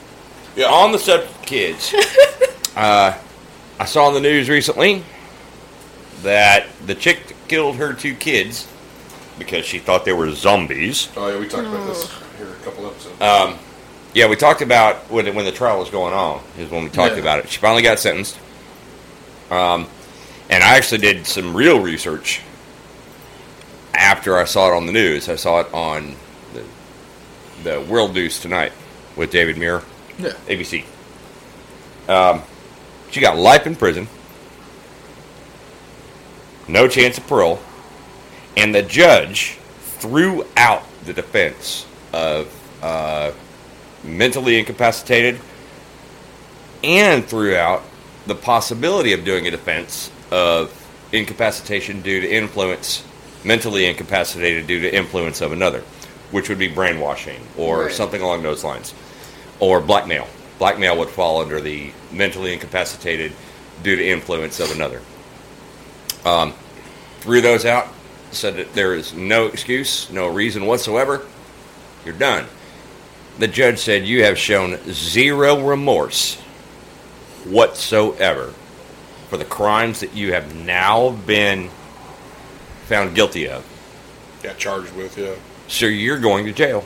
Speaker 2: Yeah, on the subject of kids, uh, I saw on the news recently that the chick that killed her two kids because she thought they were zombies.
Speaker 1: Oh, yeah, we talked about this here a couple episodes.
Speaker 2: Um, yeah, we talked about when when the trial was going on is when we talked
Speaker 3: Yeah.
Speaker 2: about it. She finally got sentenced. Um, and I actually did some real research after I saw it on the news. I saw it on the, the World News tonight with David Muir.
Speaker 3: Yeah.
Speaker 2: ABC. Um, she got life in prison, no chance of parole, and the judge threw out the defense of uh, mentally incapacitated and threw out the possibility of doing a defense of incapacitation due to influence, mentally incapacitated due to influence of another, which would be brainwashing or
Speaker 3: Right.
Speaker 2: something along those lines or blackmail. Blackmail would fall under the mentally incapacitated due to influence of another. Um, threw those out, said that there is no excuse, no reason whatsoever. You're done. The judge said you have shown zero remorse whatsoever for the crimes that you have now been found guilty of.
Speaker 1: yeah, charged with, yeah.
Speaker 2: So you're going to jail.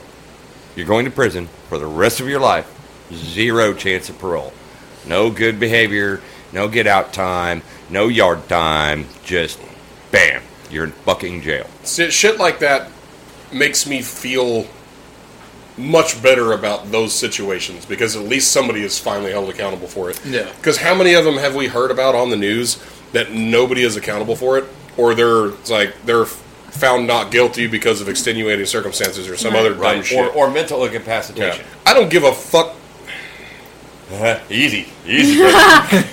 Speaker 2: You're going to prison for the rest of your life. Zero chance of parole. No good behavior, no get out time, no yard time. Just bam, you're in fucking jail.
Speaker 1: shit, shit like that makes me feel much better about those situations because at least somebody is finally held accountable for it.
Speaker 3: Yeah.
Speaker 1: Because how many of them have we heard about on the news that nobody is accountable for it, or they're it's like they're found not guilty because of extenuating circumstances or some other dumb shit.
Speaker 2: Or, or mental
Speaker 1: Yeah.
Speaker 2: incapacitation.
Speaker 1: I don't give a fuck.
Speaker 2: easy, easy. bro.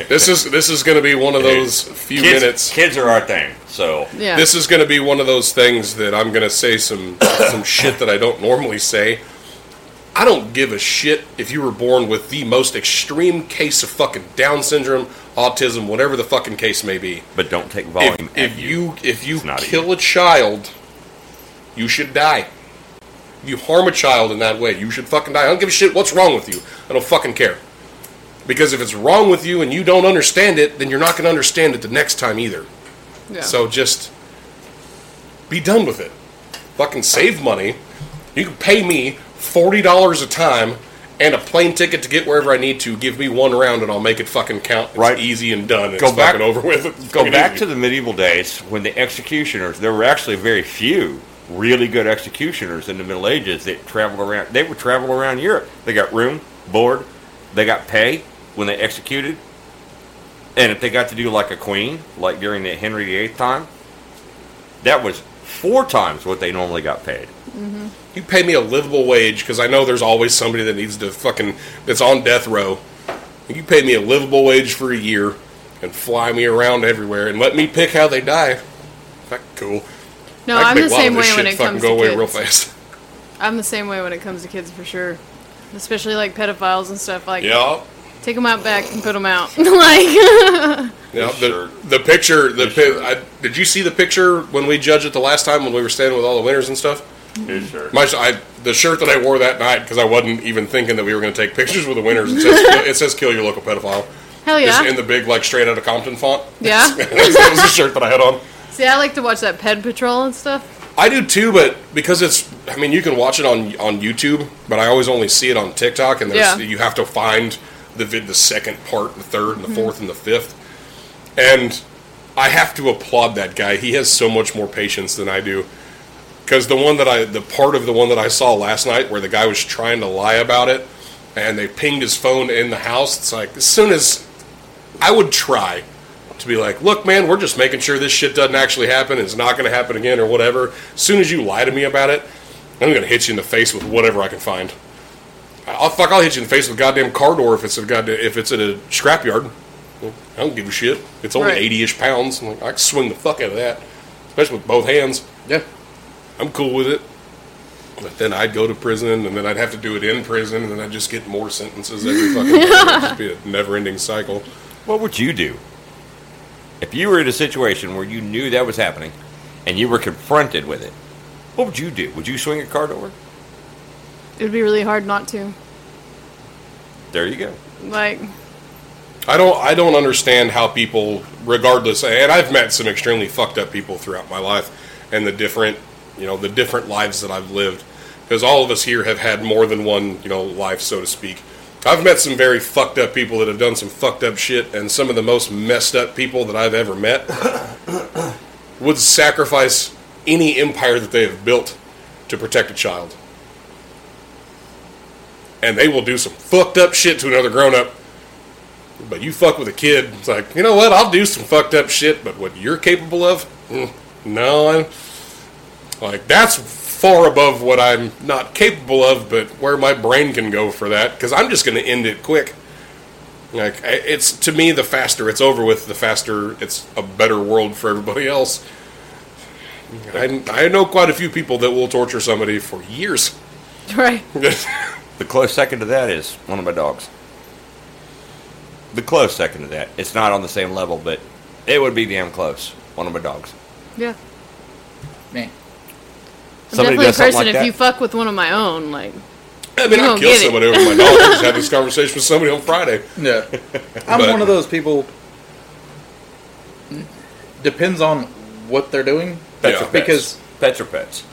Speaker 1: This is this is going to be one of those few
Speaker 2: kids,
Speaker 1: minutes.
Speaker 2: kids are our thing. So
Speaker 4: yeah.
Speaker 1: This is going to be one of those things that I'm going to say some some shit that I don't normally say. I don't give a shit if you were born with the most extreme case of fucking Down syndrome, autism, whatever the fucking case may be.
Speaker 2: but don't take volume
Speaker 1: If,
Speaker 2: at
Speaker 1: if you if you
Speaker 2: It's not
Speaker 1: kill a child, you should die. If you harm a child in that way, you should fucking die. I don't give a shit what's wrong with you. I don't fucking care. Because if it's wrong with you and you don't understand it, then you're not going to understand it the next time either.
Speaker 4: yeah.
Speaker 1: So just be done with it. Fucking save money. You can pay me forty dollars a time and a plane ticket to get wherever I need to. Give me one round and I'll make it fucking count. It's
Speaker 2: Right.
Speaker 1: easy and done. It's
Speaker 2: Go back-
Speaker 1: fucking over with. It's
Speaker 2: go
Speaker 1: fucking
Speaker 2: back
Speaker 1: easy.
Speaker 2: to the medieval days when the executioners there were actually very few really good executioners in the middle ages that traveled around they would travel around europe they got room board they got pay when they executed and if they got to do like a queen like during the henry viii time that was four times what they normally got paid
Speaker 1: you pay me a livable wage because I know there's always somebody that needs to fucking that's on death row. You pay me a livable wage for a year, and fly me around everywhere and let me pick how they die. Fuck, cool.
Speaker 4: No,
Speaker 1: I can
Speaker 4: I'm
Speaker 1: make a lot of
Speaker 4: the same
Speaker 1: this
Speaker 4: way when
Speaker 1: shit
Speaker 4: it
Speaker 1: fucking
Speaker 4: comes
Speaker 1: go
Speaker 4: to
Speaker 1: away
Speaker 4: kids.
Speaker 1: real fast.
Speaker 4: I'm the same way when it comes to kids for sure, especially like pedophiles and stuff. Like,
Speaker 1: Yeah.
Speaker 4: take them out back and put them out. like,
Speaker 1: Yeah,
Speaker 5: This
Speaker 1: the,
Speaker 5: shirt.
Speaker 1: the picture. The
Speaker 5: This
Speaker 1: pi-
Speaker 5: shirt.
Speaker 1: I, did you see the picture when we judged it the last time when we were standing with all the winners and stuff?
Speaker 5: His shirt.
Speaker 1: My, I, the shirt that I wore that night because I wasn't even thinking that we were going to take pictures with the winners. It says, it says "Kill your local pedophile."
Speaker 4: hell
Speaker 1: It's
Speaker 4: Oh, yeah,
Speaker 1: in the big like straight out of Compton font.
Speaker 4: yeah.
Speaker 1: that was the shirt that I had on.
Speaker 4: See, I like to watch that Ped Patrol and stuff.
Speaker 1: I do too, but because it's, I mean, you can watch it on on YouTube, but I always only see it on TikTok, and there's,
Speaker 4: Yeah.
Speaker 1: you have to find the vid, the second part, the third, and the fourth, and the fifth. And I have to applaud that guy. He has so much more patience than I do. Because the one that I, the part of the one that I saw last night where the guy was trying to lie about it, and they pinged his phone in the house. It's like as soon as I would try to be like, look, man, we're just making sure this shit doesn't actually happen. It's not going to happen again or whatever. As soon as you lie to me about it, I'm going to hit you in the face with whatever I can find. I'll fuck. I'll hit you in the face with a goddamn car door if it's a goddamn if it's at a scrapyard. I don't give a shit. It's only
Speaker 4: Right.
Speaker 1: eighty-ish pounds. I'm like, I can swing the fuck out of that, especially with both hands.
Speaker 3: Yeah.
Speaker 1: I'm cool with it. But then I'd go to prison, and then I'd have to do it in prison, and then I'd just get more sentences every fucking day. It'd just be a never-ending cycle.
Speaker 2: What would you do if you were in a situation where you knew that was happening and you were confronted with it? What would you do? Would you swing a car door?
Speaker 4: It would be really hard not to.
Speaker 2: There you go.
Speaker 4: Like,
Speaker 1: I don't I don't understand how people regardless and I've met some extremely fucked up people throughout my life and the different you know the different lives that I've lived because all of us here have had more than one you know life so to speak. I've met some very fucked up people that have done some fucked up shit and some of the most messed up people that I've ever met would sacrifice any empire that they have built to protect a child. And they will do some fucked up shit to another grown up but you fuck with a kid, it's like, you know what, I'll do some fucked up shit, but what you're capable of? Mm, No. I'm, like, that's far above what I'm not capable of, but where my brain can go for that, because I'm just going to end it quick. Like, I- it's, to me, the faster it's over with, the faster it's a better world for everybody else. I, I know quite a few people that will torture somebody for years.
Speaker 4: right?
Speaker 2: The close second to that is one of my dogs. The close second to that. It's not on the same level, but it would be damn close. One of my dogs.
Speaker 4: Yeah.
Speaker 3: Man.
Speaker 4: I'm
Speaker 2: Somebody
Speaker 4: definitely a
Speaker 2: does something
Speaker 4: person
Speaker 2: like
Speaker 4: if
Speaker 2: that.
Speaker 4: you fuck with one of my own. Like,
Speaker 1: I mean,
Speaker 4: You
Speaker 1: I
Speaker 4: don't
Speaker 1: killed
Speaker 4: get it.
Speaker 1: somebody over my dog. I just had this conversation with somebody on Friday.
Speaker 3: Yeah. I'm
Speaker 1: But-
Speaker 3: one of those people. Depends on what they're doing.
Speaker 1: That's Yeah. a-
Speaker 3: because
Speaker 2: Pets are pets.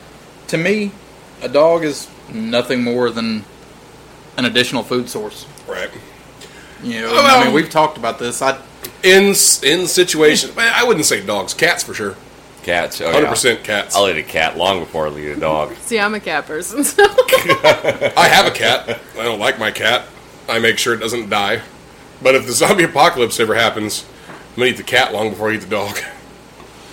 Speaker 3: to me, a dog is nothing more than an additional food source.
Speaker 1: Right.
Speaker 3: You know,
Speaker 1: Well-
Speaker 3: I mean, we've talked about this. I
Speaker 1: in in situations. man, I wouldn't say dogs, cats for sure.
Speaker 2: Cats. oh, yeah.
Speaker 1: Hundred percent cats.
Speaker 2: I'll eat a cat long before I'll eat a dog.
Speaker 4: see, I'm a cat person, so
Speaker 1: I have a cat. I don't like my cat. I make sure it doesn't die. But if the zombie apocalypse ever happens, I'm gonna eat the cat long before I eat the dog.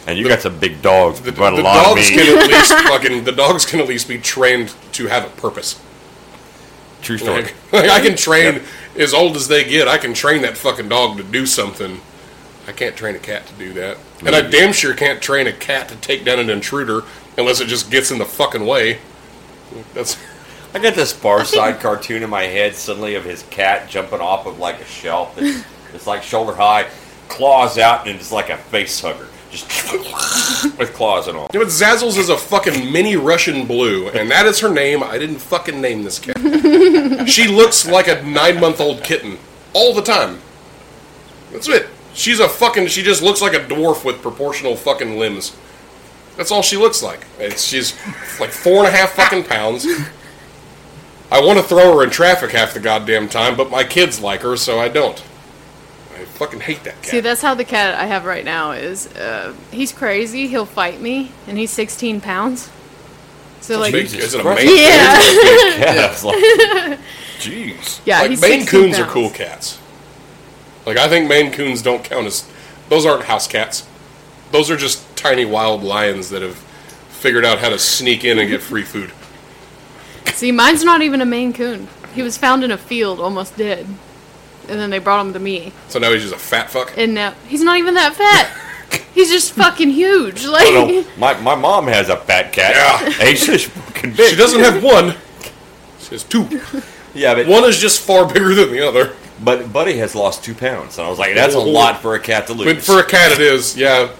Speaker 2: And you got some big dogs,
Speaker 1: The,
Speaker 2: but a
Speaker 1: the
Speaker 2: lot of
Speaker 1: dogs
Speaker 2: meat.
Speaker 1: can at least fucking the dogs can at least be trained to have a purpose.
Speaker 2: True story.
Speaker 1: Like, like, I can train as old as they get. I can train that fucking dog to do something. I can't train a cat to do that, and I
Speaker 2: Maybe.
Speaker 1: damn sure can't train a cat to take down an intruder unless it just gets in the fucking way. That's
Speaker 2: I got this far side cartoon in my head suddenly of his cat jumping off of like a shelf. It's, it's like shoulder high, claws out, and it's like a face hugger. Just with claws and all.
Speaker 1: Yeah, but Zazzles is a fucking mini Russian blue, and that is her name. I didn't fucking name this cat. she looks like a nine month old kitten all the time. That's it. She's a fucking. She just looks like a dwarf with proportional fucking limbs. That's all she looks like. It's, she's like four and a half fucking pounds. I want to throw her in traffic half the goddamn time, but my kids like her, so I don't. I fucking hate that cat.
Speaker 4: see, that's how the cat I have right now is. Uh, he's crazy. He'll fight me, and he's 16 pounds. So like,
Speaker 1: Big- it's an
Speaker 2: Christ.
Speaker 1: amazing.
Speaker 4: yeah,
Speaker 2: Yeah, it's like, jeez.
Speaker 4: yeah.
Speaker 1: like
Speaker 4: he's
Speaker 1: Maine
Speaker 4: 16
Speaker 1: Coons are
Speaker 4: pounds.
Speaker 1: cool cats. Like I think Maine Coons don't count as those aren't house cats. Those are just tiny wild lions that have figured out how to sneak in and get free food.
Speaker 4: See, mine's not even a Maine Coon. He was found in a field, almost dead. and then they brought him to me.
Speaker 1: So now he's just a fat fuck.
Speaker 4: And now he's not even that fat. he's just fucking huge. Like
Speaker 2: I don't know. My, my mom has a fat cat.
Speaker 1: Yeah.
Speaker 2: And she's just fucking big.
Speaker 1: She doesn't have one. She has two.
Speaker 2: Yeah, but,
Speaker 1: One is just far bigger than the other.
Speaker 2: but Buddy has lost two pounds. And I was like, that's a
Speaker 1: Ooh.
Speaker 2: lot for a cat to lose.
Speaker 1: Oh. But for a cat, it is. Yeah.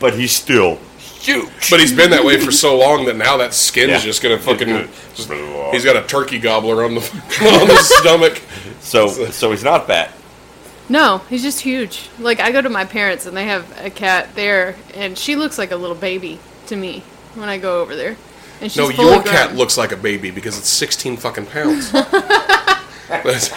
Speaker 2: but he's still huge.
Speaker 1: But he's been that way for so long that now that skin is
Speaker 2: Yeah.
Speaker 1: just gonna fucking.
Speaker 2: Just-
Speaker 1: He's got a turkey gobbler on the on the stomach.
Speaker 2: so so he's not fat.
Speaker 4: No, he's just huge. Like I go to my parents and they have a cat there, and she looks like a little baby to me when I go over there. And she's
Speaker 1: no,
Speaker 4: fully
Speaker 1: your
Speaker 4: grown.
Speaker 1: cat looks like a baby because it's 16 fucking pounds. That's-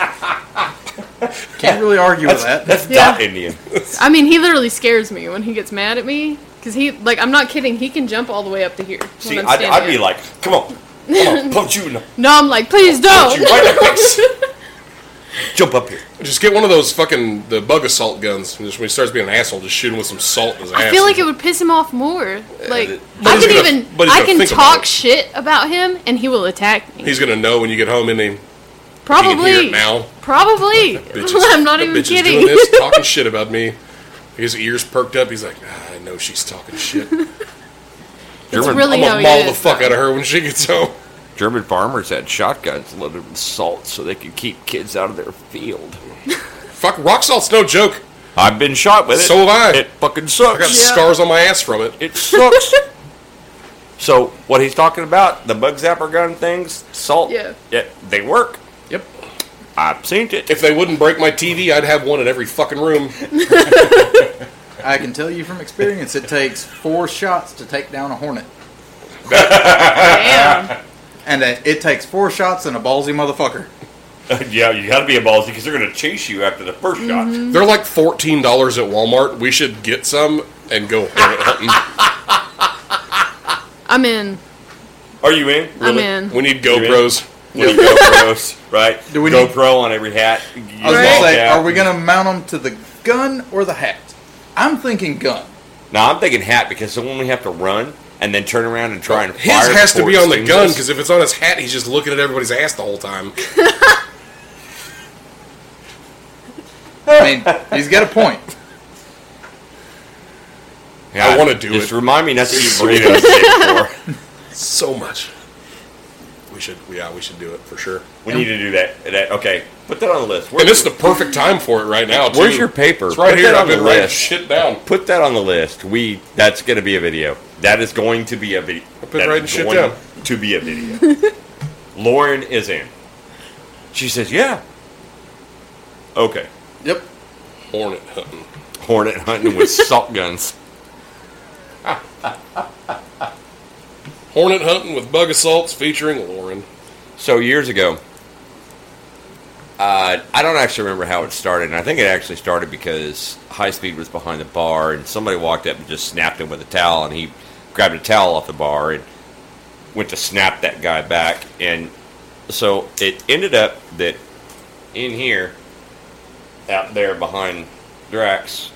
Speaker 3: Can't really argue
Speaker 2: That's
Speaker 3: with that.
Speaker 2: that's
Speaker 4: Yeah.
Speaker 2: not Indian.
Speaker 4: I mean, he literally scares me when he gets mad at me because he like I'm not kidding. He can jump all the way up to here. when
Speaker 2: See,
Speaker 4: I'm
Speaker 2: I'd,
Speaker 4: standing
Speaker 2: I'd be
Speaker 4: up.
Speaker 2: like, come on, come on, punch you, in the-
Speaker 4: no, I'm like, please
Speaker 2: punch
Speaker 4: don't.
Speaker 2: you right in the face. Jump up here.
Speaker 1: just get one of those fucking the bug assault guns. And just when he starts being an asshole, just shoot him with some salt in his ass.
Speaker 4: I feel like it would piss him off more. Like
Speaker 2: it-
Speaker 1: But
Speaker 4: I
Speaker 1: he's
Speaker 4: can
Speaker 1: gonna-
Speaker 4: even
Speaker 1: but he's
Speaker 4: I
Speaker 1: gonna
Speaker 4: can
Speaker 1: think
Speaker 4: talk
Speaker 1: about it.
Speaker 4: shit about him and he will attack me.
Speaker 1: He's gonna know when you get home, and he
Speaker 4: probably
Speaker 1: hear it now.
Speaker 4: Probably.
Speaker 1: bitches.
Speaker 4: I'm not
Speaker 1: that
Speaker 4: even
Speaker 1: bitch is
Speaker 4: kidding.
Speaker 1: doing this, talking shit about me. His ears perked up. He's like, ah, I know she's talking shit.
Speaker 4: German- really
Speaker 1: I'm
Speaker 4: how
Speaker 1: gonna
Speaker 4: he
Speaker 1: maul the
Speaker 4: is,
Speaker 1: fuck
Speaker 4: though.
Speaker 1: out of her when she gets home.
Speaker 2: German farmers had shotguns loaded with salt so they could keep kids out of their field.
Speaker 1: Fuck, rock salt's no joke.
Speaker 2: I've been shot with it.
Speaker 1: So have I.
Speaker 2: It fucking
Speaker 1: I got
Speaker 2: sucks.
Speaker 4: Yeah.
Speaker 1: scars on my ass from it.
Speaker 2: It sucks. so what he's talking about, the bug zapper gun things, salt.
Speaker 4: Yeah.
Speaker 2: it- they work.
Speaker 1: Yep.
Speaker 2: I've seen it.
Speaker 1: If they wouldn't break my TV, I'd have one in every fucking room.
Speaker 3: I can tell you from experience, it takes four shots to take down a hornet,
Speaker 4: Damn.
Speaker 3: and uh, it, it takes four shots and a ballsy motherfucker.
Speaker 2: yeah, you got to be a ballsy because they're gonna chase you after the 1st
Speaker 4: Mm-hmm.
Speaker 2: shot.
Speaker 1: They're like fourteen dollars at Walmart. We should get some and go hornet hunting.
Speaker 4: I'm in.
Speaker 2: Are you in?
Speaker 4: I'm in.
Speaker 1: We need
Speaker 2: You ready?
Speaker 1: GoPros.
Speaker 2: With GoPros, right?
Speaker 3: Do we need-
Speaker 2: GoPro on every hat.
Speaker 3: I was
Speaker 4: Right.
Speaker 3: gonna say, are we gonna mount them to the gun or the hat? I'm thinking gun.
Speaker 2: Now I'm thinking hat because someone we have to run and then turn around and try and
Speaker 1: His
Speaker 2: fire.
Speaker 1: has to
Speaker 2: before
Speaker 1: be
Speaker 2: it
Speaker 1: on the gun
Speaker 2: extinguishes.
Speaker 1: because if it's on his hat, he's just looking at everybody's ass the whole time.
Speaker 3: I mean, he's got a point.
Speaker 2: Yeah,
Speaker 1: I wanna do
Speaker 2: Just
Speaker 1: it.
Speaker 2: remind me not to eat burritos the day before.
Speaker 1: So much. We should, yeah, we should do it for sure.
Speaker 2: We need to do that. that okay, put that on the list. Where-
Speaker 1: And it's the perfect time for it right now. Too.
Speaker 2: Where's your paper?
Speaker 1: It's right
Speaker 2: Put
Speaker 1: here.
Speaker 2: that
Speaker 1: I've
Speaker 2: on the
Speaker 1: been writing
Speaker 2: list.
Speaker 1: shit down.
Speaker 2: Put that on the list. We that's going to be a video. That is going to be a video.
Speaker 1: I've been writing shit down.
Speaker 2: To be a video. Lauren is in. She says, "Yeah." Okay.
Speaker 3: Yep.
Speaker 1: Hornet hunting.
Speaker 2: Hornet hunting with salt guns.
Speaker 1: Hornet hunting with bug assaults featuring Lauren.
Speaker 2: So years ago, uh, I don't actually remember how it started, and I think it actually started because High Speed was behind the bar, and somebody walked up and just snapped him with a towel, and he grabbed a towel off the bar and went to snap that guy back, and so it ended up that in here, out there behind Drax,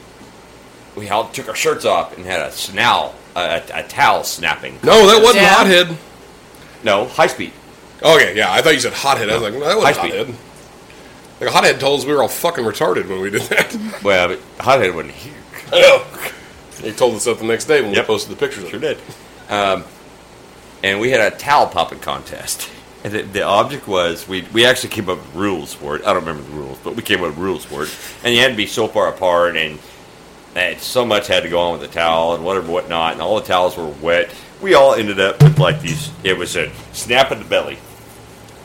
Speaker 2: we all took our shirts off and had a snowl, a, a, a towel snapping.
Speaker 1: No, that wasn't
Speaker 4: Yeah.
Speaker 1: hothead.
Speaker 2: No, High Speed.
Speaker 1: Okay, yeah, I thought you said hothead. I was like, no, that wasn't
Speaker 2: High speed.
Speaker 1: hothead. Like hothead told us we were all fucking retarded when we did that.
Speaker 2: Well, but Hothead wasn't here.
Speaker 1: he told us that the next day when
Speaker 2: Yep.
Speaker 1: we posted the pictures. of
Speaker 2: Sure
Speaker 1: it.
Speaker 2: did. Um, and we had a towel popping contest. And the, the object was we we actually came up with rules for it. I don't remember the rules, but we came up with rules for it. And you had to be so far apart, and, and so much had to go on with the towel and whatever, whatnot. And all the towels were wet. We all ended up with like these. It was a snap at the belly.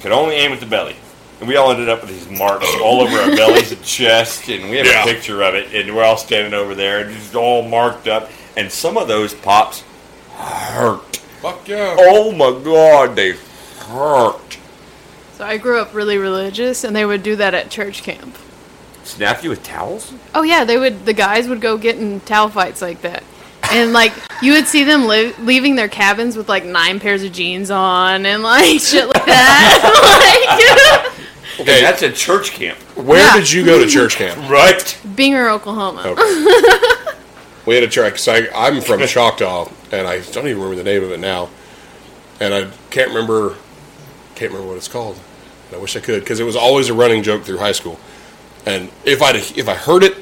Speaker 2: Could only aim at the belly. And we all ended up with these marks all over our bellies and chest, and we have
Speaker 1: Yeah.
Speaker 2: a picture of it, and we're all standing over there, and just all marked up. And some of those pops hurt.
Speaker 1: Fuck yeah.
Speaker 2: Oh my god, they hurt.
Speaker 4: So I grew up really religious, and they would do that at church camp.
Speaker 2: Snap you with towels?
Speaker 4: Oh yeah, they would. The guys would go get in towel fights like that, and like you would see them li- leaving their cabins with like nine pairs of jeans on and like shit like that.
Speaker 1: Okay.
Speaker 2: that's a church camp,
Speaker 1: Where
Speaker 4: Yeah.
Speaker 1: did you go to church camp?
Speaker 2: right?
Speaker 4: like Binger, Oklahoma.
Speaker 1: Okay. we had a church. So I, I'm from Choctaw, and I don't even remember the name of it now. And I can't remember, can't remember what it's called. And I wish I could because it was always a running joke through high school. And if I if I heard it,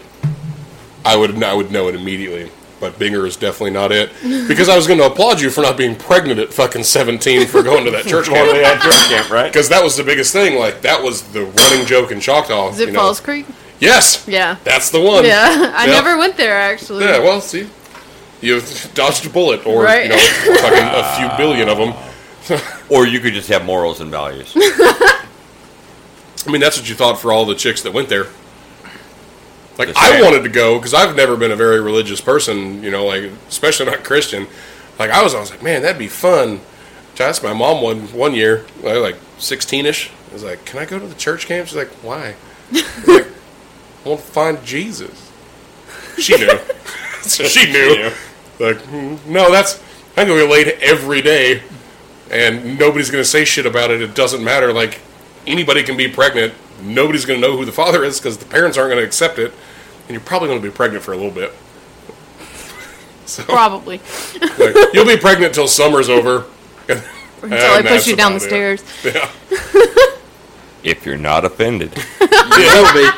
Speaker 1: I would I would know it immediately. But Binger is definitely not it because I was going to applaud you for not being pregnant at fucking seventeen for going to that church
Speaker 2: Or they
Speaker 1: camp
Speaker 2: had church camp, right?
Speaker 1: because that was the biggest thing. Like that was the running joke in Choctaw.
Speaker 4: Is it
Speaker 1: you know.
Speaker 4: Falls Creek?
Speaker 1: Yes,
Speaker 4: Yeah.
Speaker 1: that's the one.
Speaker 4: Yeah, I
Speaker 1: Yeah.
Speaker 4: never went there actually.
Speaker 1: Yeah, well, see, you've dodged a bullet, or
Speaker 4: Right.
Speaker 1: you know, fucking a few billion of them.
Speaker 2: Or you could just have morals and values.
Speaker 1: I mean, that's what you thought for all the chicks that went there. Like,
Speaker 2: The
Speaker 1: I
Speaker 2: same.
Speaker 1: wanted to go because I've never been a very religious person, you know, like, especially not Christian. Like, I was always like, man, that'd be fun. So I asked my mom one, one year, I was like 16 ish. I was like, can I go to the church camp? She's like, why? I was like, I want to find Jesus. She knew. so she knew. Like, "Mm, no, that's, I'm going to get laid every day and nobody's going to say shit about it. It doesn't matter. Like anybody can be pregnant. Nobody's going to know who the father is because the parents aren't going to accept it, and you're probably going to be pregnant for a little bit. So
Speaker 4: Probably
Speaker 1: like, you'll be pregnant till summer's over. Until
Speaker 4: until
Speaker 1: Oh,
Speaker 4: I push you down the stairs.
Speaker 1: Yeah.
Speaker 2: if you're not offended.
Speaker 1: yeah.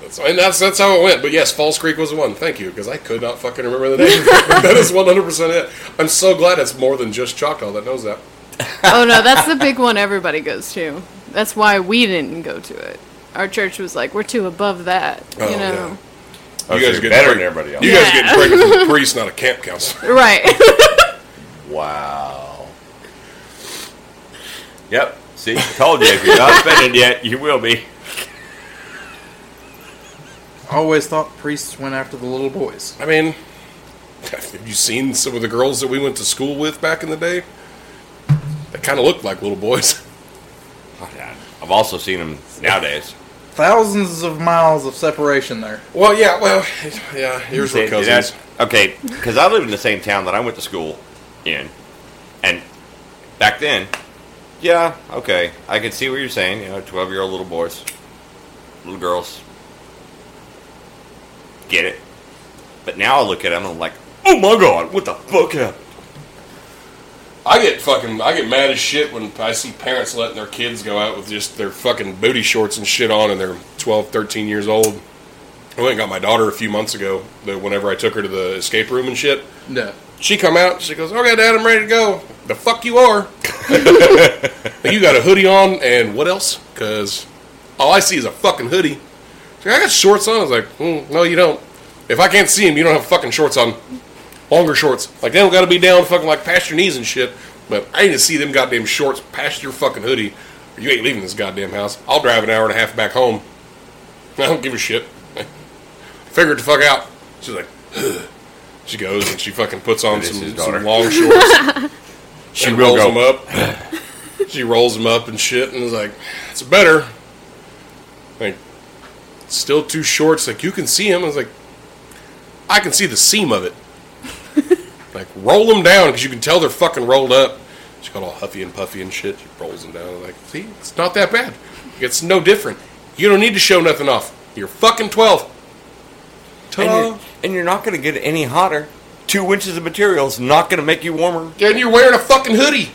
Speaker 1: That's, and that's that's how it went. But yes, Falls Creek was the one. Thank you, because I could not fucking remember the name. that is one hundred percent it. I'm so glad it's more than just Choctaw that knows that.
Speaker 4: oh no, that's the big one everybody goes to. That's why we didn't go to it. Our church was like, we're too above that,
Speaker 1: Oh,
Speaker 4: you know.
Speaker 2: Oh, so
Speaker 1: guys
Speaker 2: you're
Speaker 1: get
Speaker 2: better
Speaker 1: pregnant.
Speaker 2: than everybody else.
Speaker 1: You guys
Speaker 4: Yeah.
Speaker 1: get pregnant from a priest, not a camp counselor.
Speaker 4: Right.
Speaker 2: Wow. Yep. See, I told you if you're not offended yet, you will be.
Speaker 3: I always thought priests went after the little boys.
Speaker 1: I mean, have you seen some of the girls that we went to school with back in the day? They kind of looked like little boys.
Speaker 2: I've also seen them nowadays.
Speaker 3: Thousands of miles of separation there.
Speaker 1: Well, yeah, well, yeah. Here's
Speaker 2: See,
Speaker 1: what
Speaker 2: that's-
Speaker 1: cousins.
Speaker 2: Okay, because I live in the same town that I went to school in, and back then, yeah, okay, I could see what you're saying. You know, twelve year old little boys, little girls, get it. But now I look at them and I'm like, oh my god, what the fuck happened?
Speaker 1: I get fucking, I get mad as shit when I see parents letting their kids go out with just their fucking booty shorts and shit on, and they're 12, 13 years old. I went and got my daughter a few months ago. The, whenever I took her to the escape room and shit,
Speaker 3: No.
Speaker 1: She come out. She goes, "Okay, Dad, I'm ready to go." The fuck you are. you got a hoodie on, and what else? Because all I see is a fucking hoodie. She's like, I got shorts on. I was like, mm, "No, you don't. If I can't see him, you don't have fucking shorts on. Longer shorts. Like they don't got to be down fucking like past your knees and shit. But I need to see them goddamn shorts past your fucking hoodie. Or you ain't leaving this goddamn house. I'll drive an hour and a half back home. I don't give a shit. Figure it the fuck out. She's like, she goes and she fucking puts on
Speaker 2: It is his
Speaker 1: some,
Speaker 2: daughter.
Speaker 1: some long shorts. she
Speaker 2: will
Speaker 1: rolls
Speaker 2: go.
Speaker 1: them up. she rolls them up and shit, and is like, it's better. Like, still too short. It's like you can see him. I was like, I can see the seam of it. like roll them down because you can tell they're fucking rolled up. She got all huffy and puffy and shit. She rolls them down. I'm like, see, it's not that bad. It's no different. You don't need to show nothing off. You're fucking twelve.
Speaker 2: And
Speaker 1: Ta-da.
Speaker 2: you're, and you're not going to get any hotter. Two inches of material is not going to make you warmer.
Speaker 1: And you're wearing a fucking hoodie.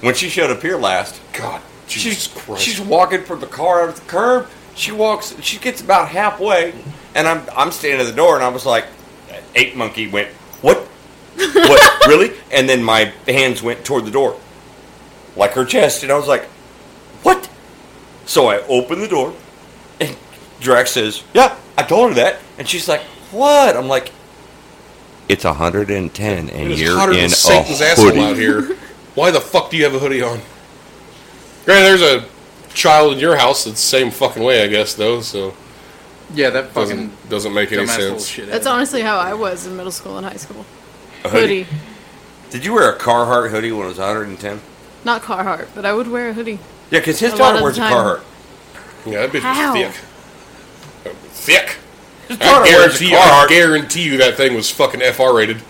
Speaker 2: When she showed up here last,
Speaker 1: God, Jesus
Speaker 2: she's
Speaker 1: Christ.
Speaker 2: she's walking from the car out of the curb. She walks. She gets about halfway, and I'm I'm standing at the door, and I was like, that "Ape monkey went what? What really?" And then my hands went toward the door, like her chest, and I was like, "What?" So I opened the door, and Drax says, "Yeah, I told her that," and she's like, "What?" I'm like. It's 110, and
Speaker 1: It is
Speaker 2: you're
Speaker 1: hotter
Speaker 2: in
Speaker 1: than Satan's
Speaker 2: a
Speaker 1: asshole
Speaker 2: hoodie.
Speaker 1: out here. Why the fuck do you have a hoodie on? Granted, there's a child in your house that's the same fucking way, I guess, though. So
Speaker 3: Yeah, that fucking
Speaker 1: doesn't doesn't make any
Speaker 3: dumbass little
Speaker 1: sense.
Speaker 3: shit.
Speaker 4: That's honestly how I was in middle school and high school.
Speaker 2: A
Speaker 4: Hoodie.
Speaker 2: Did you wear a Carhartt hoodie when it was 110?
Speaker 4: Not Carhartt, but I would wear a hoodie.
Speaker 2: Yeah, because his
Speaker 4: A lot of
Speaker 2: daughter
Speaker 4: the
Speaker 2: wears a
Speaker 4: time.
Speaker 2: Carhartt.
Speaker 1: Yeah, that bitch
Speaker 4: How?
Speaker 1: was thick. Thick.
Speaker 2: His daughter
Speaker 1: I
Speaker 2: wears a
Speaker 1: guarantee, you, I
Speaker 2: Carhartt.
Speaker 1: guarantee you that thing was fucking FR rated.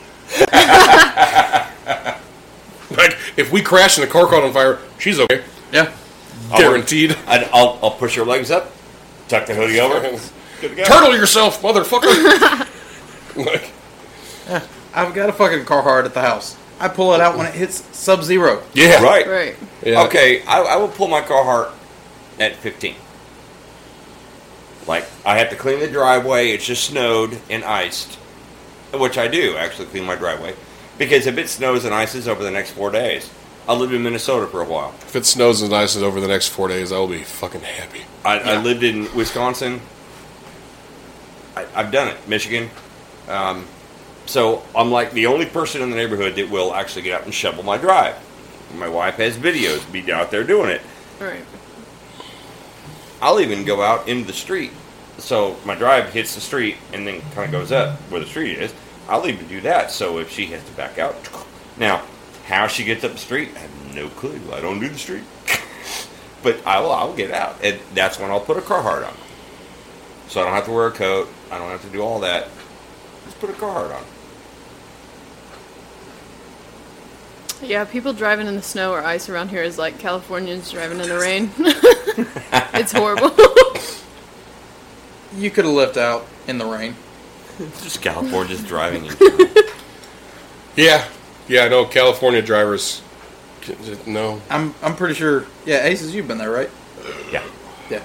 Speaker 1: like, if we crash and the car caught on fire, she's okay.
Speaker 3: Yeah.
Speaker 1: Guaranteed.
Speaker 2: I'd, I'll, I'll push her legs up, tuck the hoodie over.
Speaker 1: Turtle yourself, motherfucker! like,
Speaker 3: I've got a fucking Carhartt at the house. I pull it out when it hits sub zero.
Speaker 1: yeah.
Speaker 2: Right.
Speaker 4: Right.
Speaker 1: Yeah.
Speaker 2: Okay, I, I will pull my Carhartt
Speaker 6: at 15.
Speaker 2: Like I have to clean the driveway. It's just snowed and iced, which I do actually clean my driveway because if it snows and ices over the next four days, I lived in Minnesota for a while.
Speaker 1: If it snows and ices over the next four days, I'll be fucking happy.
Speaker 2: I, I lived in Wisconsin. I, I've done it, Michigan. Um, so I'm like the only person in the neighborhood that will actually get out and shovel my drive. My wife has videos, be out there doing it.
Speaker 4: All right.
Speaker 2: I'll even go out into the street. So my drive hits the street and then kind of goes up where the street is. I'll even do that. So if she has to back out, now how she gets up the street, I have no clue. I don't do the street, but I will. I'll get out, and that's when I'll put a Carhartt on. So I don't have to wear a coat. I don't have to do all that. Just put a Carhartt on.
Speaker 4: Yeah, people driving in the snow or ice around here is like Californians driving in the rain. it's horrible.
Speaker 3: You could have left out in the rain.
Speaker 2: It's just California's driving. in
Speaker 1: Yeah, yeah, I know California drivers. No,
Speaker 3: I'm I'm pretty sure. Yeah, Aces, you've been there, right?
Speaker 2: yeah,
Speaker 3: Yeah.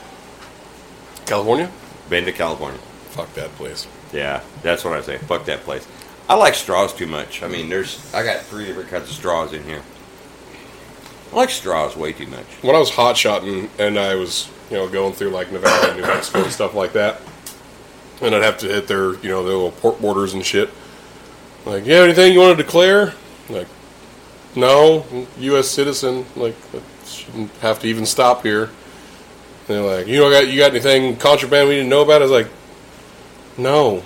Speaker 1: California?
Speaker 2: been to California.
Speaker 1: Fuck that place.
Speaker 2: Yeah, that's what I say. Fuck that place. I like straws too much. I mean, there's I got three different kinds of straws in here. I like straws way too much.
Speaker 1: when I was hot shotting and I was, you know, going through like Nevada and New Mexico and stuff like that, and I'd have to hit their, you know, their little port borders and shit. Like, you have anything you want to declare? Like, no, U.S. citizen. Like, I shouldn't have to even stop here. And they're like, you know, got you got anything contraband we didn't know about? I was like, no.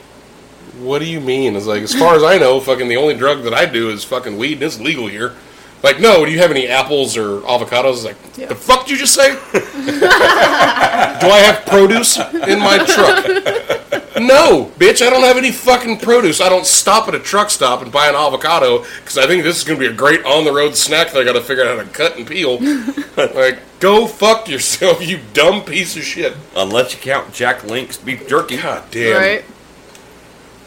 Speaker 1: What do you mean? It's like, as far as I know, fucking the only drug that I do is fucking weed, and it's legal here. Like, no, do you have any apples or avocados? It's like,
Speaker 4: Yeah.
Speaker 1: the fuck did you just say? do I have produce in my truck? No, bitch, I don't have any fucking produce. I don't stop at a truck stop and buy an avocado because I think this is going to be a great on the road snack that I got to figure out how to cut and peel. like, go fuck yourself, you dumb piece of shit.
Speaker 2: Unless you count Jack Link's beef jerky.
Speaker 1: God damn.
Speaker 4: right?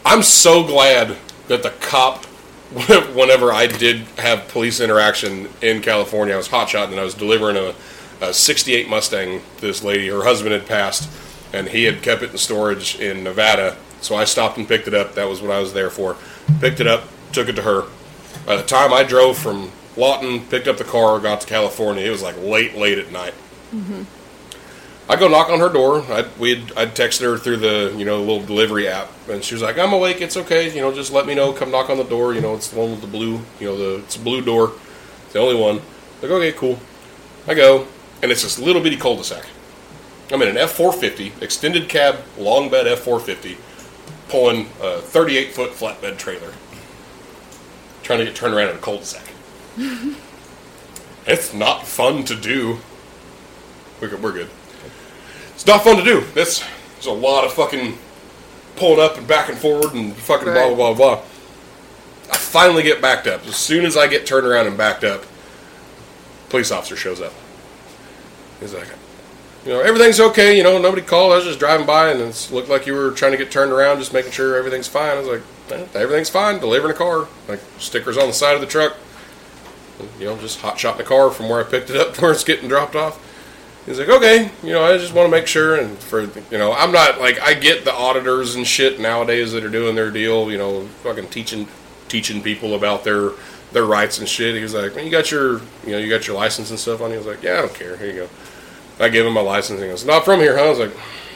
Speaker 1: I'm so glad that the cop, whenever I did have police interaction in California, I was hotshot and I was delivering a, a 68 Mustang to this lady. Her husband had passed and he had kept it in storage in Nevada. So I stopped and picked it up. That was what I was there for. Picked it up, took it to her. By the time I drove from Lawton, picked up the car, got to California, it was like late, late at night. I go knock on her door. I we would I texted her through the you know little delivery app, and she was like, "I'm awake. It's okay. You know, just let me know. Come knock on the door. You know, it's the one with the blue. You know, the it's a blue door. It's the only one." Like, okay, cool. I go, and it's this little bitty cul-de-sac. I'm in an F450 extended cab long bed F450, pulling a 38 foot flatbed trailer, trying to get turned around in a cul-de-sac. it's not fun to do. We're good. We're good. It's not fun to do. That's there's a lot of fucking pulling up and back and forward and fucking blah
Speaker 4: Right.
Speaker 1: blah blah blah. I finally get backed up. As soon as I get turned around and backed up, police officer shows up. He's like, you know, everything's okay. You know, nobody called. I was just driving by, and it looked like you were trying to get turned around, just making sure everything's fine. I was like, eh, everything's fine. Delivering a car, like stickers on the side of the truck. You know, just hot shot the car from where I picked it up to where it's getting dropped off. He's like, okay, you know, I just want to make sure, and for you know, I'm not like I get the auditors and shit nowadays that are doing their deal, you know, fucking teaching teaching people about their their rights and shit. He was like, man, you got your you know, you got your license and stuff on. you? I was like, yeah, I don't care. Here you go. I gave him my license. and He goes, not from here, huh? I was like,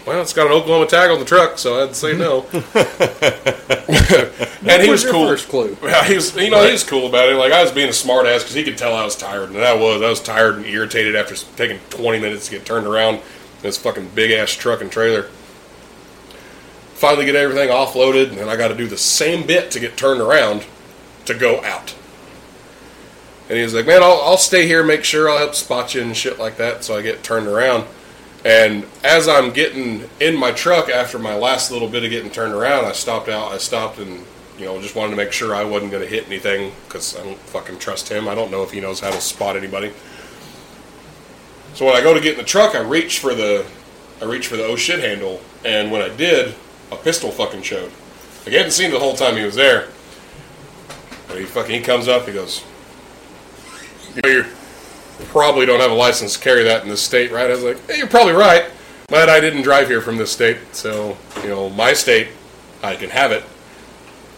Speaker 1: well, it's got an Oklahoma tag on the truck, so I'd say no. and he
Speaker 3: Where's
Speaker 1: was
Speaker 3: your
Speaker 1: cool.
Speaker 3: First clue.
Speaker 1: Yeah, he was. You know, he was cool about it. Like I was being a smart ass because he could tell I was tired, and I was. I was tired and irritated after s- taking 20 minutes to get turned around in this fucking big ass truck and trailer. Finally, get everything offloaded, and then I got to do the same bit to get turned around to go out. And he was like, "Man, I'll, I'll stay here, make sure I'll help spot you and shit like that." So I get turned around, and as I'm getting in my truck after my last little bit of getting turned around, I stopped out. I stopped and you know just wanted to make sure I wasn't going to hit anything because I don't fucking trust him. I don't know if he knows how to spot anybody. So when I go to get in the truck, I reach for the I reach for the oh shit handle, and when I did, a pistol fucking showed. Like, I hadn't seen it the whole time he was there. But he fucking he comes up, he goes, you know, your probably don't have a license to carry that in this state, right? I was like, hey, you're probably right, but I didn't drive here from this state, so you know, my state, I can have it.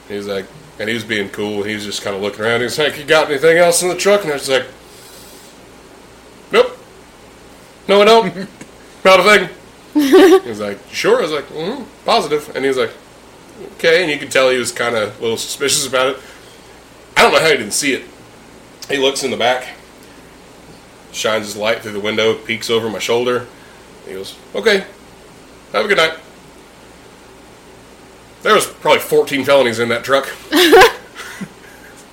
Speaker 1: He was like, and he was being cool. He was just kind of looking around. He was like, you got anything else in the truck? And I was like, nope, no, I don't, not a thing. he was like, sure. I was like, mm, positive, and he was like, okay. And you could tell he was kind of a little suspicious about it. I don't know how he didn't see it. He looks in the back, shines his light through the window, peeks over my shoulder. He goes, "Okay, have a good night." There was probably 14 felonies in that truck.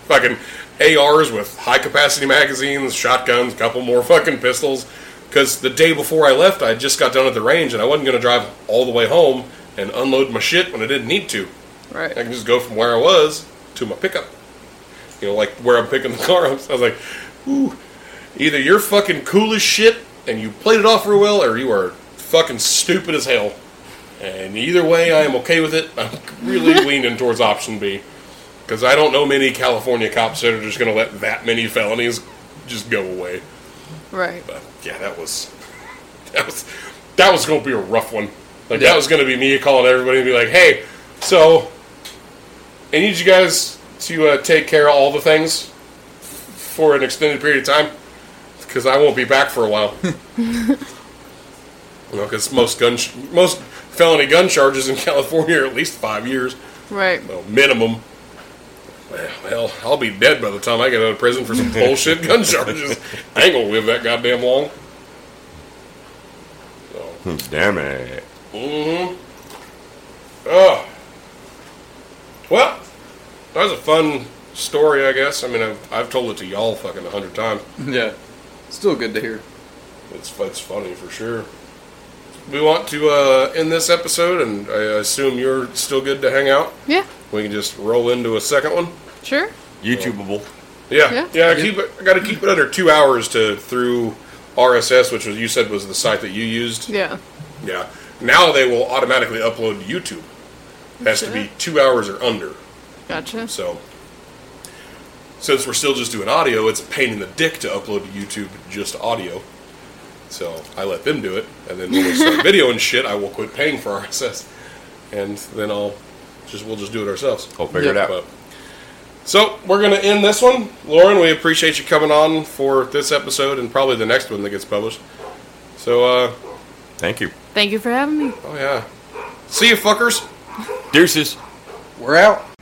Speaker 1: fucking ARs with high capacity magazines, shotguns, couple more fucking pistols. Because the day before I left, I just got done at the range, and I wasn't going to drive all the way home and unload my shit when I didn't need to.
Speaker 4: Right.
Speaker 1: I can just go from where I was to my pickup. You know, like where I'm picking the car up. So I was like, ooh, either you're fucking cool as shit and you played it off real well, or you are fucking stupid as hell. And either way, I am okay with it. I'm really leaning towards option B. Because I don't know many California cops that are just going to let that many felonies just go away.
Speaker 4: Right.
Speaker 1: But yeah, that was. That was. That was going to be a rough one. Like,
Speaker 3: Yeah.
Speaker 1: that was going to be me calling everybody and be like, hey, so. I need you guys to uh, take care of all the things for an extended period of time because I won't be back for a while. you know, because most gun sh- most felony gun charges in California are at least five years,
Speaker 4: Right.
Speaker 1: well, minimum. Well, hell, I'll be dead by the time I get out of prison for some bullshit gun charges. I ain't gonna live that goddamn long. So,
Speaker 2: Damn it.
Speaker 1: Oh. Well, that was a fun story, I guess. I mean, I've, I've told it to y'all fucking a hundred times.
Speaker 3: Yeah. Still good to hear.
Speaker 1: It's, it's funny for sure. We want to uh, end this episode, and I assume you're still good to hang out.
Speaker 4: Yeah.
Speaker 1: We can just roll into a second one.
Speaker 4: Sure.
Speaker 2: YouTubeable.
Speaker 1: Yeah,
Speaker 4: Yeah.
Speaker 1: yeah. I keep it. I got to keep it under two hours to through RSS, which was you said was the site that you used.
Speaker 4: Yeah.
Speaker 1: Yeah. Now they will automatically upload to YouTube. It has to be two hours or under.
Speaker 4: Gotcha.
Speaker 1: So, since we're still just doing audio, it's a pain in the dick to upload to YouTube just audio. So I let them do it, and then when we start video and shit, I will quit paying for RSS, and then I'll just we'll just do it ourselves.
Speaker 2: I'll figure it
Speaker 3: Yeah.
Speaker 2: out.
Speaker 1: But- so we're gonna end this one, Lauren. We appreciate you coming on for this episode and probably the next one that gets published. So, uh,
Speaker 2: Thank you.
Speaker 4: Thank you for having me.
Speaker 1: oh yeah, see you fuckers.
Speaker 2: Deuces.
Speaker 3: We're out.